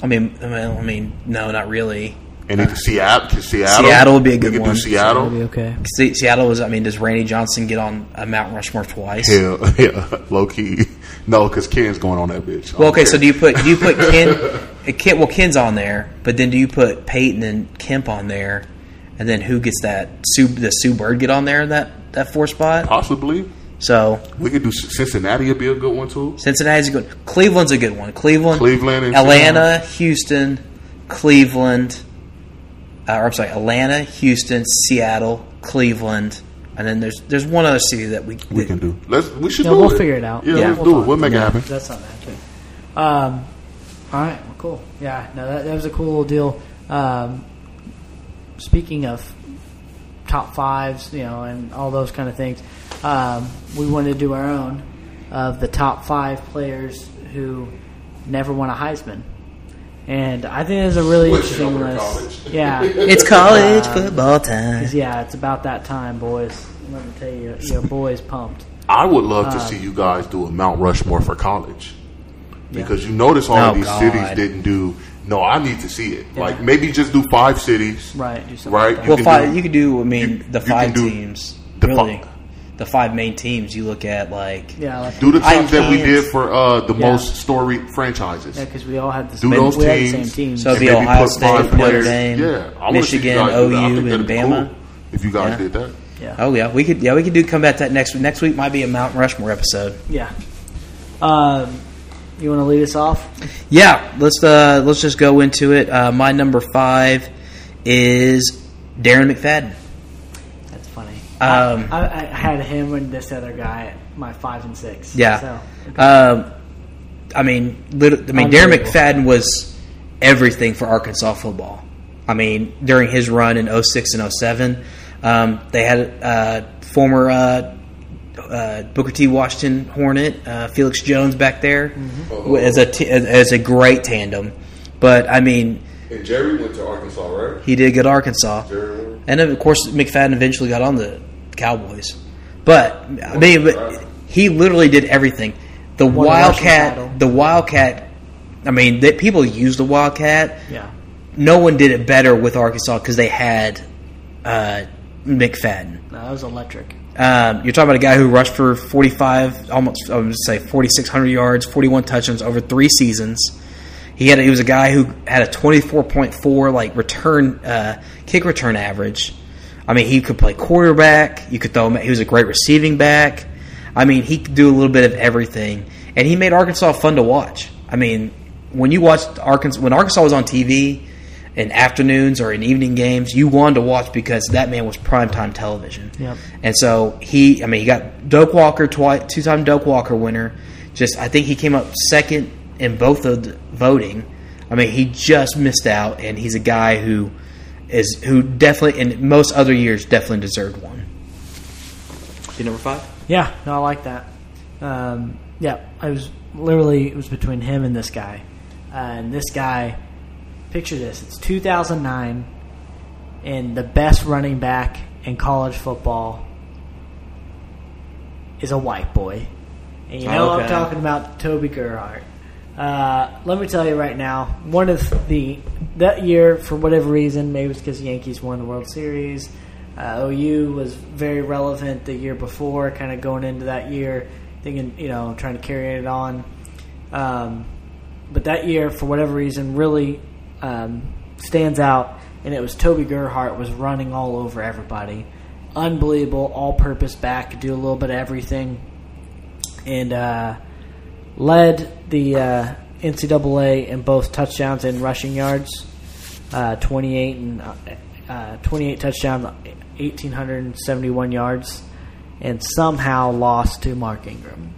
Speaker 4: I mean, I mean, I mean no, not really.
Speaker 3: any Seattle, Seattle.
Speaker 4: Seattle would be a good
Speaker 3: we could
Speaker 4: one.
Speaker 3: Do Seattle.
Speaker 1: Maybe, okay.
Speaker 4: Se- Seattle was. I mean, does Randy Johnson get on a Mount Rushmore twice?
Speaker 3: Hell, yeah, low key. No, because Ken's going on that bitch. I
Speaker 4: Well,
Speaker 3: don't
Speaker 4: okay. So
Speaker 3: care.
Speaker 4: do you put do you put Ken, uh, Ken? Well, Ken's on there, but then do you put Peyton and Kemp on there? And then who gets that? Sue the Sue Bird get on there in that that four spot.
Speaker 3: possibly
Speaker 4: So
Speaker 3: we could do Cincinnati. Would be a good one too.
Speaker 4: Cincinnati's a good. Cleveland's a good one. Cleveland,
Speaker 3: Cleveland and
Speaker 4: Atlanta, Houston, Cleveland. Uh, or I'm sorry, Atlanta, Houston, Seattle, Cleveland, and then there's there's one other city that we,
Speaker 3: We can do. Let's. We should.
Speaker 1: Yeah,
Speaker 3: do
Speaker 1: we'll
Speaker 3: it.
Speaker 1: figure it out.
Speaker 3: Yeah,
Speaker 4: Yeah.
Speaker 3: let's
Speaker 1: We'll
Speaker 3: do it.
Speaker 1: talk.
Speaker 3: We'll make it happen.
Speaker 1: That's not bad. Too. Um, all right, well, cool. Yeah, no, that, that was a cool little deal. Um, speaking of top fives, you know, and all those kind of things, um, we wanted to do our own of the top five players who never won a Heisman. And I think it's a really
Speaker 3: Wish it
Speaker 1: interesting
Speaker 3: over
Speaker 1: list.
Speaker 3: college.
Speaker 1: Yeah,
Speaker 4: It's college football time.
Speaker 1: 'Cause, yeah, it's about that time, boys. Let me tell you, your boy's pumped.
Speaker 3: I would love
Speaker 1: Uh,
Speaker 3: to see you guys do a Mount Rushmore for college. Because you notice all
Speaker 4: Oh,
Speaker 3: of these
Speaker 4: God.
Speaker 3: cities didn't do. No, I need to see it. Like maybe just do five cities.
Speaker 1: Right, do something
Speaker 3: Right.
Speaker 1: like
Speaker 3: You
Speaker 4: Well,
Speaker 3: can
Speaker 4: five,
Speaker 3: do-
Speaker 4: you could do. I mean,
Speaker 3: you-
Speaker 4: the
Speaker 3: you
Speaker 4: five
Speaker 3: can do
Speaker 4: teams,
Speaker 3: the
Speaker 4: really,
Speaker 3: fi-
Speaker 4: the five main teams. You look at like
Speaker 1: Yeah, like
Speaker 3: Do the
Speaker 4: I
Speaker 3: teams that we
Speaker 4: can't.
Speaker 3: did for uh, the
Speaker 1: Yeah.
Speaker 3: most storied franchises.
Speaker 1: Yeah, because we all had the same,
Speaker 3: Do those
Speaker 1: we had the same
Speaker 3: teams.
Speaker 1: teams.
Speaker 4: So- It'd be
Speaker 3: And maybe
Speaker 4: Ohio
Speaker 3: put five
Speaker 4: State, Notre
Speaker 3: players-
Speaker 4: Dame,
Speaker 3: yeah, I wanna see you
Speaker 4: Michigan,
Speaker 3: guys do that. I think
Speaker 4: OU,
Speaker 3: that'd be
Speaker 4: and Bama.
Speaker 3: cool if you guys
Speaker 4: Yeah.
Speaker 3: did that,
Speaker 1: yeah.
Speaker 4: Oh yeah, we could. Yeah, we could do. Come back to that next week. Next week might be a Mount Rushmore episode.
Speaker 1: Yeah. Um, you want to lead us off?
Speaker 4: Yeah, let's uh, let's just go into it. Uh, my number five is Darren McFadden.
Speaker 1: That's funny.
Speaker 4: Um,
Speaker 1: I, I had him and this other guy at my five and six.
Speaker 4: Yeah.
Speaker 1: So,
Speaker 4: Um, I mean, lit- I mean, Darren
Speaker 1: Unbelievable.
Speaker 4: McFadden was everything for Arkansas football. I mean, during his run in 06 and 07, um, they had uh, former uh, uh, Booker T. Washington Hornet, uh, Felix Jones back there
Speaker 1: Mm-hmm.
Speaker 4: as a t- as- as a great tandem. But I mean,
Speaker 3: and Jerry went to Arkansas, right?
Speaker 4: he did get Arkansas. And then, of course, McFadden eventually got on the Cowboys. But I mean, but he literally did everything. the
Speaker 1: won a national title.
Speaker 4: Wildcat, the Wildcat. I mean, that people use the Wildcat.
Speaker 1: Yeah.
Speaker 4: No one did it better with Arkansas because they had uh, McFadden.
Speaker 1: No, that was electric.
Speaker 4: Um, you're talking about a guy who rushed for 45, almost I would say 4,600 yards, 41 touchdowns over three seasons. He had he was a guy who had a 24.4 like return uh, kick return average. I mean, he could play quarterback. You could throw him. He was a great receiving back. I mean, he could do a little bit of everything, and he made Arkansas fun to watch. I mean, when you watched Arkansas when Arkansas was on TV in afternoons or in evening games, you wanted to watch because that man was primetime television.
Speaker 1: Yep.
Speaker 4: And so he, I mean, he got Doak Walker twice, two-time Doak Walker winner. Just I think he came up second in both of the voting. I mean, he just missed out, and he's a guy who is who definitely in most other years definitely deserved one. You number five?
Speaker 1: Yeah, no, I like that. Um, yeah, I was literally it was between him and this guy, uh, and this guy. Picture this: it's 2009, and the best running back in college football is a white boy, and you know I'm
Speaker 4: Okay.
Speaker 1: talking about Toby Gerhart. Uh, let me tell you right now, one of the that year for whatever reason, maybe it's because Yankees won the World Series. Uh, OU was very relevant the year before, kind of going into that year, thinking you know trying to carry it on. Um, but that year, for whatever reason, really um, stands out, and it was Toby Gerhart was running all over everybody. Unbelievable, all-purpose back, could do a little bit of everything, and uh, led the uh, NCAA in both touchdowns and rushing yards. Uh, 28 and uh, uh, 28 touchdowns, 1871 yards, and somehow lost to Mark Ingram.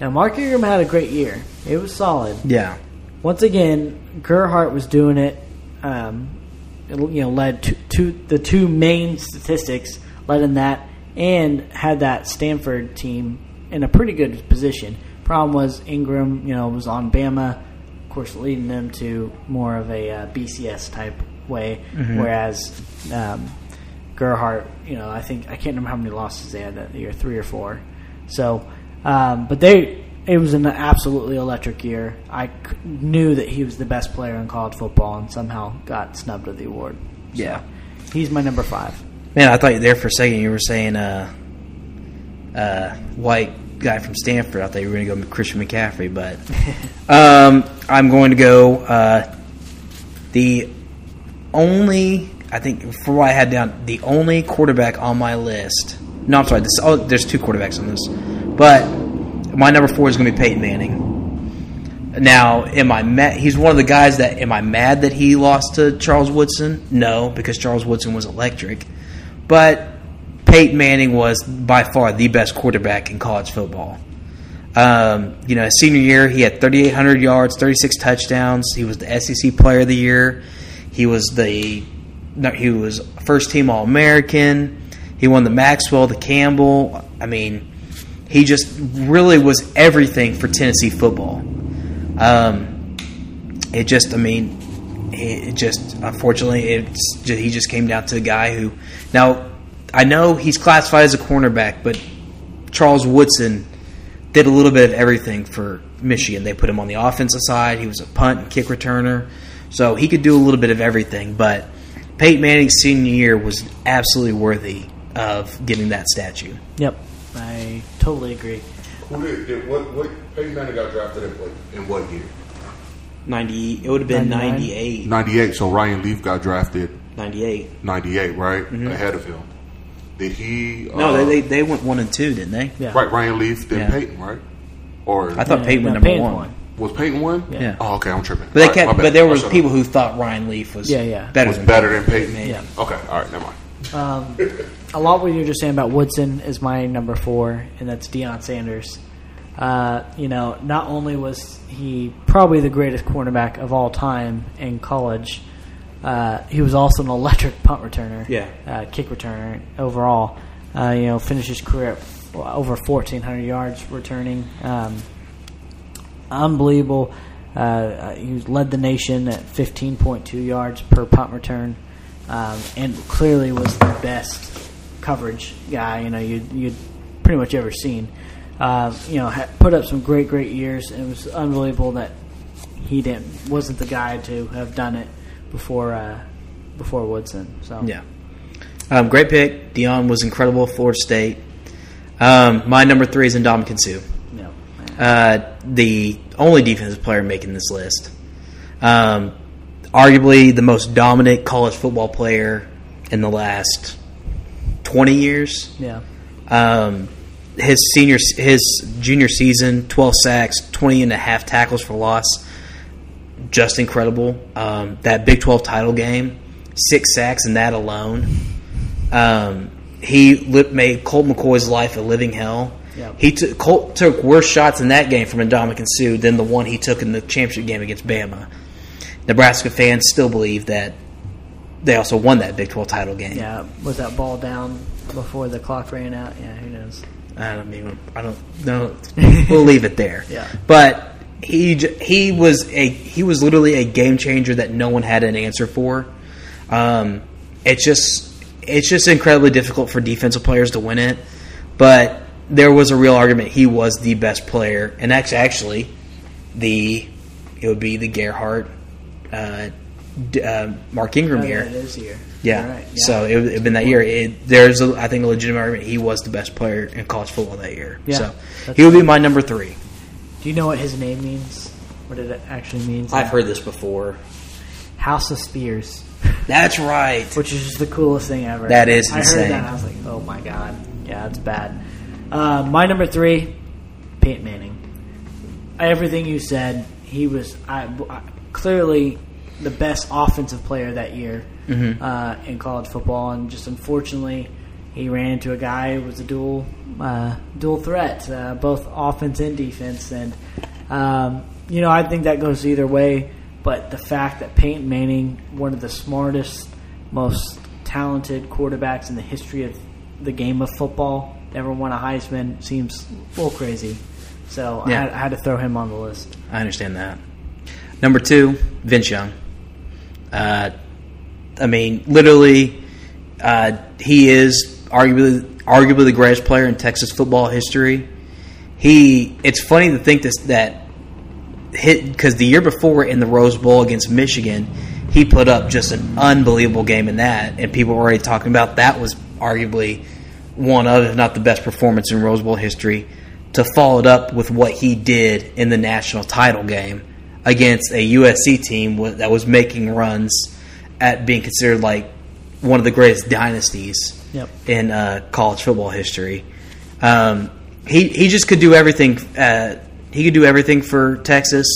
Speaker 1: Now Mark Ingram had a great year; it was solid
Speaker 4: Yeah.
Speaker 1: once again, Gerhart was doing it. Um, it, you know, led to, to the two main statistics, led in that, and had that Stanford team in a pretty good position. Problem was Ingram, you know, was on Bama, of course, leading them to more of a uh, BCS type way, whereas um, Gerhart, you know, I think I can't remember how many losses they had that year, three or four. So, um, but they, it was an absolutely electric year. I c- knew that he was the best player in college football, and somehow got snubbed of the award.
Speaker 4: Yeah.
Speaker 1: He's my number five.
Speaker 4: Man, I thought you there for a second. You were saying uh, uh, white guy from Stanford. I thought you were going to go with Christian McCaffrey, but um, I'm going to go uh, the only. I think for what I had down, the only quarterback on my list. No, I'm sorry. This, oh, there's two quarterbacks on this, but my number four is going to be Peyton Manning. Now, am I mad? He's one of the guys that am I mad that he lost to Charles Woodson? No, because Charles Woodson was electric. But Peyton Manning was by far the best quarterback in college football. Um, you know, his senior year, he had 3,800 yards, 36 touchdowns. He was the SEC Player of the Year. He was the no, he was first team All American. He won the Maxwell, the Campbell. I mean, he just really was everything for Tennessee football. Um, it just, I mean, it it just unfortunately, it's ju- he just came down to a guy who. Now, I know he's classified as a cornerback, but Charles Woodson did a little bit of everything for Michigan. They put him on the offensive side. He was a punt and kick returner, so he could do a little bit of everything. But Peyton Manning's senior year was absolutely worthy of getting that statue.
Speaker 1: Yep, I totally agree.
Speaker 3: Who did, did what? What? Peyton Manning got drafted in what? In what year?
Speaker 4: Ninety, it would have been
Speaker 1: 99?
Speaker 4: 98,
Speaker 3: Ninety-eight. So Ryan Leaf got drafted
Speaker 4: 98.
Speaker 3: ninety-eight, right? Ahead of him. Did he? Uh,
Speaker 4: Mm-hmm. No, Oh, they, they they went one and two, didn't they?
Speaker 1: Yeah,
Speaker 3: Right, Ryan Leaf, then
Speaker 4: Yeah.
Speaker 3: Peyton, right? Or
Speaker 4: I thought
Speaker 1: Yeah,
Speaker 4: Peyton was
Speaker 1: no,
Speaker 4: number
Speaker 1: Peyton
Speaker 4: one.
Speaker 1: won.
Speaker 3: was Peyton one?
Speaker 1: Yeah.
Speaker 3: Oh, okay, I'm tripping.
Speaker 4: But they
Speaker 3: All right,
Speaker 4: kept,
Speaker 3: my bad.
Speaker 4: but there
Speaker 3: I
Speaker 4: was
Speaker 3: should've-
Speaker 4: people who thought Ryan Leaf was
Speaker 1: Yeah, yeah.
Speaker 4: better
Speaker 3: was
Speaker 4: than
Speaker 3: better than Peyton.
Speaker 4: Manning.
Speaker 1: Yeah.
Speaker 3: Okay, all right, never mind.
Speaker 1: Um, a lot what you're just saying about Woodson is my number four, and that's Deion Sanders. Uh, you know, not only was he probably the greatest cornerback of all time in college, uh, he was also an electric punt returner,
Speaker 4: Yeah.
Speaker 1: uh, kick returner overall. Uh, you know, finished his career at over 1,400 yards returning. Um, unbelievable. Uh, Uh, he led the nation at 15.2 yards per punt return, um, and clearly was the best coverage guy you know you you'd pretty much ever seen. uh, you know, ha- put up some great, great years. And it was unbelievable that he didn't wasn't the guy to have done it before uh, before Woodson. So
Speaker 4: Yeah. Um, great pick. Dion was incredible. Florida State. Um, my number three is Indomitian Sue.
Speaker 1: you know,
Speaker 4: Uh, the only defensive player making this list. Um, arguably the most dominant college football player in the last 20 years.
Speaker 1: yeah,
Speaker 4: Um, his senior, his junior season, 12 sacks, 20 and a half tackles for loss. Just incredible. Um, that Big 12 title game, six sacks in that alone. Um, he lit, made Colt McCoy's life a living hell.
Speaker 1: Yep.
Speaker 4: He took Colt took worse shots in that game from Indomitian Sue than the one he took in the championship game against Bama. Nebraska fans still believe that they also won that Big 12 title game.
Speaker 1: yeah. Was that ball down before the clock ran out? Yeah, who knows?
Speaker 4: I don't even. I don't know. we'll leave it there.
Speaker 1: Yeah.
Speaker 4: But he j- he was a he was literally a game changer that no one had an answer for. Um, it's just it's just incredibly difficult for defensive players to win it, but there was a real argument he was the best player, and that's actually the it would be the Gerhardt. Uh, d- uh, Mark Ingram
Speaker 1: Oh, yeah,
Speaker 4: year.
Speaker 1: it is here.
Speaker 4: Yeah.
Speaker 1: You're right,
Speaker 4: So it would have been that year. It, there's, a, I think, a legitimate argument he was the best player in college football that year.
Speaker 1: Yeah.
Speaker 4: So
Speaker 1: That's
Speaker 4: he would be my number three.
Speaker 1: Do you know what his name means? What it actually means?
Speaker 4: I've heard this before.
Speaker 1: House of Spears,
Speaker 4: That's right.
Speaker 1: which is just the coolest thing ever.
Speaker 4: That is
Speaker 1: I
Speaker 4: insane.
Speaker 1: heard that and I was like, oh my god, yeah, that's bad. Uh, my number three, Peyton Manning. Everything you said, he was I, I- clearly the best offensive player that year uh, in college football, and just unfortunately, he ran into a guy who was a dual uh, dual threat, uh, both offense and defense, and um, you know I think that goes either way. But the fact that Peyton Manning, one of the smartest, most talented quarterbacks in the history of the game of football, never won a Heisman, seems a little crazy. So I,
Speaker 4: Yeah.
Speaker 1: had, I had to throw him on the list.
Speaker 4: I understand that. Number two, Vince Young. Uh, I mean, literally, uh, he is arguably arguably the greatest player in Texas football history. He. It's funny to think this that hit because the year before in the Rose Bowl against Michigan, he put up just an unbelievable game in that, and people were already talking about that was arguably one of, if not the best performance in Rose Bowl history. To follow it up with what he did in the national title game against a USC team wa- that was making runs at being considered like one of the greatest dynasties
Speaker 1: Yep.
Speaker 4: in uh, college football history. Um, he he just could do everything. Uh, he could do everything for Texas.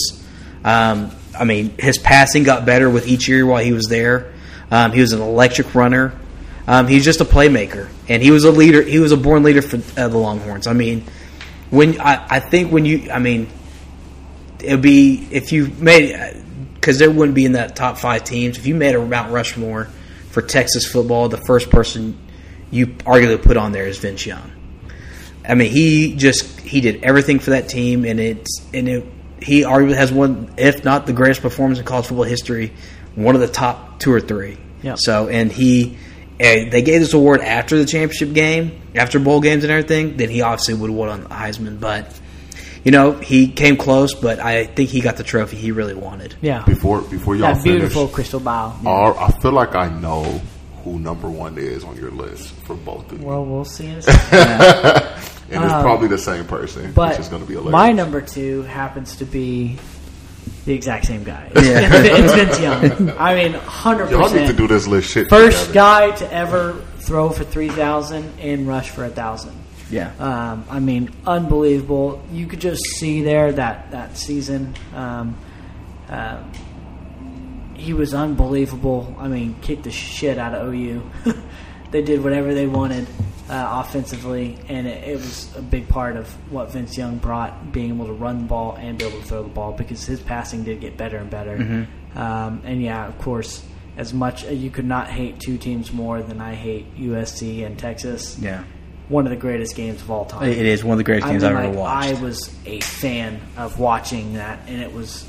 Speaker 4: Um, I mean, his passing got better with each year while he was there. Um, he was an electric runner. Um, he's just a playmaker, and he was a leader. He was a born leader for uh, the Longhorns. I mean, when I, I think when you, I mean, it would be if you made because there wouldn't be in that top five teams. If you made a Mount Rushmore for Texas football, the first person you arguably put on there is Vince Young. I mean, he just he did everything for that team, and it's and it, he arguably has one, if not the greatest performance in college football history, one of the top two or three.
Speaker 1: Yeah.
Speaker 4: So and he. eh, they gave this award after the championship game, after bowl games and everything. Then he obviously would have won on the Heisman, but you know, he came close, but I think he got the trophy he really wanted.
Speaker 1: Yeah.
Speaker 3: Before before y'all
Speaker 1: That
Speaker 3: finish,
Speaker 1: beautiful crystal ball.
Speaker 3: are- I feel like I know who number one is on your list for both of you,
Speaker 1: Well, we'll see. In a second.
Speaker 3: and it's probably the same person,
Speaker 1: But
Speaker 3: which is going to be hilarious.
Speaker 1: my number two happens to be the exact same guy. It's, it's Vince Young. I mean, hundred
Speaker 3: y'all need to
Speaker 1: percent.
Speaker 3: do this list shit.
Speaker 1: First
Speaker 3: together.
Speaker 1: guy to ever throw for three thousand and rush for a thousand.
Speaker 4: Yeah.
Speaker 1: Um, I mean, unbelievable. You could just see there that that season. Um, uh, he was unbelievable. I mean, kicked the shit out of OU. they did whatever they wanted uh, offensively, and it, it was a big part of what Vince Young brought, being able to run the ball and be able to throw the ball because his passing did get better and better. Um, and yeah, of course, as much uh, you could not hate two teams more than I hate USC and Texas
Speaker 4: Yeah.
Speaker 1: one of the greatest games of all time.
Speaker 4: It is one of the greatest
Speaker 1: I
Speaker 4: games
Speaker 1: mean,
Speaker 4: I've ever
Speaker 1: like,
Speaker 4: watched.
Speaker 1: I was a fan of watching that, and it was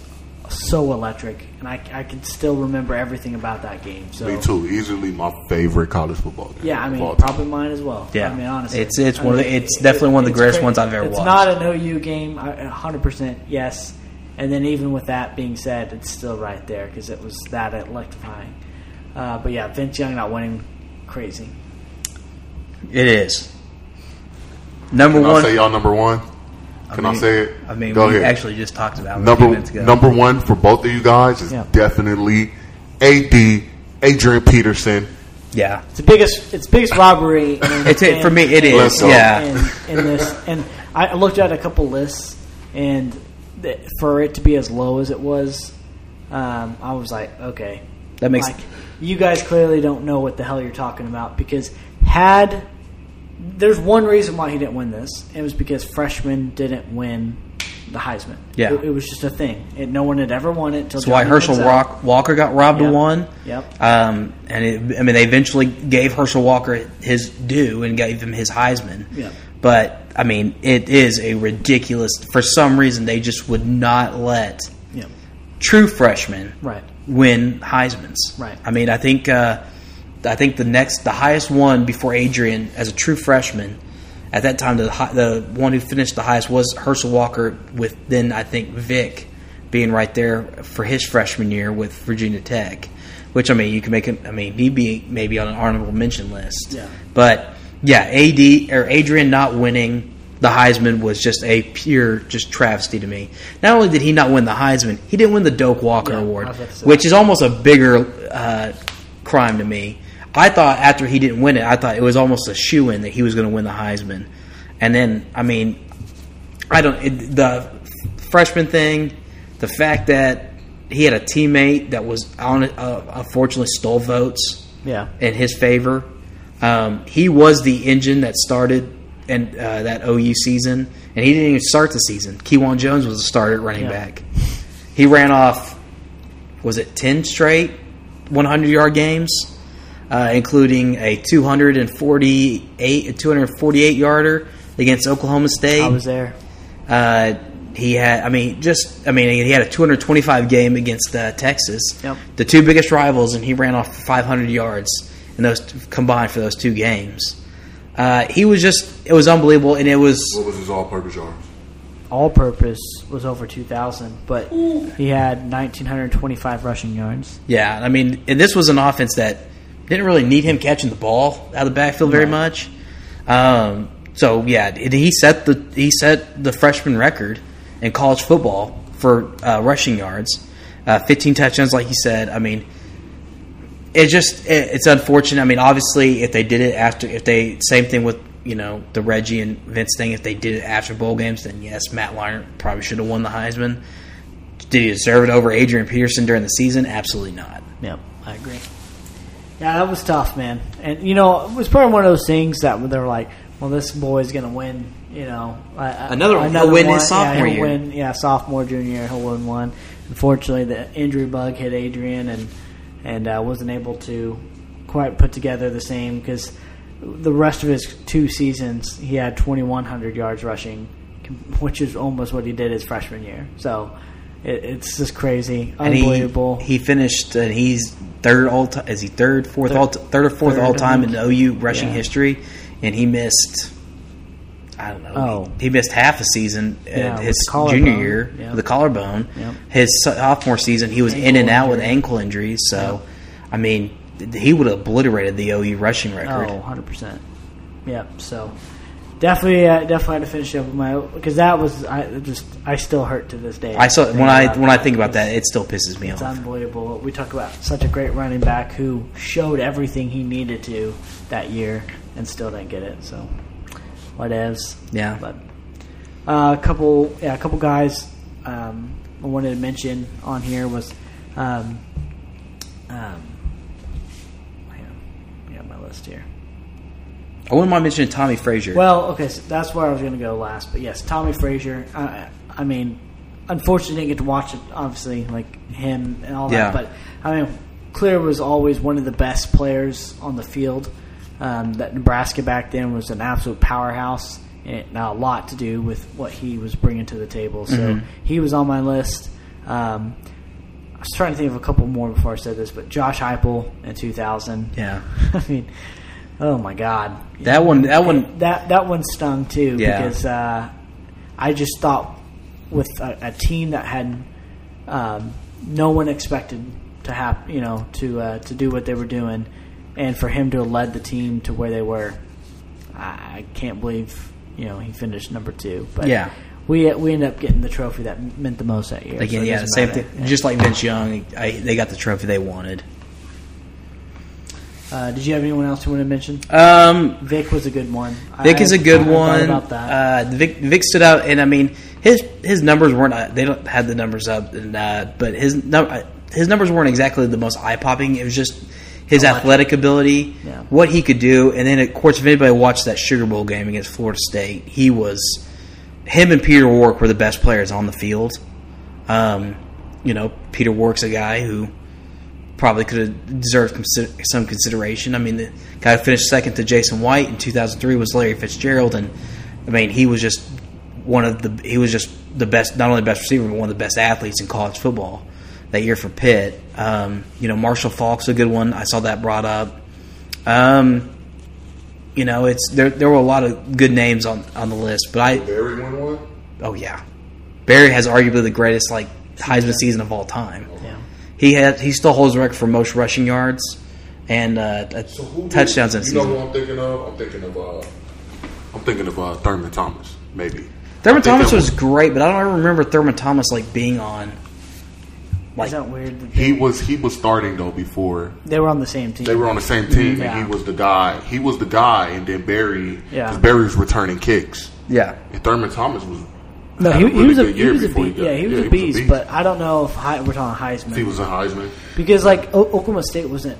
Speaker 1: so electric, and I, I can still remember everything about that game. So
Speaker 3: Me too. Easily my favorite college football game.
Speaker 1: Yeah, I
Speaker 3: of
Speaker 1: mean,
Speaker 3: all time.
Speaker 1: probably mine as well.
Speaker 4: Yeah.
Speaker 1: I mean, honestly,
Speaker 4: It's- it's
Speaker 1: I
Speaker 4: one of
Speaker 1: mean,
Speaker 4: the- it's definitely one of the greatest ones I've ever
Speaker 1: It's
Speaker 4: watched.
Speaker 1: not an OU game, I- a hundred percent. Yes, and then even with that being said, it's still right there because it was that electrifying. Uh, but yeah, Vince Young not winning, crazy.
Speaker 4: It is. Number
Speaker 3: Can I
Speaker 4: one.
Speaker 3: say y'all number one? Can I,
Speaker 4: mean-
Speaker 3: say it?
Speaker 4: I mean,
Speaker 3: Go
Speaker 4: we
Speaker 3: ahead.
Speaker 4: actually just talked about it a few
Speaker 3: number
Speaker 4: minutes ago.
Speaker 3: number one for both of you guys is
Speaker 1: Yeah.
Speaker 3: definitely AD Adrian Peterson.
Speaker 4: yeah.
Speaker 1: It's the biggest. It's the biggest robbery. In,
Speaker 4: It's it, for me. It is.
Speaker 3: Let's go.
Speaker 4: Yeah.
Speaker 1: In, in this, and I looked at a couple lists, and th- for it to be as low as it was, um, I was like, okay,
Speaker 4: That makes-
Speaker 1: Like, you guys clearly don't know what the hell you're talking about because had there's one reason why he didn't win this. It was because freshmen didn't win the Heisman.
Speaker 4: Yeah.
Speaker 1: it, it was just a thing. It, no one had ever won it. Until
Speaker 4: That's why Herschel Rock, Walker got robbed
Speaker 1: Yep.
Speaker 4: of one.
Speaker 1: Yep.
Speaker 4: Um, and it, I mean, they eventually gave Herschel Walker his due and gave him his Heisman.
Speaker 1: Yep.
Speaker 4: But I mean, it is a ridiculous. For some reason, they just would not let
Speaker 1: Yeah,
Speaker 4: true freshmen
Speaker 1: right.
Speaker 4: win Heisman's.
Speaker 1: Right.
Speaker 4: I mean, I think uh, I think the next, the highest one before Adrian as a true freshman. At that time, the hi- the one who finished the highest was Herschel Walker. With then I think Vic being right there for his freshman year with Virginia Tech, which I mean you can make him. I mean he'd be maybe on an honorable mention list.
Speaker 1: Yeah.
Speaker 4: But yeah, AD or Adrian not winning the Heisman was just a pure just travesty to me. Not only did he not win the Heisman, he didn't win the Doak Walker
Speaker 1: Yeah,
Speaker 4: Award,
Speaker 1: I was about to say.
Speaker 4: which is almost a bigger uh, crime to me. I thought after he didn't win it, I thought it was almost a shoe in that he was going to win the Heisman. And then, I mean, I don't it, the freshman thing, the fact that he had a teammate that was on, uh, unfortunately stole votes
Speaker 1: Yeah,
Speaker 4: in his favor. Um, he was the engine that started and uh, that OU season, and he didn't even start the season. Kewan Jones was a starter at running
Speaker 1: Yeah.
Speaker 4: back. He ran off, was it ten straight, one hundred yard games, uh, including a two hundred and forty eight, a two hundred forty eight yarder against Oklahoma State.
Speaker 1: I was there.
Speaker 4: Uh, he had, I mean, just, I mean, he had a 225 game against uh, Texas,
Speaker 1: Yep.
Speaker 4: the two biggest rivals, and he ran off 500 yards in those combined for those two games. Uh, he was just, it was unbelievable, and it was
Speaker 3: What was his all-purpose yards?
Speaker 1: all purpose was over 2,000, but he had 1,925 rushing yards.
Speaker 4: Yeah, I mean, and this was an offense that didn't really need him catching the ball out of the backfield very much. Um, so yeah, and he set the he set the freshman record in college football for uh, rushing yards, uh, 15 touchdowns, like you said. I mean, it just it, it's unfortunate. I mean, obviously, if they did it after, if they same thing with you know the Reggie and Vince thing, if they did it after bowl games, then yes, Matt Lyon probably should have won the Heisman. Did he deserve it over Adrian Peterson during the season? Absolutely not.
Speaker 1: Yep, I agree. Yeah, that was tough, man. And, you know, it was probably one of those things that they were like, well, this boy's going to win, you know. I- I-
Speaker 4: Another one. He'll win his sophomore
Speaker 1: yeah, he'll
Speaker 4: year.
Speaker 1: Win, yeah, sophomore, junior year, he'll win one. Unfortunately, the injury bug hit Adrian and, and uh, wasn't able to quite put together the same because the rest of his two seasons, he had 2,100 yards rushing, which is almost what he did his freshman year. So it, it's just crazy.
Speaker 4: And he-
Speaker 1: Unbelievable.
Speaker 4: He, finished, and he's third all. T- is he third, fourth,
Speaker 1: Third.
Speaker 4: all t- third or fourth
Speaker 1: Third,
Speaker 4: all
Speaker 1: I
Speaker 4: time in
Speaker 1: think.
Speaker 4: OU rushing
Speaker 1: Yeah.
Speaker 4: history, and he missed. I don't know.
Speaker 1: Oh.
Speaker 4: He, he missed half a season uh,
Speaker 1: Yeah, with
Speaker 4: his
Speaker 1: the collarbone.
Speaker 4: junior year
Speaker 1: Yeah.
Speaker 4: with the collarbone.
Speaker 1: Yep.
Speaker 4: His sophomore season, he was in
Speaker 1: Ankle
Speaker 4: and out with
Speaker 1: injury.
Speaker 4: ankle injuries. So, I mean, th- he would have obliterated the OU rushing record.
Speaker 1: Oh, 100 percent. Yep. So definitely, uh, definitely had to finish up with my because that was I it just I still hurt to this day.
Speaker 4: I saw when
Speaker 1: Thinking
Speaker 4: I
Speaker 1: about
Speaker 4: when I
Speaker 1: that.
Speaker 4: think about that, it still pisses me
Speaker 1: It's
Speaker 4: off.
Speaker 1: unbelievable. We talk about such a great running back who showed everything he needed to that year and still didn't get it. So, whatevs.
Speaker 4: Yeah.
Speaker 1: But uh, a couple, yeah, a couple guys um, I wanted to mention on here was, um, um, hang on, I got my list here.
Speaker 4: I wouldn't mind mentioning Tommy Frazier.
Speaker 1: Well, okay, so that's where I was going to go last. But yes, Tommy Frazier. I, I mean, unfortunately, didn't get to watch it. Obviously, like him and all
Speaker 4: Yeah.
Speaker 1: that. But I mean, Clear was always one of the best players on the field. Um, that Nebraska back then was an absolute powerhouse, and it had a
Speaker 4: Mm-hmm.
Speaker 1: lot to do with what he was bringing to the table. So he was on my list. Um, I was trying to think of a couple more before I said this, but Josh Heupel in 2000.
Speaker 4: Yeah.
Speaker 1: I mean, oh my God,
Speaker 4: That one. That one.
Speaker 1: that that one stung too
Speaker 4: Yeah.
Speaker 1: because uh, I just thought with a, a team that had um, no one expected to hap- you know, to uh, to do what they were doing, and for him to have led the team to where they were, I, I can't believe you know he finished number two. But
Speaker 4: Yeah.
Speaker 1: we we ended up getting the trophy that meant the most that year. so
Speaker 4: Again,
Speaker 1: it
Speaker 4: yeah,
Speaker 1: doesn't
Speaker 4: same
Speaker 1: matter.
Speaker 4: thing. Just like Vince Young, I, they got the trophy they wanted.
Speaker 1: Uh, did you have anyone else you want to mention?
Speaker 4: Um,
Speaker 1: Vic was a good one.
Speaker 4: Vic
Speaker 1: I-
Speaker 4: is a
Speaker 1: I
Speaker 4: good
Speaker 1: thought
Speaker 4: one.
Speaker 1: About that.
Speaker 4: Uh, Vic, Vic stood out, and I mean his his numbers weren't. Uh, they don't had the numbers up, and, uh, but his num- uh, his numbers weren't exactly the most eye popping. It was just his athletic ability,
Speaker 1: Yeah.
Speaker 4: what he could do, and then of course, if anybody watched that Sugar Bowl game against Florida State, he was him and Peter Warwick were the best players on the field. Um, you know, Peter Warwick's a guy who probably could have deserved consider- some consideration. I mean, the guy who finished second to Jason White in 2003 was Larry Fitzgerald, and I mean, he was just one of the he was just the best, not only best receiver, but one of the best athletes in college football that year for Pitt. Um, you know, Marshall Falk's a good one. I saw that brought up. Um, you know, it's there. There were a lot of good names on on the list, but I
Speaker 3: Barry won one.
Speaker 4: oh yeah, Barry has arguably the greatest like Heisman season of all time.
Speaker 1: yeah.
Speaker 4: He had he still holds the record for most rushing yards and uh, uh,
Speaker 3: So who did-
Speaker 4: touchdowns in a
Speaker 3: You know
Speaker 4: season.
Speaker 3: who I'm thinking of? I'm thinking of. Uh, I'm thinking of uh, Thurman Thomas, maybe. I
Speaker 4: Thurman
Speaker 3: think
Speaker 4: Thomas
Speaker 3: that
Speaker 4: was great, but I don't ever remember Thurman Thomas like being on. Like
Speaker 1: Is that weird? that
Speaker 3: He was he was starting though before
Speaker 1: They were on the same team.
Speaker 3: they were on the same team.
Speaker 1: Yeah.
Speaker 3: and He was the guy. He was the guy, and then Barry. 'cause
Speaker 1: Yeah.
Speaker 3: Barry was returning kicks.
Speaker 4: yeah,
Speaker 3: And Thurman Thomas was.
Speaker 1: No,
Speaker 3: had
Speaker 1: he,
Speaker 3: a
Speaker 1: he
Speaker 3: really
Speaker 1: was a
Speaker 3: good
Speaker 1: he
Speaker 3: year
Speaker 1: was a
Speaker 3: before
Speaker 1: beast.
Speaker 3: got-
Speaker 1: Yeah, he was a beast, but I don't know if Hei- we're talking Heisman
Speaker 3: he was a Heisman.
Speaker 1: because like o- Oklahoma State wasn't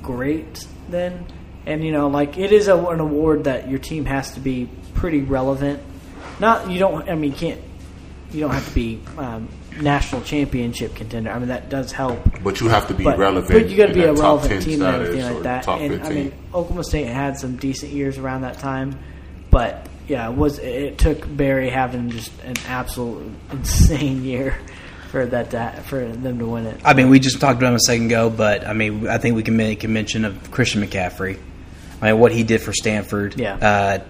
Speaker 1: great then, and you know like it is a, an award that your team has to be pretty relevant. Not you don't. I mean, you can't you don't have to be um, national championship contender. I mean, that does help.
Speaker 3: But you have to be
Speaker 1: But,
Speaker 3: relevant.
Speaker 1: but you got to
Speaker 3: in
Speaker 1: be a
Speaker 3: that top
Speaker 1: relevant
Speaker 3: 10
Speaker 1: team and
Speaker 3: status
Speaker 1: everything
Speaker 3: or
Speaker 1: like that.
Speaker 3: Top
Speaker 1: And I
Speaker 3: 15.
Speaker 1: mean, Oklahoma State had some decent years around that time, but yeah, it was it took Barry having just an absolute insane year for that to, for them to win it.
Speaker 4: I mean we just talked about him a second ago, but I mean I think we can make a mention of Christian McCaffrey. I mean what he did for Stanford.
Speaker 1: Yeah.
Speaker 4: Uh,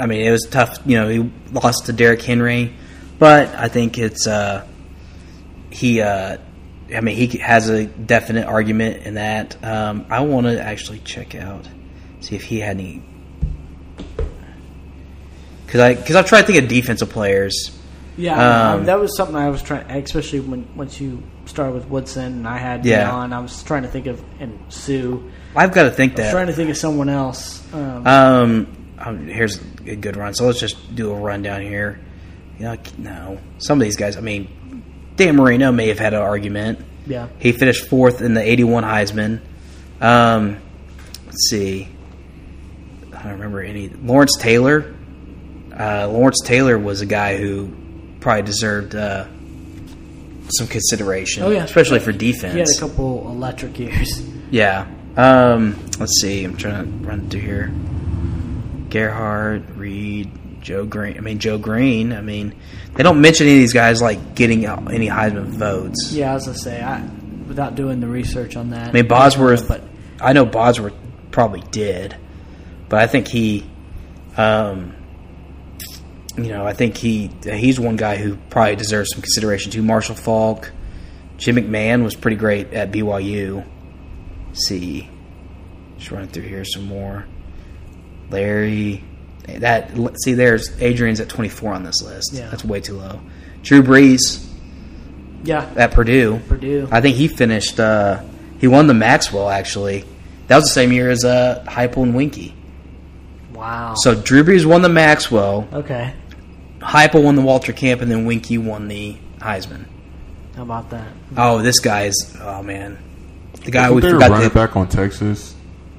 Speaker 4: I mean it was tough. You know he lost to Derrick Henry, but I think it's uh, he. Uh, I mean he has a definite argument in that. Um, I want to actually check out see if he had any because I because I've tried to think of defensive players.
Speaker 1: Yeah, I mean,
Speaker 4: Um,
Speaker 1: that was something I was trying, especially when once you started with Woodson and I had
Speaker 4: Yeah.
Speaker 1: Dion, I was trying to think of and Sue,
Speaker 4: I've got to think that
Speaker 1: trying to think of someone else. Um,
Speaker 4: Um, um, here's a good run. So let's just do a rundown here. You know, no, some of these guys. I mean, Dan Marino may have had an argument.
Speaker 1: yeah,
Speaker 4: He finished fourth in the '81 Heisman. Um, let's see. I don't remember any. Lawrence Taylor. Uh, Lawrence Taylor was a guy who probably deserved uh, some consideration,
Speaker 1: Oh, yeah.
Speaker 4: especially for defense.
Speaker 1: he had a couple electric years.
Speaker 4: Yeah. Um, let's see. I'm trying to run through here. Gerhard, Reed, Joe Green. I mean, Joe Green. I mean, they don't mention any of these guys like getting out any Heisman votes.
Speaker 1: Yeah, I was gonna say, I, without doing the research on that,
Speaker 4: I mean, Bosworth.
Speaker 1: but
Speaker 4: I know Bosworth probably did, but I think he, um, you know, I think he he's one guy who probably deserves some consideration too. Marshall Falk, Jim McMahon was pretty great at BYU. Let's see, just running through here some more. Larry, that see, there's Adrian's at 24 on this list.
Speaker 1: Yeah.
Speaker 4: That's way too low. Drew Brees
Speaker 1: yeah,
Speaker 4: at Purdue.
Speaker 1: Purdue.
Speaker 4: I think he finished. Uh, he won the Maxwell actually. That was the same year as uh, Hypo and Winky.
Speaker 1: wow.
Speaker 4: So Drew Brees won the Maxwell.
Speaker 1: okay,
Speaker 4: Hypo won the Walter Camp, and then Winky won the Heisman.
Speaker 1: how about that?
Speaker 4: Oh, this guy is. Oh man, the guy
Speaker 3: Wasn't
Speaker 4: we
Speaker 3: there a
Speaker 4: forgot.
Speaker 3: running
Speaker 4: The,
Speaker 3: back on Texas.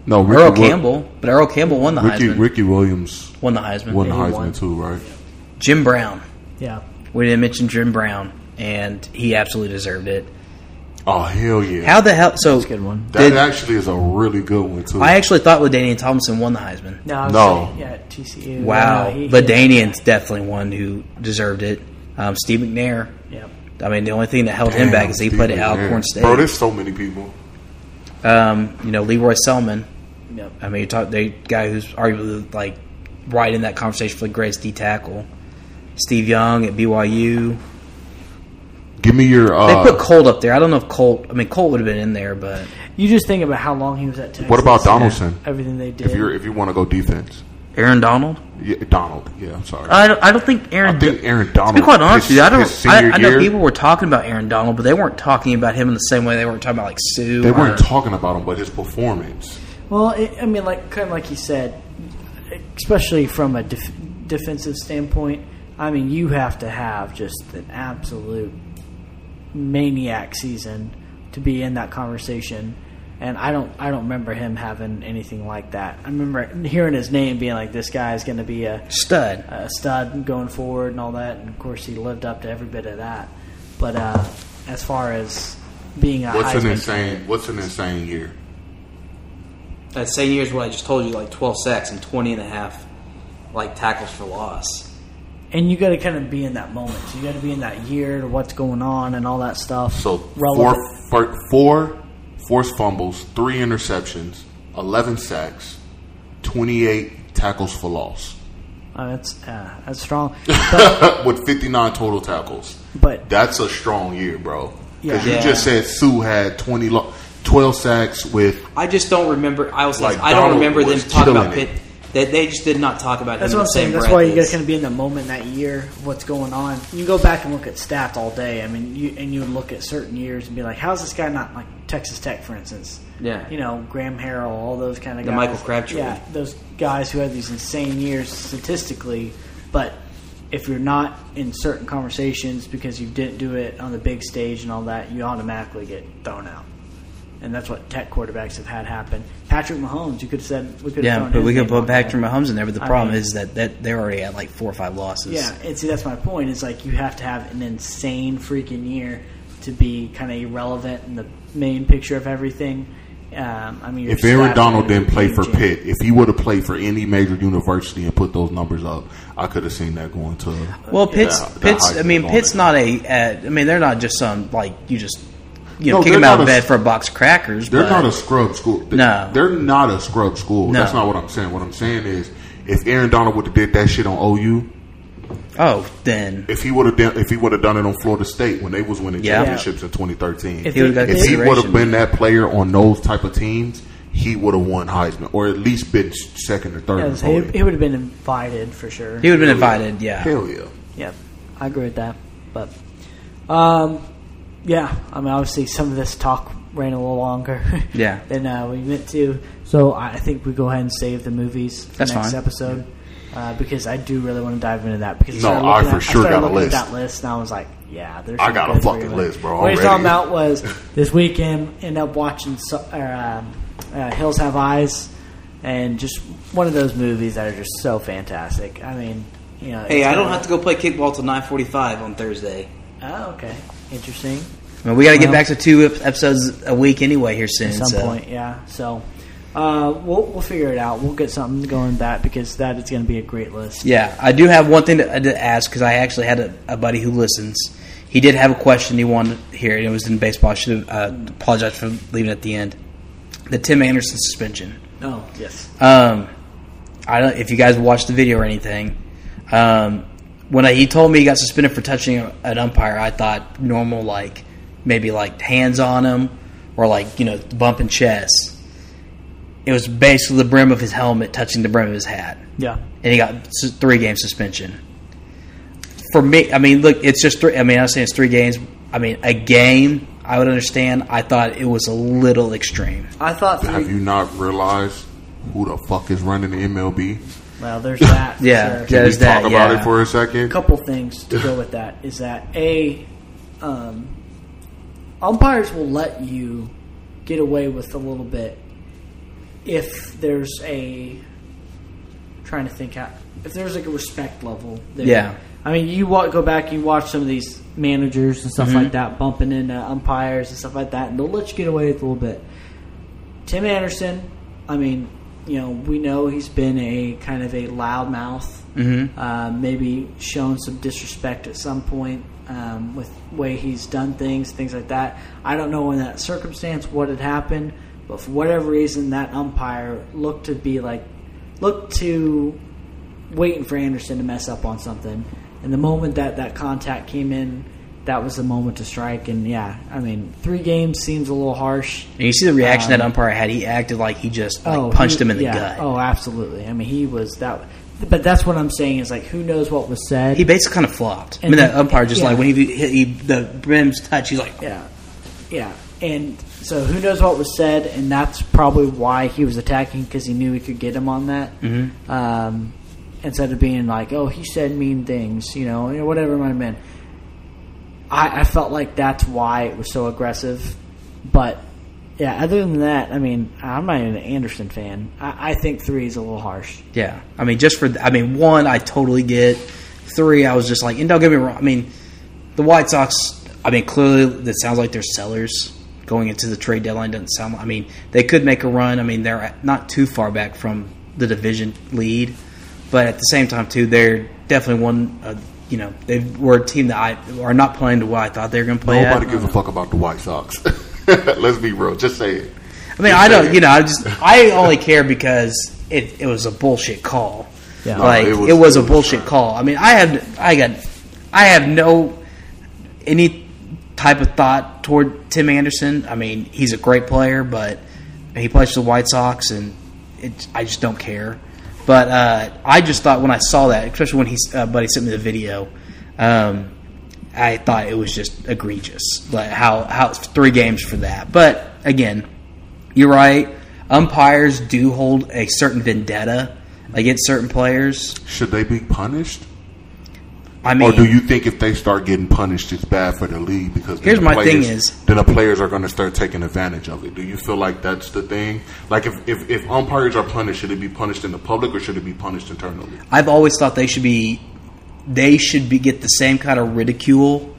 Speaker 3: No, Ricky,
Speaker 4: Earl
Speaker 3: Wil-
Speaker 4: Campbell, but Earl Campbell won the
Speaker 3: Ricky,
Speaker 4: Heisman.
Speaker 3: Ricky Williams
Speaker 4: Won the Heisman.
Speaker 3: won the
Speaker 1: he
Speaker 3: Heisman
Speaker 1: won.
Speaker 3: too, right?
Speaker 4: Jim Brown.
Speaker 1: Yeah,
Speaker 4: We didn't mention Jim Brown, and he absolutely deserved it.
Speaker 3: Oh hell yeah!
Speaker 4: How the hell? So
Speaker 1: it's a good one.
Speaker 3: that
Speaker 4: did-
Speaker 3: actually is a really good one too.
Speaker 4: I actually thought Ladanian Thompson won the Heisman.
Speaker 1: No, I was
Speaker 3: No.
Speaker 1: saying, yeah, TCU.
Speaker 4: Wow,
Speaker 1: No, he-
Speaker 4: Ladanian's definitely one who deserved it. Um, Steve McNair,
Speaker 1: Yeah,
Speaker 4: I mean, the only thing that held him back is he played at Alcorn State.
Speaker 3: Bro, there's so many people.
Speaker 4: um, you know, Leroy Selman.
Speaker 1: Yep.
Speaker 4: I mean, you talk the guy who's arguably like right in that conversation for the greatest D tackle. Steve Young at BYU.
Speaker 3: Give me your.
Speaker 4: They
Speaker 3: Uh,
Speaker 4: put Colt up there. I don't know if Colt. I mean, Colt would have been in there, but
Speaker 1: You just think about how long he was at Texas.
Speaker 3: what about Donaldson?
Speaker 1: everything they did?
Speaker 3: If you are if you want to go defense,
Speaker 4: Aaron Donald.
Speaker 3: yeah, Donald. Yeah, I'm sorry.
Speaker 4: I don't, I don't think Aaron.
Speaker 3: I think Aaron Donald.
Speaker 4: to be quite honest
Speaker 3: his-
Speaker 4: with you, I
Speaker 3: his
Speaker 4: don't.
Speaker 3: senior
Speaker 4: I, I know
Speaker 3: year,
Speaker 4: people were talking about Aaron Donald, but they weren't talking about him in the same way they were talking about like Sue.
Speaker 3: They weren't
Speaker 4: or-
Speaker 3: talking about him, but his performance.
Speaker 1: Well, it, I mean, like kind of like you said, especially from a def- defensive standpoint. I mean, you have to have just an absolute maniac season to be in that conversation. And I don't, I don't remember him having anything like that. I remember hearing his name being like, "This guy is going to be a,
Speaker 4: stud.
Speaker 1: a stud going forward and all that." And of course, he lived up to every bit of that. But uh, as far as being a
Speaker 3: What's an
Speaker 1: Heisman
Speaker 3: insane? What's an insane year?
Speaker 4: That same year is what I just told you, like 12 sacks and 20 and a half like tackles for loss.
Speaker 1: and you got to kind of be in that moment. So you got to be in that year to what's going on and all that stuff.
Speaker 3: So four,
Speaker 1: Relevant.
Speaker 3: four, four forced fumbles, three interceptions, eleven sacks, twenty-eight tackles for loss,
Speaker 1: Uh, that's uh, that's strong. But,
Speaker 3: with fifty-nine total tackles.
Speaker 1: but
Speaker 3: That's a strong year, bro. Because
Speaker 4: Yeah.
Speaker 3: you just said Sue had 20 lo- 12 sacks with
Speaker 4: I just don't remember. I was like,
Speaker 3: Like,
Speaker 4: I don't
Speaker 3: Donald
Speaker 4: remember them
Speaker 3: was
Speaker 4: talking about
Speaker 3: killing
Speaker 4: Pitt.
Speaker 3: it.
Speaker 4: That they just did not talk about
Speaker 1: that's
Speaker 4: him
Speaker 1: what
Speaker 4: in
Speaker 1: I'm
Speaker 4: the same
Speaker 1: saying. That's
Speaker 4: breath
Speaker 1: why you got
Speaker 4: as-
Speaker 1: to kind of be in that moment that year. What's going on? You can go back and look at stats all day. I mean, you and you would look at certain years and be like, how's this guy not like Texas Tech, for instance?
Speaker 4: Yeah.
Speaker 1: You know, Graham Harrell, all those kind of
Speaker 4: The
Speaker 1: guys.
Speaker 4: Michael Crabtree.
Speaker 1: Yeah, those guys who had these insane years statistically, but if you're not in certain conversations because you didn't do it on the big stage and all that, you automatically get thrown out. And that's what tech quarterbacks have had happen. Patrick Mahomes, you could have said we could have
Speaker 4: Yeah,
Speaker 1: thrown
Speaker 4: but
Speaker 1: his
Speaker 4: we could
Speaker 1: name
Speaker 4: put
Speaker 1: on there.
Speaker 4: Patrick Mahomes in there. But the
Speaker 1: I
Speaker 4: problem
Speaker 1: mean-
Speaker 4: is that, that they're already at like four or five losses.
Speaker 1: Yeah, and see that's my point. It's like you have to have an insane freaking year to be kind of irrelevant in the main picture of everything. Um, I mean, your
Speaker 3: if Aaron
Speaker 1: stats
Speaker 3: Donald
Speaker 1: are
Speaker 3: didn't play for
Speaker 1: changing.
Speaker 3: Pitt, if he would have played for any major university and put those numbers up, I could have seen that going to.
Speaker 4: Well, Pitt's
Speaker 3: the- the
Speaker 4: Pitt's. I
Speaker 3: Heisman
Speaker 4: mean,
Speaker 3: going
Speaker 4: Pitt's
Speaker 3: there.
Speaker 4: not a. Uh, I mean, they're not just some like you just you know
Speaker 3: No,
Speaker 4: kick
Speaker 3: they're
Speaker 4: them out
Speaker 3: not
Speaker 4: of
Speaker 3: a-
Speaker 4: bed for a box of crackers.
Speaker 3: They're
Speaker 4: but
Speaker 3: not a scrub school. They-
Speaker 4: No.
Speaker 3: they're not a scrub school.
Speaker 4: No.
Speaker 3: That's not what I'm saying. What I'm saying is, if Aaron Donald would have did that shit on OU,
Speaker 4: oh, then
Speaker 3: if he would have done, if he would have done it on Florida State when they was winning
Speaker 4: Yeah.
Speaker 3: championships in 2013,
Speaker 1: If
Speaker 4: he would have got
Speaker 3: if he would have
Speaker 4: consideration.
Speaker 3: been that player on those type of teams, he would have won Heisman or at least been second or third.
Speaker 1: Yeah,
Speaker 3: in
Speaker 1: so
Speaker 3: voting.
Speaker 1: he, he would have been invited for sure.
Speaker 4: he would have been invited. Yeah,
Speaker 3: Hell yeah.
Speaker 1: Yeah, I agree with that. But, um, yeah, I mean, obviously some of this talk ran a little longer
Speaker 4: Yeah.
Speaker 1: than uh, we meant to. So I I think we go ahead and save the movies for
Speaker 4: That's
Speaker 1: next
Speaker 4: fine.
Speaker 1: episode uh, because I do really want to dive into that. Because
Speaker 3: No,
Speaker 1: started
Speaker 3: I
Speaker 1: looking
Speaker 3: for
Speaker 1: at-
Speaker 3: sure
Speaker 1: started
Speaker 3: got a
Speaker 1: looking At
Speaker 3: list.
Speaker 1: that list, and I was like, yeah, there's.
Speaker 3: I
Speaker 1: some
Speaker 3: got a
Speaker 1: good for
Speaker 3: fucking
Speaker 1: you.
Speaker 3: list, bro,
Speaker 1: What he's
Speaker 3: already.
Speaker 1: talking about was this weekend. End up watching so- or, um, uh, Hills Have Eyes, and just one of those movies that are just so fantastic. I mean, you know.
Speaker 4: Hey,
Speaker 1: it's
Speaker 4: I don't
Speaker 1: gonna-
Speaker 4: have to go play kickball till nine forty-five on Thursday.
Speaker 1: Oh, okay. Interesting.
Speaker 4: I mean, we got to get
Speaker 1: Well-
Speaker 4: back to two ep- episodes a week anyway here soon.
Speaker 1: At some
Speaker 4: so.
Speaker 1: point, yeah. So uh, we'll we'll figure it out. We'll get something going that because that is going to be a great list.
Speaker 4: Yeah, I do have one thing to, uh, to ask because I actually had a, a buddy who listens. He did have a question he wanted to hear, and it was in baseball. I should have uh, apologized for leaving it at the end. The Tim Anderson suspension.
Speaker 1: Oh, yes.
Speaker 4: Um, I don't if you guys watched the video or anything. Um, when I, he told me he got suspended for touching a- an umpire, I thought normal, like maybe like hands on him or like you know bumping chests. It was basically the brim of his helmet touching the brim of his hat,
Speaker 1: Yeah.
Speaker 4: and he got three game suspension. For me, I mean, look, it's just three. I mean, I'm saying it's three games. I mean, a game, I would understand. I thought it was a little extreme.
Speaker 1: I thought.
Speaker 3: Have
Speaker 1: Three,
Speaker 3: you not realized who the fuck is running the MLB?
Speaker 1: well, there's that. for
Speaker 4: Yeah.
Speaker 1: sure.
Speaker 4: Yeah.
Speaker 3: Can we
Speaker 4: There's
Speaker 3: talk
Speaker 4: that,
Speaker 3: about
Speaker 4: yeah.
Speaker 3: it for a second?
Speaker 1: couple things to go with that is that a um, umpires will let you get away with a little bit if there's a trying to think how if there's like a respect level there.
Speaker 4: Yeah.
Speaker 1: I mean, you wa go back, you watch some of these managers and stuff like that bumping into umpires and stuff like that, and they'll let you get away with a little bit. Tim Anderson, I mean, you know, we know he's been a kind of a loudmouth, uh, maybe shown some disrespect at some point um, with way he's done things, things like that. I don't know in that circumstance what had happened, but for whatever reason, that umpire looked to be like looked to waiting for Anderson to mess up on something. And the moment that that contact came in, that was the moment to strike. And yeah, I mean, three games seems a little harsh.
Speaker 4: And you see the reaction that umpire had. He acted like he just like, punched
Speaker 1: Um, Oh, he-
Speaker 4: him in the
Speaker 1: yeah.
Speaker 4: gut.
Speaker 1: Oh, absolutely. I mean, he was that. But that's what I'm saying is like, who knows what was said?
Speaker 4: He basically kind of flopped. I
Speaker 1: And
Speaker 4: mean, that
Speaker 1: he-
Speaker 4: umpire just
Speaker 1: yeah.
Speaker 4: like when he, he, he the brims touch, he's like,
Speaker 1: Yeah, yeah, and so who knows what was said, and that's probably why he was attacking because he knew he could get him on that. Mm-hmm. Um, instead of being like, "Oh, he said mean things," you know, or whatever it might have been. I, I felt like that's why it was so aggressive, but yeah. Other than that, I mean, I'm not even an Anderson fan. I, I think three is a little harsh.
Speaker 4: Yeah, I mean, just for th- I mean, one I totally get. Three, I was just like, and don't get me wrong. I mean, the White Sox. I mean, clearly, it sounds like they're sellers going into the trade deadline. Doesn't sound. I mean, they could make a run. I mean, they're at- not too far back from the division lead, but at the same time, too, they're definitely one. Uh, you know, they were a team that I are not playing the way I thought they were going to play. at.
Speaker 3: Nobody gives a fuck about the White Sox. Let's be real. Just say it.
Speaker 4: I mean, I don't. You know, I just I only care because it it was a bullshit call.
Speaker 1: Yeah. No,
Speaker 4: like
Speaker 3: it
Speaker 4: it was,
Speaker 3: was-
Speaker 4: a bullshit call. I mean, I have I got I have no any type of thought toward Tim Anderson. I mean, he's a great player, but he plays for the White Sox, and it, I just don't care. But uh, I just thought when I saw that, especially when he uh, buddy sent me the video, um, I thought it was just egregious. Like how how three games for that. But again, you're right. Umpires do hold a certain vendetta against certain players.
Speaker 3: Should they be punished?
Speaker 4: I
Speaker 3: Or
Speaker 4: mean,
Speaker 3: do you think if they start getting punished, it's bad for the league? Because then
Speaker 4: Here's
Speaker 3: the
Speaker 4: my thing
Speaker 3: players-
Speaker 4: is-
Speaker 3: then the players are going to start taking advantage of it. Do you feel like that's the thing? Like if, if if umpires are punished, should it be punished in the public or should it be punished internally?
Speaker 4: I've always thought they should be they should be get the same kind of ridicule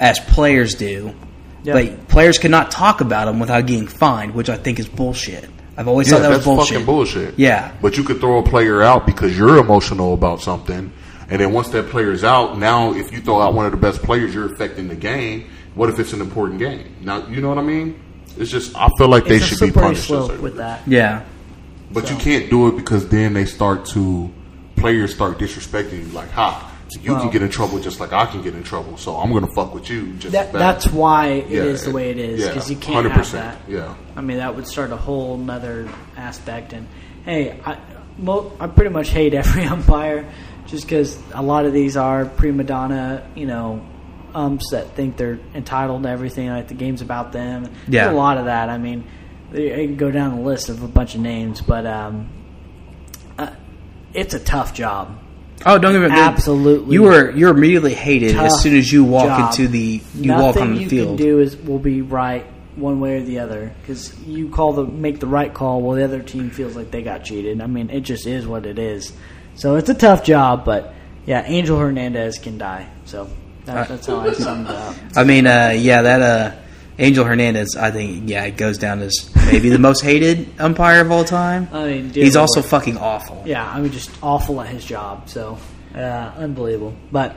Speaker 4: as players do.
Speaker 1: Yeah.
Speaker 4: But players cannot talk about them without getting fined, which I think is bullshit. I've always thought that was
Speaker 3: that's
Speaker 4: bullshit.
Speaker 3: fucking bullshit.
Speaker 4: Yeah.
Speaker 3: But you could throw a player out because you're emotional about something, and then once that player's out, now if you throw out one of the best players, you're affecting the game. What if it's an important game? Now you know what I mean. It's just I feel like they
Speaker 1: it's
Speaker 3: should
Speaker 1: a
Speaker 3: be
Speaker 1: slippery
Speaker 3: punished. in
Speaker 1: slope
Speaker 3: certain
Speaker 1: with
Speaker 3: ways.
Speaker 1: that.
Speaker 4: Yeah.
Speaker 3: But you can't do it because then they start to players start disrespecting you. Like, ha, you
Speaker 1: Well-
Speaker 3: can get in trouble just like I can get in trouble. So I'm gonna fuck with you. Just
Speaker 1: That,
Speaker 3: as bad.
Speaker 1: that's why it is
Speaker 3: Yeah,
Speaker 1: the way it is because
Speaker 3: yeah,
Speaker 1: you can't have
Speaker 3: 100%,
Speaker 1: that.
Speaker 3: Yeah.
Speaker 1: I mean, that would start a whole nother aspect. And hey, I, mo- I pretty much hate every umpire just because a lot of these are prima donna, you know, umps that think they're entitled to everything, like the game's about them.
Speaker 4: Yeah.
Speaker 1: There's a lot of that. I mean, they- I can go down the list of a bunch of names, but um, uh, it's a tough job.
Speaker 4: Oh, don't even
Speaker 1: Absolutely.
Speaker 4: You were you're immediately hated
Speaker 1: Tough
Speaker 4: as soon as you walk
Speaker 1: job.
Speaker 4: into the you
Speaker 1: Nothing
Speaker 4: walk on the
Speaker 1: you
Speaker 4: field.
Speaker 1: can do is will be right one way or the other because you call the make the right call while the other team feels like they got cheated. I mean, it just is what it is. So it's a tough job, but yeah, Angel Hernandez can die. So that, that's how I summed it up.
Speaker 4: I mean, uh, yeah, that uh, Angel Hernandez, I think, yeah, it goes down as maybe the most hated umpire of all time.
Speaker 1: I mean, dear
Speaker 4: He's also
Speaker 1: Lord.
Speaker 4: fucking awful.
Speaker 1: yeah, I mean, just awful at his job. So uh, unbelievable. But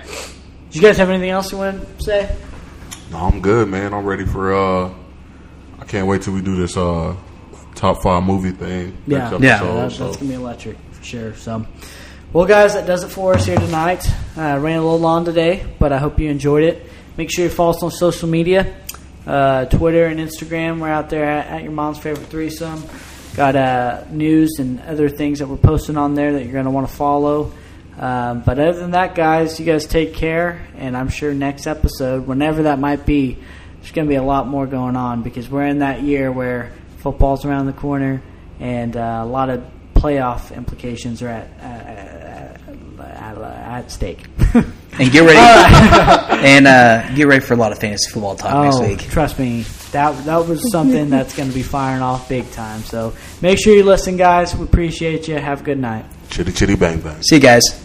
Speaker 1: do you guys have anything else you want to say?
Speaker 3: No, I'm good, man. I'm ready for. uh I can't wait till we do this uh top five movie thing.
Speaker 1: Yeah,
Speaker 3: next
Speaker 4: Yeah.
Speaker 1: So
Speaker 3: episode,
Speaker 1: that-
Speaker 3: so.
Speaker 1: that's gonna be electric for sure. So, well, guys, that does it for us here tonight. Uh, ran a little long today, but I hope you enjoyed it. Make sure you follow us on social media, uh, Twitter and Instagram. We're out there at, at your mom's favorite threesome. Got uh, news and other things that we're posting on there that you're gonna want to follow. Um, but other than that, guys, you guys take care, and I'm sure next episode, whenever that might be, there's going to be a lot more going on because we're in that year where football's around the corner and uh, a lot of playoff implications are at at, at, at, at stake.
Speaker 4: And get ready, and uh, get ready for a lot of fantasy football talk next
Speaker 1: oh,
Speaker 4: week.
Speaker 1: trust me, that that was something that's going to be firing off big time. So make sure you listen, guys. We appreciate you. Have a good night.
Speaker 3: Chitty chitty bang bang.
Speaker 4: See you guys.